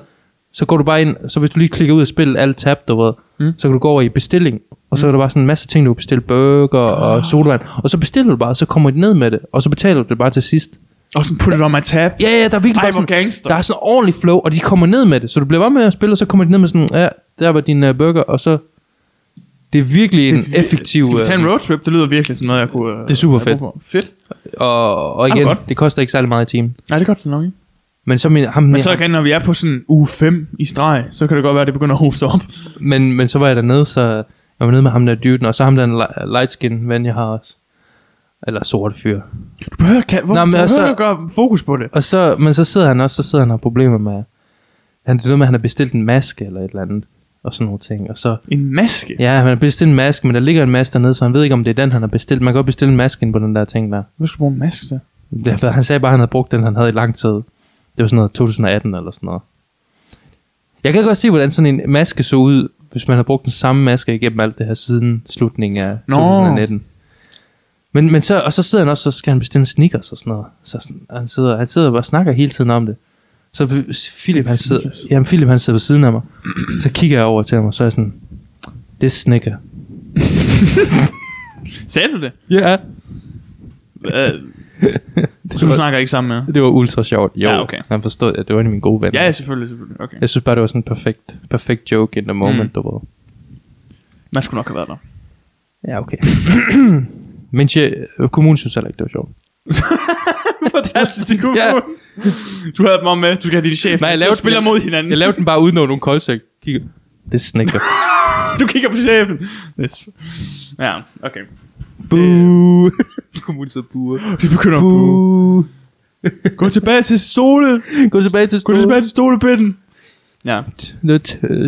[SPEAKER 2] så går du bare ind, så hvis du lige klikker ud af spillet, alt tab, du ved, mm. så kan du gå over i bestilling, og så er der bare sådan en masse ting, du kan bestille burger og sodavand, og så bestiller du bare, så kommer de ned med det, og så betaler du det bare til sidst.
[SPEAKER 1] Og sådan put it on my tab.
[SPEAKER 2] Ja, ja, der er virkelig
[SPEAKER 1] Ej,
[SPEAKER 2] bare
[SPEAKER 1] hvor
[SPEAKER 2] sådan,
[SPEAKER 1] gangster.
[SPEAKER 2] der er sådan ordentlig flow, og de kommer ned med det. Så du bliver bare med at spille, og så kommer de ned med sådan, ja, der var din uh, burger, og så... Det er virkelig det er en
[SPEAKER 1] Det er-
[SPEAKER 2] effektiv...
[SPEAKER 1] Skal vi tage
[SPEAKER 2] øh,
[SPEAKER 1] en roadtrip? Det lyder virkelig som noget, jeg kunne... øh,
[SPEAKER 2] Det er super
[SPEAKER 1] have
[SPEAKER 2] fedt.
[SPEAKER 1] brug for. Fedt.
[SPEAKER 2] Og, og
[SPEAKER 1] det
[SPEAKER 2] igen,
[SPEAKER 1] godt.
[SPEAKER 2] det koster ikke særlig meget i timen.
[SPEAKER 1] Nej, det er godt, det er nok ikke.
[SPEAKER 2] Men så, min, ham,
[SPEAKER 1] Men så igen, når vi er på sådan uge 5 i streg, så kan det godt være, at det begynder at hoste op.
[SPEAKER 2] men, men så var jeg dernede, så jeg var nede med ham der duden, og så ham der en li- lightskin ven, jeg har også. Eller sort fyr.
[SPEAKER 1] Du behøver, kan, hvor,
[SPEAKER 2] Nå,
[SPEAKER 1] Nå,
[SPEAKER 2] men
[SPEAKER 1] men du
[SPEAKER 2] altså-
[SPEAKER 1] behøver ikke gøre fokus på det.
[SPEAKER 2] Og så, men så sidder han også, så sidder han og har problemer med, han, det er noget med, at han har bestilt en maske eller et eller andet, og sådan nogle ting. Og så,
[SPEAKER 1] En maske.
[SPEAKER 2] ja, han har bestilt en maske, men der ligger en maske dernede, så han ved ikke, om det er den, han har bestilt. Man kan godt bestille en maske ind på den der ting der.
[SPEAKER 1] Hvad skal du bruge en maske til?
[SPEAKER 2] Det, for han sagde bare, at han havde brugt den, han havde i lang tid. Det var sådan noget 2018 eller sådan noget. Jeg kan godt se, hvordan sådan en maske så ud, hvis man havde brugt den samme maske igennem alt det her siden slutningen af
[SPEAKER 1] Nå.
[SPEAKER 2] 2019. Men, men så, og så sidder han også, så skal han bestille en sneakers og sådan noget. Så sådan, han, sidder, han sidder og snakker hele tiden om det. Så Philip, han sidder,
[SPEAKER 1] sneakers.
[SPEAKER 2] jamen Philip, han sidder ved siden af mig. Så kigger jeg over til ham, og så er jeg sådan, det er sneaker.
[SPEAKER 1] Sagde du det?
[SPEAKER 2] Ja, yeah.
[SPEAKER 1] Øh, så du snakker ikke sammen med?
[SPEAKER 2] det var ultra sjovt. Jo,
[SPEAKER 1] Ja, okay.
[SPEAKER 2] han forstod, at det var en af mine gode venner.
[SPEAKER 1] Ja, selvfølgelig, selvfølgelig. Okay.
[SPEAKER 2] Jeg synes bare, det var sådan en perfekt, perfekt joke in the moment, mm. du ved.
[SPEAKER 1] Man skulle nok have været der.
[SPEAKER 2] Ja, okay. Men tje, kommunen synes heller ikke, det var sjovt.
[SPEAKER 1] Fortalte det til Google.
[SPEAKER 2] Ja.
[SPEAKER 1] ja. Du havde dem om med. Du skal have din chef.
[SPEAKER 2] Nej, jeg
[SPEAKER 1] Så
[SPEAKER 2] lavede-
[SPEAKER 1] spiller mod hinanden.
[SPEAKER 2] Jeg lavede den bare uden over nogle koldsæk. Kigger. Det snikker.
[SPEAKER 1] Du kigger på chefen. Yes. Ja, okay.
[SPEAKER 2] Boo. kommunen sidder buer.
[SPEAKER 1] De begynder at bue.
[SPEAKER 2] Boo.
[SPEAKER 1] Gå tilbage til stole.
[SPEAKER 2] Gå tilbage til
[SPEAKER 1] Gå tilbage til stolepitten. Ja.
[SPEAKER 2] Noget, øh,
[SPEAKER 1] Hvad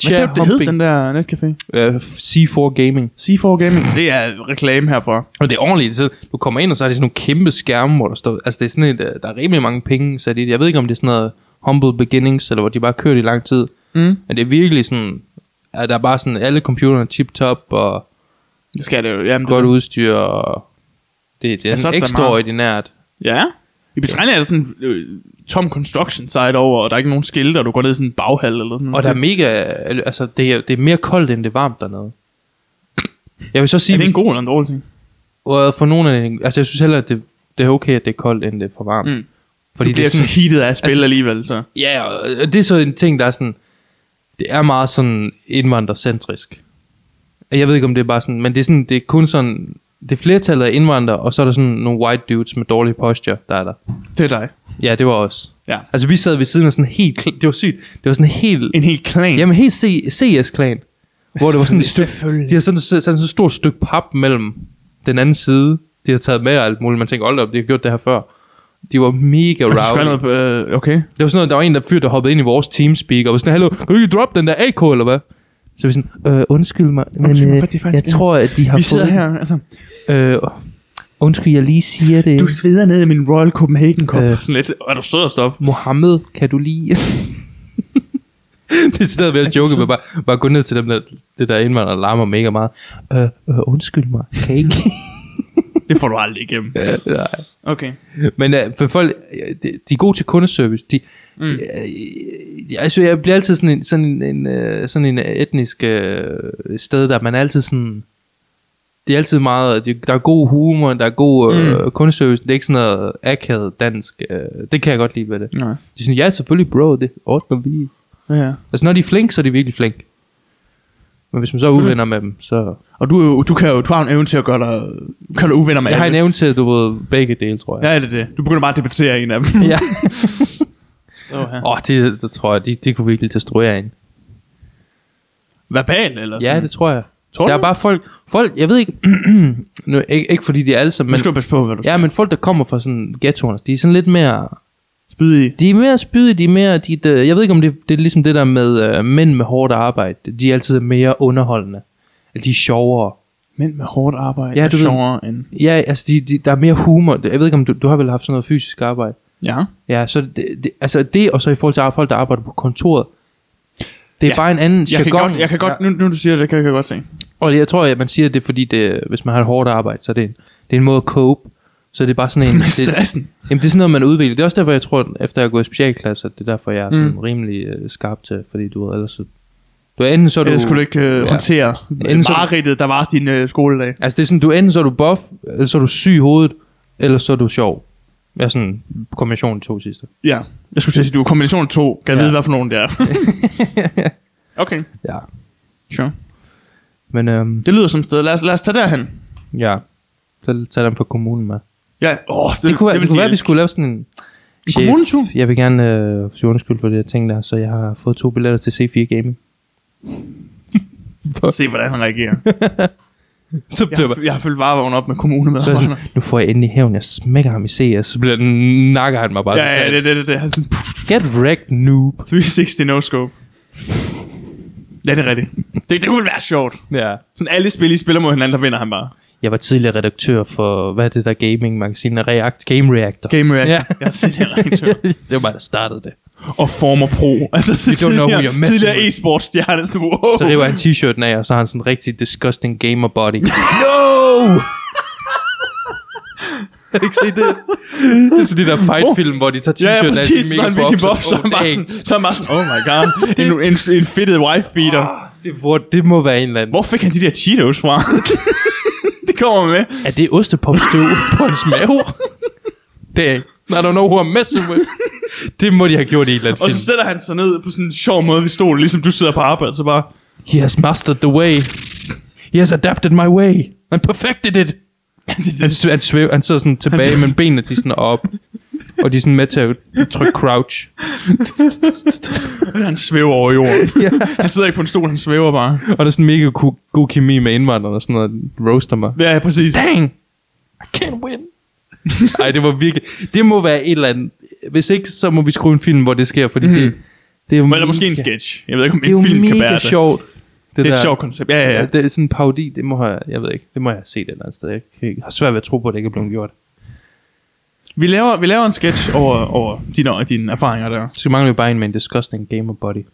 [SPEAKER 1] sagde du, det hed, den der netcafé?
[SPEAKER 2] Uh, C4 Gaming.
[SPEAKER 1] C4 Gaming. Det er reklame herfra.
[SPEAKER 2] Og det er ordentligt. Så du kommer ind, og så er det sådan nogle kæmpe skærme, hvor der står... Altså, det er sådan et, øh, der er rimelig mange penge sat i det. Jeg ved ikke, om det er sådan noget humble beginnings, eller hvor de bare kørt i lang tid.
[SPEAKER 1] Mm.
[SPEAKER 2] Men det er virkelig sådan, at der er bare sådan, alle computerne tip-top og
[SPEAKER 1] Det skal det jo. Jamen,
[SPEAKER 2] godt
[SPEAKER 1] det.
[SPEAKER 2] udstyr, og det, det er
[SPEAKER 1] Ja, så er
[SPEAKER 2] sådan
[SPEAKER 1] det da
[SPEAKER 2] ekstraordinært.
[SPEAKER 1] Ja. I Betræne er der sådan en øh, tom construction site over, og der er ikke nogen skilte, og du går ned i sådan en baghal eller sådan
[SPEAKER 2] Og der er mega, altså det er, det er mere koldt, end det er varmt dernede. Jeg vil så sige,
[SPEAKER 1] er det
[SPEAKER 2] hvis-
[SPEAKER 1] en god eller en dårlig ting?
[SPEAKER 2] og for nogle af det, altså jeg synes heller, at det, det er okay, at det er koldt, end det er for varmt.
[SPEAKER 1] Mm.
[SPEAKER 2] Fordi
[SPEAKER 1] du bliver
[SPEAKER 2] det er sådan,
[SPEAKER 1] så heated af at spille altså,
[SPEAKER 2] Altså-
[SPEAKER 1] alligevel, så...
[SPEAKER 2] ja, og og det er så en ting, der er sådan, det er meget sådan indvandrercentrisk. Jeg ved ikke, om det er bare sådan, men det er, sådan, det er kun sådan, det er flertallet af indvandrere, og så er der sådan nogle white dudes med dårlige posture, der er der.
[SPEAKER 1] Det er dig.
[SPEAKER 2] Ja, det var os.
[SPEAKER 1] Ja.
[SPEAKER 2] Altså, vi sad ved siden af sådan helt... kl- Det var sygt. Det var sådan helt...
[SPEAKER 1] En helt klan.
[SPEAKER 2] Jamen, helt C- CS-klan. Hvor det var sådan et stykke...
[SPEAKER 1] Selvfølgelig.
[SPEAKER 2] De har sådan, sådan, sådan et stort stykke pap mellem den anden side. De har taget med og alt muligt. Man tænker, hold da op, de har gjort det her før. De var mega
[SPEAKER 1] Og Altså, du skal
[SPEAKER 2] rowdy.
[SPEAKER 1] noget på, øh, okay.
[SPEAKER 2] Det var sådan noget, der var en der fyr, der hoppede ind i vores teamspeak, og var sådan, hallo, kan du ikke droppe den der AK, eller hvad? Så vi sådan, øh, undskyld mig, men
[SPEAKER 1] Undskyld mig,
[SPEAKER 2] øh,
[SPEAKER 1] for det er
[SPEAKER 2] jeg
[SPEAKER 1] faktisk-
[SPEAKER 2] tror, at de har
[SPEAKER 1] Vi
[SPEAKER 2] fået...
[SPEAKER 1] sidder her, altså.
[SPEAKER 2] Øh, undskyld, jeg lige siger det.
[SPEAKER 1] Du sveder ned i min Royal Copenhagen Cup.
[SPEAKER 2] Øh.
[SPEAKER 1] Øh. Sådan lidt. Er du sød at stoppe?
[SPEAKER 2] Mohammed, kan du lige... det er stadig ved at joke, men bare, bare gå ned til dem, der, det der indvandrer larmer mega meget. Øh, øh, undskyld mig, kan I ikke?
[SPEAKER 1] Det får du aldrig igennem.
[SPEAKER 2] Nej.
[SPEAKER 1] Okay.
[SPEAKER 2] men øh, for folk, øh, de, de er gode til kundeservice. De, mm. øh, altså, jeg bliver altid sådan en, sådan en, en, øh, sådan en etnisk øh, sted, der man er altid sådan... Det er altid meget, de- der er god humor, der er god øh, mm. kundeservice, det er ikke sådan noget akavet dansk, øh, det kan jeg godt lide ved det.
[SPEAKER 1] Nej.
[SPEAKER 2] De er sådan, ja selvfølgelig bro, det ordner vi.
[SPEAKER 1] Ja.
[SPEAKER 2] Altså når de er flink, så er de virkelig flink. Men hvis man så er
[SPEAKER 1] Selvfølgelig.
[SPEAKER 2] uvenner med dem, så...
[SPEAKER 1] Og du, er jo- du, kan jo, du har en evne til at gøre dig, gøre dig uvenner med
[SPEAKER 2] Jeg har en
[SPEAKER 1] alle.
[SPEAKER 2] evne til, at du ved begge dele, tror jeg.
[SPEAKER 1] Ja, det er det. Du begynder bare at debattere en af dem.
[SPEAKER 2] Ja.
[SPEAKER 1] Oh, ja.
[SPEAKER 2] Åh, oh, det, det, tror jeg, de, de kunne virkelig destruere en.
[SPEAKER 1] Verbal, eller sådan.
[SPEAKER 2] Ja, det tror jeg.
[SPEAKER 1] Tror du?
[SPEAKER 2] der er bare folk, folk, jeg ved ikke, nu, ikke, ikke fordi de er alle sammen,
[SPEAKER 1] men,
[SPEAKER 2] men,
[SPEAKER 1] skal du passe på, hvad du
[SPEAKER 2] ja, men folk, der kommer fra sådan ghettoerne, de er sådan lidt mere,
[SPEAKER 1] Spydige.
[SPEAKER 2] de er mere spydige, de er mere, de, de, jeg ved ikke om det, det er ligesom det der med uh, mænd med hårdt arbejde, de er altid mere underholdende, eller de er sjovere.
[SPEAKER 1] Mænd med hårdt arbejde
[SPEAKER 2] Ja,
[SPEAKER 1] ja, du
[SPEAKER 2] du
[SPEAKER 1] er
[SPEAKER 2] ved-
[SPEAKER 1] sjovere end...
[SPEAKER 2] Ja, altså, de, de, der er mere humor. Jeg ved ikke, om du, du har vel haft sådan noget fysisk arbejde.
[SPEAKER 1] Ja.
[SPEAKER 2] Ja, så det, det, altså det, og så i forhold til folk, der arbejder på kontoret, det er
[SPEAKER 1] Ja.
[SPEAKER 2] bare en anden
[SPEAKER 1] Jeg kan
[SPEAKER 2] jargon.
[SPEAKER 1] godt, jeg kan godt nu, nu du siger det, kan jeg godt se.
[SPEAKER 2] Og jeg tror, at man siger det, fordi det, hvis man har et hårdt arbejde, så er det en, det er en måde at cope. Så det er bare sådan en...
[SPEAKER 1] Med
[SPEAKER 2] det,
[SPEAKER 1] stressen.
[SPEAKER 2] jamen, det er sådan noget, man udvikler. Det er også derfor, jeg tror, at efter jeg har gået i specialklasse, at det er derfor, jeg er sådan mm. rimelig øh, skarp til, fordi du ved, ellers så... Du er enten så er du...
[SPEAKER 1] Ellers skulle du ikke øh,
[SPEAKER 2] Ja.
[SPEAKER 1] håndtere
[SPEAKER 2] Inden så-
[SPEAKER 1] mareridtet, der var din øh, skoledag.
[SPEAKER 2] Altså det er sådan, du enten så er du buff, eller så er du syg i hovedet, eller så er du sjov. Ja, sådan kombinationen af de to sidste.
[SPEAKER 1] Ja, jeg skulle til at sige, du er kombination 2. Kan jeg
[SPEAKER 2] Ja.
[SPEAKER 1] ja. vide, hvad for nogen det er? okay,
[SPEAKER 2] Ja.
[SPEAKER 1] sure.
[SPEAKER 2] Men øhm,
[SPEAKER 1] Det lyder som et sted. Lad os, lad os tage derhen.
[SPEAKER 2] ja, så tager dem fra kommunen med.
[SPEAKER 1] Ja, åh, det,
[SPEAKER 2] Det kunne, være, det
[SPEAKER 1] vil
[SPEAKER 2] kunne
[SPEAKER 1] de
[SPEAKER 2] være, at vi
[SPEAKER 1] elske.
[SPEAKER 2] skulle lave sådan en...
[SPEAKER 1] En kommunetur?
[SPEAKER 2] Jeg vil gerne øh, sige undskyld for det, jeg tænkte der, så jeg har fået to billetter til C4 Gaming.
[SPEAKER 1] Se, hvordan han reagerer.
[SPEAKER 2] Så
[SPEAKER 1] Jeg, har, jeg har fyldt varevogn op med kommunemad.
[SPEAKER 2] Så er jeg sådan, nu får jeg endelig hævn, jeg smækker ham i CS, så bliver den, nakker han mig bare.
[SPEAKER 1] Ja, ja,
[SPEAKER 2] totalt.
[SPEAKER 1] det, det, det, det. Han er sådan, pff,
[SPEAKER 2] Get wrecked, noob.
[SPEAKER 1] 360 no scope. Ja, det er rigtigt. Det, det kunne være sjovt.
[SPEAKER 2] Ja.
[SPEAKER 1] Sådan alle spil, I spiller mod hinanden, der vinder han bare.
[SPEAKER 2] Jeg var tidligere redaktør for, hvad er det der gaming-magasin? React, Game Reactor.
[SPEAKER 1] Game Reaction.
[SPEAKER 2] Ja.
[SPEAKER 1] Ja. Jeg har tidligere redaktør.
[SPEAKER 2] det var mig, der startede det.
[SPEAKER 1] Og former pro. Altså, så
[SPEAKER 2] don't know who you're
[SPEAKER 1] tidligere,
[SPEAKER 2] messing
[SPEAKER 1] tidligere
[SPEAKER 2] with.
[SPEAKER 1] e-sports stjerne. Så, wow.
[SPEAKER 2] Så river han t-shirten af, og så har han sådan en rigtig disgusting gamer body.
[SPEAKER 1] No!
[SPEAKER 2] Kan du ikke se det? Det er sådan de der fight-film, hvor de tager
[SPEAKER 1] Ja, ja,
[SPEAKER 2] t-shirten af,
[SPEAKER 1] præcis. Så
[SPEAKER 2] mega
[SPEAKER 1] han Mickey Bob,
[SPEAKER 2] boxer.
[SPEAKER 1] så han bare
[SPEAKER 2] Åh,
[SPEAKER 1] sådan, så han bare sådan, oh my god, en, en, en fedtet wife beater.
[SPEAKER 2] ah, det, hvor, det må være en eller anden.
[SPEAKER 1] Hvor fik han de der Cheetos fra? det kommer med.
[SPEAKER 2] Er det ostepopstøv på hans mave? Det er ikke. I don't know who I'm messing with. Det må de have gjort i en eller anden
[SPEAKER 1] Og så
[SPEAKER 2] film.
[SPEAKER 1] sætter han sig ned på sådan en sjov måde ved stolen, ligesom du sidder på arbejde, så bare...
[SPEAKER 2] He has mastered the way. He has adapted my way. And perfected it. Han, sv- han, svæv, han sidder sådan tilbage, men benene de er sådan op. Og de er sådan med til at trykke crouch.
[SPEAKER 1] han svæver over jorden. han sidder ikke på en stol, han svæver bare.
[SPEAKER 2] Og der er sådan mega ku- god kemi med indvandrerne og sådan noget. Roaster mig.
[SPEAKER 1] Ja, præcis.
[SPEAKER 2] Dang! I can't win. Ej, det var virkelig... Det må være et eller andet... Hvis ikke, så må vi skrue en film, hvor det sker, fordi det... Det er jo
[SPEAKER 1] Men eller måske en
[SPEAKER 2] mega-
[SPEAKER 1] sketch. Jeg ved ikke, om
[SPEAKER 2] Det er jo
[SPEAKER 1] en film kan
[SPEAKER 2] mega
[SPEAKER 1] bære det.
[SPEAKER 2] sjovt.
[SPEAKER 1] Det er
[SPEAKER 2] der-
[SPEAKER 1] et sjovt koncept. Ja, ja, ja.
[SPEAKER 2] Det er sådan en parodi, det må jeg, jeg ved ikke, det må jeg se det et eller andet sted. Jeg kan ikke- har svært ved at tro på, at det ikke er blevet gjort.
[SPEAKER 1] Vi laver, vi laver en sketch over, over dine, dine erfaringer der.
[SPEAKER 2] Så mangler vi bare en med en disgusting gamer body.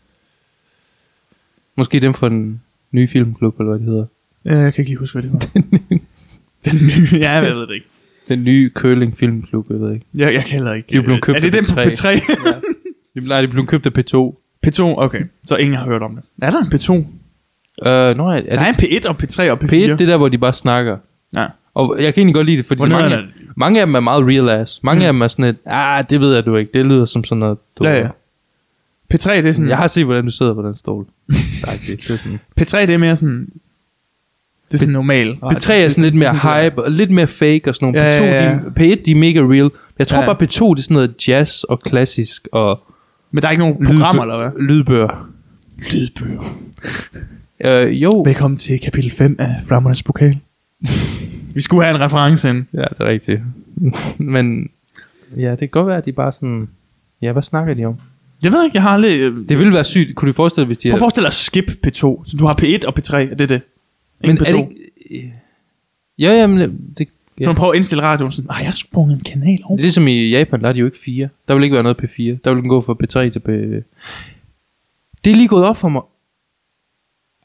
[SPEAKER 2] Måske dem fra den nye filmklub, eller hvad det hedder.
[SPEAKER 1] Ja, Jeg kan ikke lige huske, hvad det hedder. Den nye. Ja, jeg ved det ikke.
[SPEAKER 2] Den nye curling filmklub, jeg ved ikke.
[SPEAKER 1] Jeg, jeg kan heller ikke.
[SPEAKER 2] De er blevet købt
[SPEAKER 1] Er det
[SPEAKER 2] af
[SPEAKER 1] den på P3?
[SPEAKER 2] P3? De, nej, de blev købt af P2.
[SPEAKER 1] P2, okay. Så ingen har hørt om det. Er der en P2?
[SPEAKER 2] Uh, nå, er, er
[SPEAKER 1] Er der
[SPEAKER 2] det
[SPEAKER 1] er en P1 og P3 og P4.
[SPEAKER 2] P1, det er der, hvor de bare snakker?
[SPEAKER 1] Ja.
[SPEAKER 2] Og jeg kan egentlig godt lide det, fordi
[SPEAKER 1] Hvornår
[SPEAKER 2] mange,
[SPEAKER 1] er det?
[SPEAKER 2] mange af dem er meget real ass. Mange mm. af dem er sådan et, ah, det ved jeg du ikke. Det lyder som sådan noget. Du
[SPEAKER 1] Ja, Mm. ja. P3, det er sådan...
[SPEAKER 2] Jeg har set, hvordan du sidder på den stol. Nej, det, det er sådan.
[SPEAKER 1] P3, det er mere sådan... Det er sådan normal.
[SPEAKER 2] P3 er sådan lidt mere hype, og lidt mere fake og sådan noget.
[SPEAKER 1] Ja,
[SPEAKER 2] P2,
[SPEAKER 1] ja, ja.
[SPEAKER 2] De, P1, de er mega real. Jeg tror
[SPEAKER 1] Ja.
[SPEAKER 2] bare, P2, det er sådan noget jazz og klassisk og
[SPEAKER 1] Men der er ikke nogen programmer, eller hvad?
[SPEAKER 2] lydbør.
[SPEAKER 1] Lydbøger.
[SPEAKER 2] Øh, jo.
[SPEAKER 1] Velkommen til kapitel 5 af Flammernes Pokal. Vi skulle have en reference ind.
[SPEAKER 2] Ja, det er rigtigt. Men ja, det kan godt være, at de bare sådan... Ja, hvad snakker de om?
[SPEAKER 1] Jeg ved ikke, jeg har aldrig... øh,
[SPEAKER 2] Det ville være sygt. Kunne du forestille dig, hvis de...
[SPEAKER 1] Prøv at forestille dig at skip P2. Så du har P1 og P3, og det er det. Ingen
[SPEAKER 2] men er
[SPEAKER 1] P2.
[SPEAKER 2] det ikke... Ja, ja, men det,
[SPEAKER 1] Ja.
[SPEAKER 2] ja.
[SPEAKER 1] Når man prøver at indstille radioen, sådan, nej, jeg har sprunget en kanal over.
[SPEAKER 2] Det er ligesom i Japan, der er de jo ikke fire. Der vil ikke være noget P4. Der vil den gå fra P3 til P... Det er lige gået op for mig.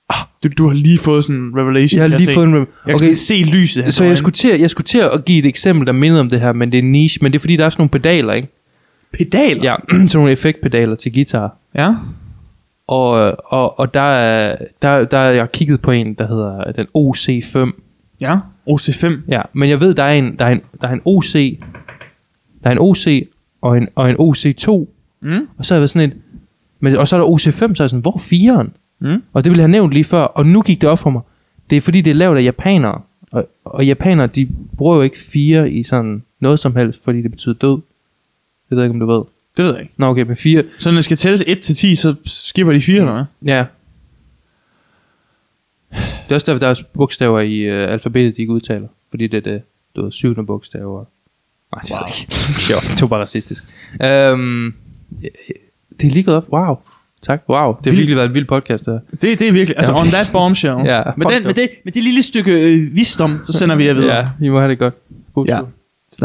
[SPEAKER 1] Ah, Du, du har lige fået sådan en revelation.
[SPEAKER 2] Jeg har
[SPEAKER 1] kan
[SPEAKER 2] lige
[SPEAKER 1] se.
[SPEAKER 2] fået en...
[SPEAKER 1] Jeg kan
[SPEAKER 2] Okay,
[SPEAKER 1] okay. se lyset. i hans
[SPEAKER 2] så jeg
[SPEAKER 1] øjne.
[SPEAKER 2] skulle, til, at- jeg skulle til at give et eksempel, der mindede om det her, men det er en niche. Men det er fordi, der er sådan nogle pedaler, ikke?
[SPEAKER 1] Pedaler?
[SPEAKER 2] Ja, sådan nogle effektpedaler til guitar.
[SPEAKER 1] ja.
[SPEAKER 2] Og, og, og der, er, der, der er jeg kigget på en, der hedder den OC5.
[SPEAKER 1] Ja. OC5.
[SPEAKER 2] Ja, men jeg ved, der er en, der er en, der er en OC, der er en OC og en, og en OC2,
[SPEAKER 1] Mm.
[SPEAKER 2] og så har jeg været sådan et, men, og så er der OC5, så er jeg sådan, hvor er 4'eren?
[SPEAKER 1] Mm.
[SPEAKER 2] Og det ville jeg have nævnt lige før, og nu gik det op for mig. Det er fordi, det er lavet af japanere, og, og japanere, de bruger jo ikke 4 i sådan noget som helst, fordi det betyder død. Jeg ved ikke, om du ved.
[SPEAKER 1] Det ved jeg ikke.
[SPEAKER 2] Nå, okay, men 4,
[SPEAKER 1] Så når det skal tælles 1 til 10, så skipper de 4, eller hvad?
[SPEAKER 2] ja. Det er også derfor, der er bogstaver i øh, alfabetet, de ikke udtaler, fordi det er det, du ved, syvende bogstaver. Nej, det er
[SPEAKER 1] Wow.
[SPEAKER 2] wow. ikke. Jo, det var bare racistisk. Øhm, det er lige gået op. Wow. Tak. Wow. Det har
[SPEAKER 1] Vildt.
[SPEAKER 2] virkelig været en vild podcast, det her.
[SPEAKER 1] Det, det er virkelig, altså
[SPEAKER 2] Ja.
[SPEAKER 1] on that bombshell.
[SPEAKER 2] Ja,
[SPEAKER 1] med,
[SPEAKER 2] fuck
[SPEAKER 1] den, med,
[SPEAKER 2] dog.
[SPEAKER 1] det, med det lille stykke øh, visdom, så sender vi jer videre.
[SPEAKER 2] Ja, I må have det godt. God
[SPEAKER 1] Ja.
[SPEAKER 2] tur.